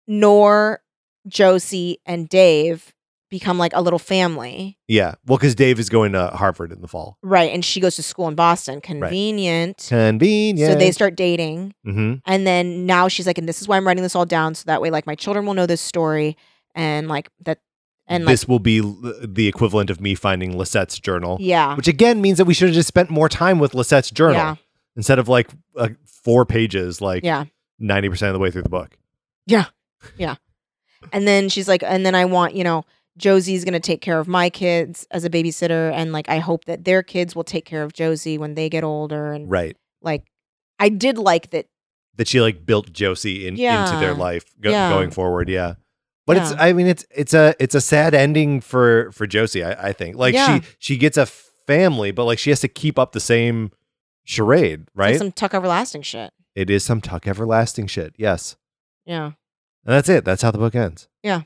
Speaker 2: Nor, Josie, and Dave become like a little family.
Speaker 3: Yeah. Well, because Dave is going to Harvard in the fall.
Speaker 2: Right. And she goes to school in Boston. Convenient.
Speaker 3: Convenient.
Speaker 2: So they start dating.
Speaker 3: hmm
Speaker 2: And then now she's like, and this is why I'm writing this all down. So that way, like, my children will know this story and like that. And like,
Speaker 3: this will be l- the equivalent of me finding Lisette's journal,
Speaker 2: yeah.
Speaker 3: which again means that we should have just spent more time with Lisette's journal
Speaker 2: Yeah.
Speaker 3: instead of like uh, four pages, like
Speaker 2: Yeah.
Speaker 3: 90% of the way through the book.
Speaker 2: And then she's like, and then I want, you know, Josie's going to take care of my kids as a babysitter. And like, I hope that their kids will take care of Josie when they get older. And
Speaker 3: Right.
Speaker 2: like, I did like that.
Speaker 3: That she like built Josie in, into
Speaker 2: Yeah.
Speaker 3: their life go-
Speaker 2: Yeah.
Speaker 3: going forward. Yeah. But it's,
Speaker 2: Yeah.
Speaker 3: I mean, it's, it's a, it's a sad ending for, for Josie, I, I think. Like
Speaker 2: Yeah.
Speaker 3: she, she gets a family, but like she has to keep up the same charade,
Speaker 2: like,
Speaker 3: right?
Speaker 2: Some Tuck Everlasting shit.
Speaker 3: it is some tuck everlasting shit. Yes.
Speaker 2: Yeah.
Speaker 3: And that's it. That's how the book ends.
Speaker 2: Yeah.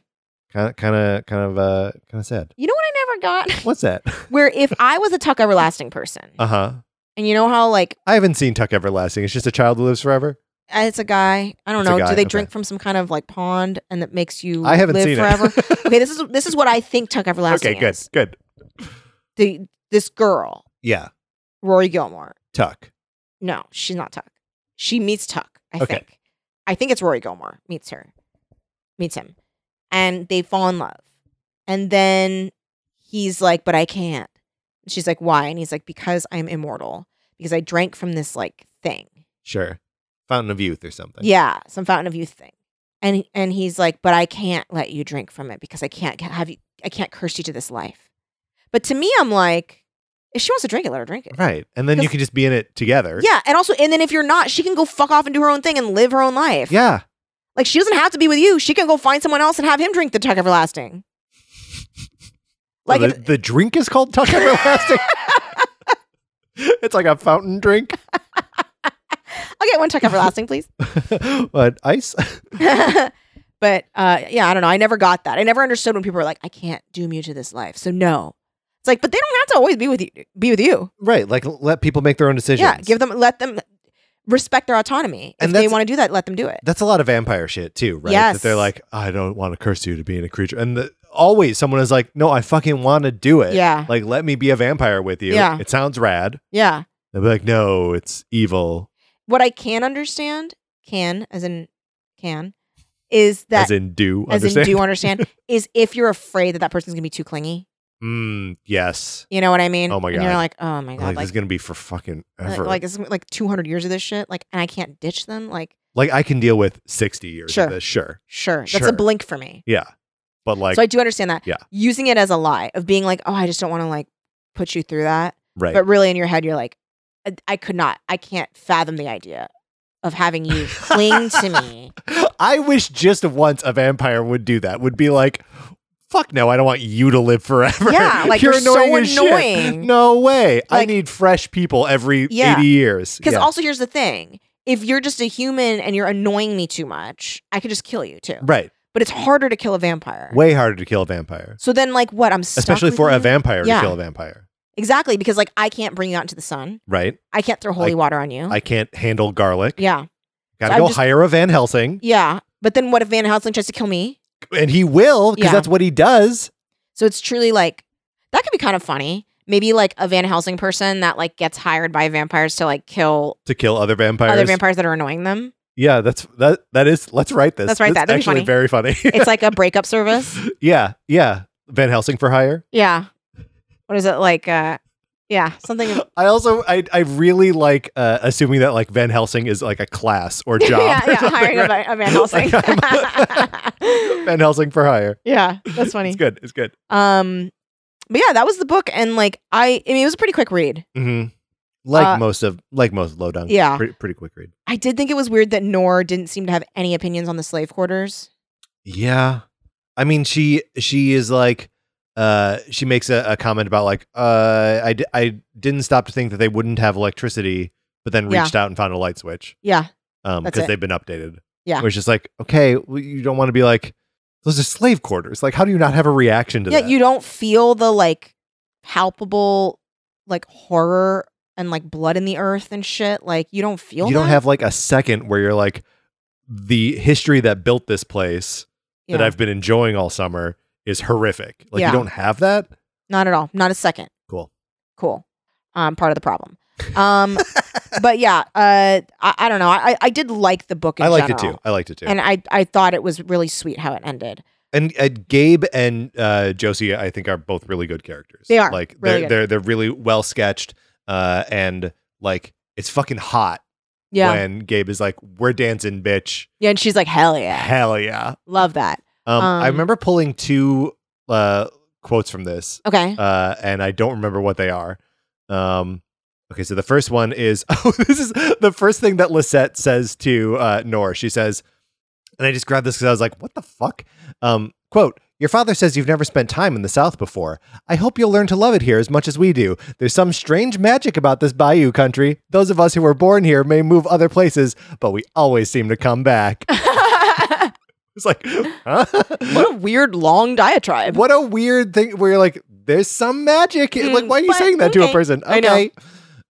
Speaker 3: Kind of, kind of, kind of, uh, kind of sad.
Speaker 2: You know what I never got?
Speaker 3: What's that?
Speaker 2: Where if I was a Tuck Everlasting person,
Speaker 3: Uh huh.
Speaker 2: and you know how like
Speaker 3: I haven't seen Tuck Everlasting. It's just a child who lives forever.
Speaker 2: it's a guy, I don't
Speaker 3: It's a
Speaker 2: know,
Speaker 3: guy,
Speaker 2: do they
Speaker 3: okay.
Speaker 2: drink from some kind of like pond and that makes you
Speaker 3: I haven't
Speaker 2: live
Speaker 3: seen
Speaker 2: forever?
Speaker 3: it.
Speaker 2: okay, this is this is what I think Tuck Everlasting
Speaker 3: okay. Good.
Speaker 2: is.
Speaker 3: Good.
Speaker 2: The this girl,
Speaker 3: Yeah.
Speaker 2: Rory Gilmore.
Speaker 3: Tuck.
Speaker 2: No, she's not Tuck. She meets Tuck, I
Speaker 3: Okay.
Speaker 2: think. I think it's Rory Gilmore meets her. Meets him. And they fall in love. And then he's like, "But I can't." And She's like, "Why?" And he's like, "Because I'm immortal. Because I drank from this like thing."
Speaker 3: Sure. Fountain of Youth or something.
Speaker 2: Yeah, some fountain of youth thing. And and he's like, but I can't let you drink from it because I can't ca- have you. I can't curse you to this life. But to me, I'm like, if she wants to drink it, let her drink it.
Speaker 3: Right. And then you
Speaker 2: Because-
Speaker 3: can just be in it together.
Speaker 2: Yeah, and also, and then if you're not, she can go fuck off and do her own thing and live her own life.
Speaker 3: Yeah.
Speaker 2: like she doesn't have to be with you. She can go find someone else and have him drink the Tuck Everlasting. Like,
Speaker 3: the,
Speaker 2: if-
Speaker 3: the drink is called Tuck Everlasting. it's like a fountain drink,
Speaker 2: I'll get one Tuck Everlasting, please.
Speaker 3: but ice.
Speaker 2: but uh, yeah, I don't know. I never got that. I never understood when people were like, "I can't doom you to this life." So no, it's like, but they don't have to always be with you. Be with you.
Speaker 3: right. Like let people make their own decisions.
Speaker 2: Yeah, give them, let them respect their autonomy.
Speaker 3: And
Speaker 2: if they
Speaker 3: that's-
Speaker 2: want to do that, let them do it.
Speaker 3: That's a lot of vampire shit too, right?
Speaker 2: Yes.
Speaker 3: That they're like, I don't want to curse you to being a creature, and the, always someone is like, No, I fucking want to do it.
Speaker 2: Yeah.
Speaker 3: Like, let me be a vampire with you.
Speaker 2: Yeah.
Speaker 3: It sounds rad.
Speaker 2: Yeah.
Speaker 3: They'll be like, No, it's evil.
Speaker 2: What I can understand, can as in can, is that
Speaker 3: as in, do
Speaker 2: as in
Speaker 3: understand?
Speaker 2: do you understand is if you're afraid that that person's gonna be too clingy.
Speaker 3: mm, yes.
Speaker 2: You know what I mean?
Speaker 3: Oh my
Speaker 2: And you're
Speaker 3: God.
Speaker 2: like, oh my god,
Speaker 3: Like, this
Speaker 2: like
Speaker 3: is gonna be for fucking
Speaker 2: like,
Speaker 3: ever.
Speaker 2: like, it's like 200 years of this shit. Like, and I can't ditch them. Like,
Speaker 3: like I can deal with 60 years
Speaker 2: Sure.
Speaker 3: of this, sure.
Speaker 2: sure, that's
Speaker 3: Sure.
Speaker 2: a blink for me.
Speaker 3: Yeah. But like
Speaker 2: so I do understand that.
Speaker 3: Yeah.
Speaker 2: Using it as a lie of being like, oh, I just don't want to like put you through that.
Speaker 3: right.
Speaker 2: But really in your head, you're like, I-, I could not, I can't fathom the idea of having you cling to me.
Speaker 3: I wish just once a vampire would do that. Would be like, fuck no, I don't want you to live forever.
Speaker 2: Yeah, like, you're so
Speaker 3: as shit.
Speaker 2: annoying.
Speaker 3: No way. I
Speaker 2: Like-
Speaker 3: need fresh people every
Speaker 2: Yeah.
Speaker 3: 80 years.
Speaker 2: Because
Speaker 3: Yeah.
Speaker 2: also, here's the thing if you're just a human and you're annoying me too much, I could just kill you too.
Speaker 3: right,
Speaker 2: But it's harder to kill a vampire.
Speaker 3: way harder to kill a vampire,
Speaker 2: So then, like, what? I'm stuck
Speaker 3: especially
Speaker 2: with
Speaker 3: for
Speaker 2: you?
Speaker 3: a vampire
Speaker 2: Yeah.
Speaker 3: to kill a vampire.
Speaker 2: Exactly, because like I can't bring you out into the sun.
Speaker 3: Right?
Speaker 2: I can't throw holy water on you.
Speaker 3: I can't handle garlic.
Speaker 2: Oh. yeah,
Speaker 3: Got to
Speaker 2: I'm
Speaker 3: go
Speaker 2: just-
Speaker 3: hire a Van Helsing,
Speaker 2: yeah. But then, what if Van Helsing tries to kill me?
Speaker 3: and he will because
Speaker 2: Yeah.
Speaker 3: that's what he does.
Speaker 2: So it's truly like that could be kind of funny. Maybe like a Van Helsing person that like gets hired by vampires to like kill
Speaker 3: To kill other vampires.
Speaker 2: other vampires that are annoying them.
Speaker 3: yeah, that's that. That is. Let's write this.
Speaker 2: Let's write that. That'd be
Speaker 3: That's actually
Speaker 2: funny.
Speaker 3: very funny.
Speaker 2: It's like a breakup service.
Speaker 3: yeah, yeah. Van Helsing for hire.
Speaker 2: Yeah. What is it like? Uh, yeah, something. of-
Speaker 3: I also I I really like uh, assuming that like Van Helsing is like a class or job.
Speaker 2: yeah,
Speaker 3: or
Speaker 2: yeah.
Speaker 3: something,
Speaker 2: Hiring a,
Speaker 3: right?
Speaker 2: Va- a Van Helsing.
Speaker 3: Like, I'm- Van Helsing for hire.
Speaker 2: yeah, that's funny.
Speaker 3: It's good. It's good.
Speaker 2: Um, but yeah, that was the book, and like I, I mean, it was a pretty quick read.
Speaker 3: hmm Like
Speaker 2: Uh,
Speaker 3: most of like most low down.
Speaker 2: yeah.
Speaker 3: Pretty, pretty quick read.
Speaker 2: I did think it was weird that Nor didn't seem to have any opinions on the slave quarters.
Speaker 3: Yeah. I mean she she is like uh she makes a, a comment about like uh I, d- I didn't stop to think that they wouldn't have electricity but then
Speaker 2: Yeah.
Speaker 3: reached out and found a light switch
Speaker 2: Yeah,
Speaker 3: um
Speaker 2: That's
Speaker 3: because
Speaker 2: it.
Speaker 3: they've been updated
Speaker 2: Yeah.
Speaker 3: where it's just like okay well, you don't want to be like those are slave quarters like how do you not have a reaction to
Speaker 2: yeah.
Speaker 3: that
Speaker 2: You don't feel the like palpable like horror and like blood in the earth and shit. Like you don't feel.
Speaker 3: you
Speaker 2: that?
Speaker 3: don't have like a second where you're like the history that built this place
Speaker 2: yeah.
Speaker 3: that I've been enjoying all summer is horrific. Like
Speaker 2: Yeah.
Speaker 3: you don't have that.
Speaker 2: Not at all. Not a second.
Speaker 3: Cool.
Speaker 2: Cool. Um, part of the problem. Um, but yeah, uh, I, I don't know. I, I did like the book. In
Speaker 3: I liked it
Speaker 2: general.
Speaker 3: too. I liked it too.
Speaker 2: and I I thought it was really sweet how it ended.
Speaker 3: and uh, Gabe and uh, Josie, I think, are both really good characters.
Speaker 2: They are
Speaker 3: like
Speaker 2: really
Speaker 3: they're
Speaker 2: good.
Speaker 3: they're they're really well sketched, uh, and like it's fucking hot
Speaker 2: Yeah,
Speaker 3: when Gabe is like, "We're dancing, bitch,
Speaker 2: yeah. And she's like, hell yeah,
Speaker 3: hell yeah."
Speaker 2: love that.
Speaker 3: Um, I
Speaker 2: Um,
Speaker 3: remember pulling two uh, quotes from this,
Speaker 2: Okay,
Speaker 3: uh, and I don't remember what they are. Um, okay, so the first one is oh, this is the first thing that Lisette says to uh, Nor. She says, and I just grabbed this because I was like, what the fuck? Um, quote. Your father says you've never spent time in the South before. I hope you'll learn to love it here as much as we do. There's some strange magic about this bayou country. Those of us who were born here may move other places, but we always seem to come back. Uh, It's like, huh?
Speaker 2: what a weird long diatribe.
Speaker 3: What a weird thing where you're like, there's some magic. like,
Speaker 2: Mm,
Speaker 3: why are you
Speaker 2: but
Speaker 3: saying that to a
Speaker 2: okay.
Speaker 3: person?
Speaker 2: I know.
Speaker 3: Okay.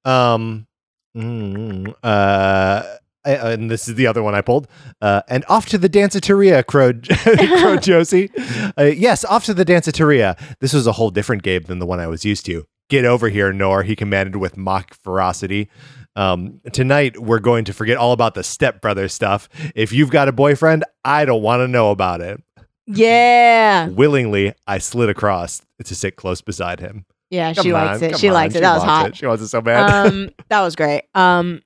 Speaker 3: Um, mm, uh, I- and this is the other one I pulled. Uh, and off to the danceteria, crowed, crowed Josie. Uh, yes, off to the danceteria. This was a whole different Gabe than the one I was used to. Get over here, Nor, he commanded with mock ferocity. Um, tonight, we're going to forget all about the stepbrother stuff. If you've got a boyfriend, I don't want to know about it.
Speaker 2: Yeah,
Speaker 3: Willingly, I slid across to sit close beside him.
Speaker 2: yeah.
Speaker 3: Come
Speaker 2: she
Speaker 3: on,
Speaker 2: likes it.
Speaker 3: come
Speaker 2: She
Speaker 3: on,
Speaker 2: likes it. That was
Speaker 3: wants
Speaker 2: hot.
Speaker 3: it. She wants it so bad.
Speaker 2: um, that was great. Um,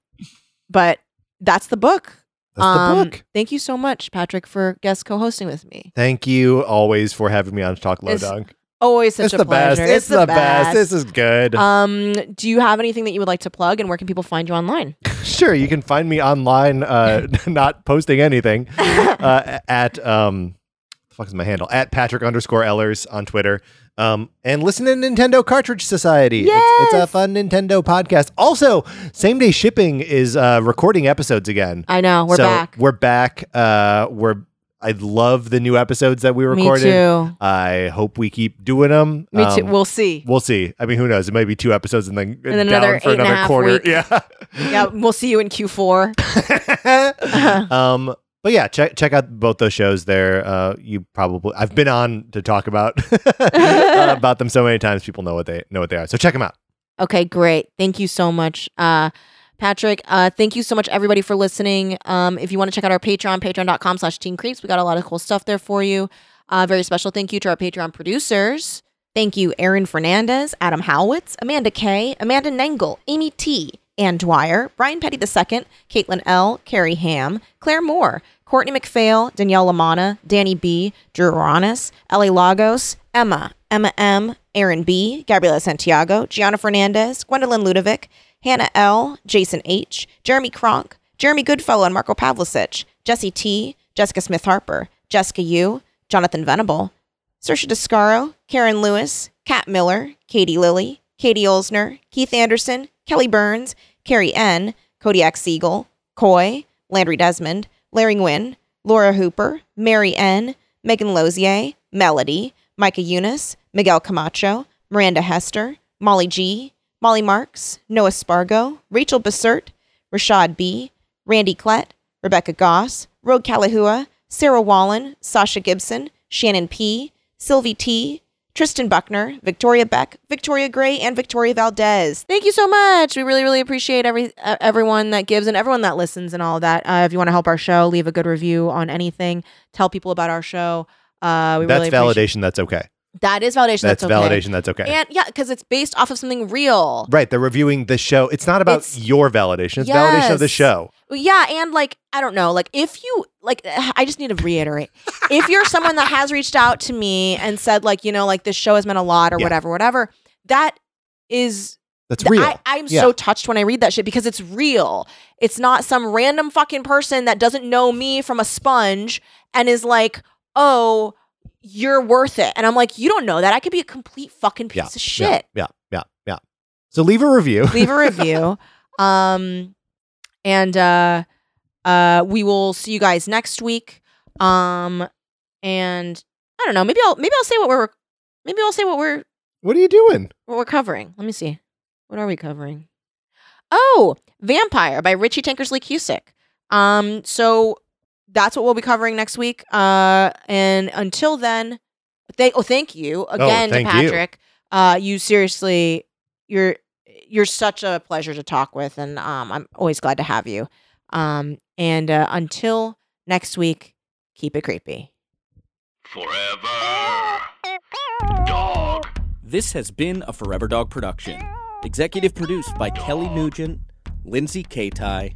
Speaker 2: but that's the book.
Speaker 3: That's the
Speaker 2: Um,
Speaker 3: book.
Speaker 2: Thank you so much, Patrick, for guest co-hosting with me.
Speaker 3: Thank you always for having me on to talk low
Speaker 2: It's
Speaker 3: dunk.
Speaker 2: Always such
Speaker 3: It's
Speaker 2: a
Speaker 3: the best.
Speaker 2: pleasure.
Speaker 3: It's, the best. This is good.
Speaker 2: Um, do you have anything that you would like to plug, and where can people find you online?
Speaker 3: sure, you can find me online, uh, not posting anything, uh, at um, the fuck is my handle at Patrick underscore Ellers on Twitter. Um, and listen to Nintendo Cartridge Society. It's, it's a
Speaker 2: Yes!
Speaker 3: fun Nintendo podcast. Also, same day shipping is uh, recording episodes again.
Speaker 2: I know we're
Speaker 3: so
Speaker 2: back.
Speaker 3: We're back. Uh, we're. I love the new episodes that we recorded.
Speaker 2: Me too.
Speaker 3: I hope we keep doing them.
Speaker 2: Me too.
Speaker 3: Um,
Speaker 2: We'll see.
Speaker 3: we'll see. I mean, who knows? It might be two episodes and then,
Speaker 2: then
Speaker 3: down
Speaker 2: another
Speaker 3: for
Speaker 2: eight and a
Speaker 3: another
Speaker 2: half
Speaker 3: quarter.
Speaker 2: weeks. yeah, we'll see you in Q4.
Speaker 3: Yeah. um. But yeah, check check out both those shows. There, uh, you probably I've been on to talk about uh, about them so many times. People know what they know what they are. So check them out.
Speaker 2: Okay, great. Thank you so much, uh, Patrick. Uh, thank you so much, everybody, for listening. Um, if you want to check out our Patreon, patreon.com slash Teen Creeps. We got a lot of cool stuff there for you. Uh, very special thank you to our Patreon producers. Thank you, Aaron Fernandez, Adam Howitz, Amanda Kay, Amanda Nengel, Amy T., Ann Dwyer, Brian Petty II, Caitlin L., Carrie Ham, Claire Moore, Courtney McPhail, Danielle Lamana, Danny B., Drew Ronis, Ellie Lagos, Emma, Emma M., Aaron B., Gabriela Santiago, Gianna Fernandez, Gwendolyn Ludovic, Hannah L., Jason H., Jeremy Kronk, Jeremy Goodfellow and Marco Pavlicic, Jesse T., Jessica Smith Harper, Jessica U., Jonathan Venable, Sersha Descaro, Karen Lewis, Kat Miller, Katie Lilly, Katie Olsner, Keith Anderson, Kelly Burns, Carrie N., Kodiak Siegel, Coy, Landry Desmond, Larry Nguyen, Laura Hooper, Mary N., Megan Lozier, Melody, Micah Eunice, Miguel Camacho, Miranda Hester, Molly G., Molly Marks, Noah Spargo, Rachel Bessert, Rashad B., Randy Klett, Rebecca Goss, Rogue Kalahua, Sarah Wallen, Sasha Gibson, Shannon P., Sylvie T., Tristan Buckner, Victoria Beck, Victoria Gray, and Victoria Valdez. Thank you so much. We really, really appreciate every uh, everyone that gives and everyone that listens and all of that. Uh, if you want to help our show, leave a good review on anything. Tell people about our show. Uh, we
Speaker 3: That's
Speaker 2: really appreciate-
Speaker 3: validation. That's okay.
Speaker 2: That is validation.
Speaker 3: That's,
Speaker 2: That's, okay.
Speaker 3: validation. That's okay.
Speaker 2: And yeah, because it's based off of something real.
Speaker 3: right. They're reviewing the show. It's not about
Speaker 2: It's-
Speaker 3: your validation. It's validation of the
Speaker 2: Yes.
Speaker 3: show.
Speaker 2: Well, Yeah, and like I don't know, like if you like, I just need to reiterate, if you're someone that has reached out to me and said like, you know, like this show has meant a lot or
Speaker 3: Yeah.
Speaker 2: whatever, whatever, that is
Speaker 3: That's
Speaker 2: th-
Speaker 3: real.
Speaker 2: I, I'm
Speaker 3: Yeah.
Speaker 2: so touched when I read that shit because it's real. It's not some random fucking person that doesn't know me from a sponge and is like, oh, you're worth it, and I'm like, you don't know that. I could be a complete fucking piece
Speaker 3: Yeah,
Speaker 2: of shit.
Speaker 3: Yeah, yeah, yeah. yeah. So leave a review.
Speaker 2: leave a review. Um, and uh, uh, we will see you guys next week. Um, and I don't know. Maybe I'll maybe I'll say what we're maybe I'll say what we're
Speaker 3: What are you doing?
Speaker 2: what we're covering. Let me see. What are we covering? Oh, Vampire by Richie Tankersley Cusick. Um, so that's what we'll be covering next week. Uh, and until then, But thank, oh, thank you again, to
Speaker 3: thank you.
Speaker 2: Patrick. Uh, you seriously, you're you're such a pleasure to talk with, and um, I'm always glad to have you. Um, and uh, until next week, keep it creepy.
Speaker 1: Forever. Dog.
Speaker 4: This has been a Forever Dog production. Executive produced by Kelly Nugent, Lindsay Katai,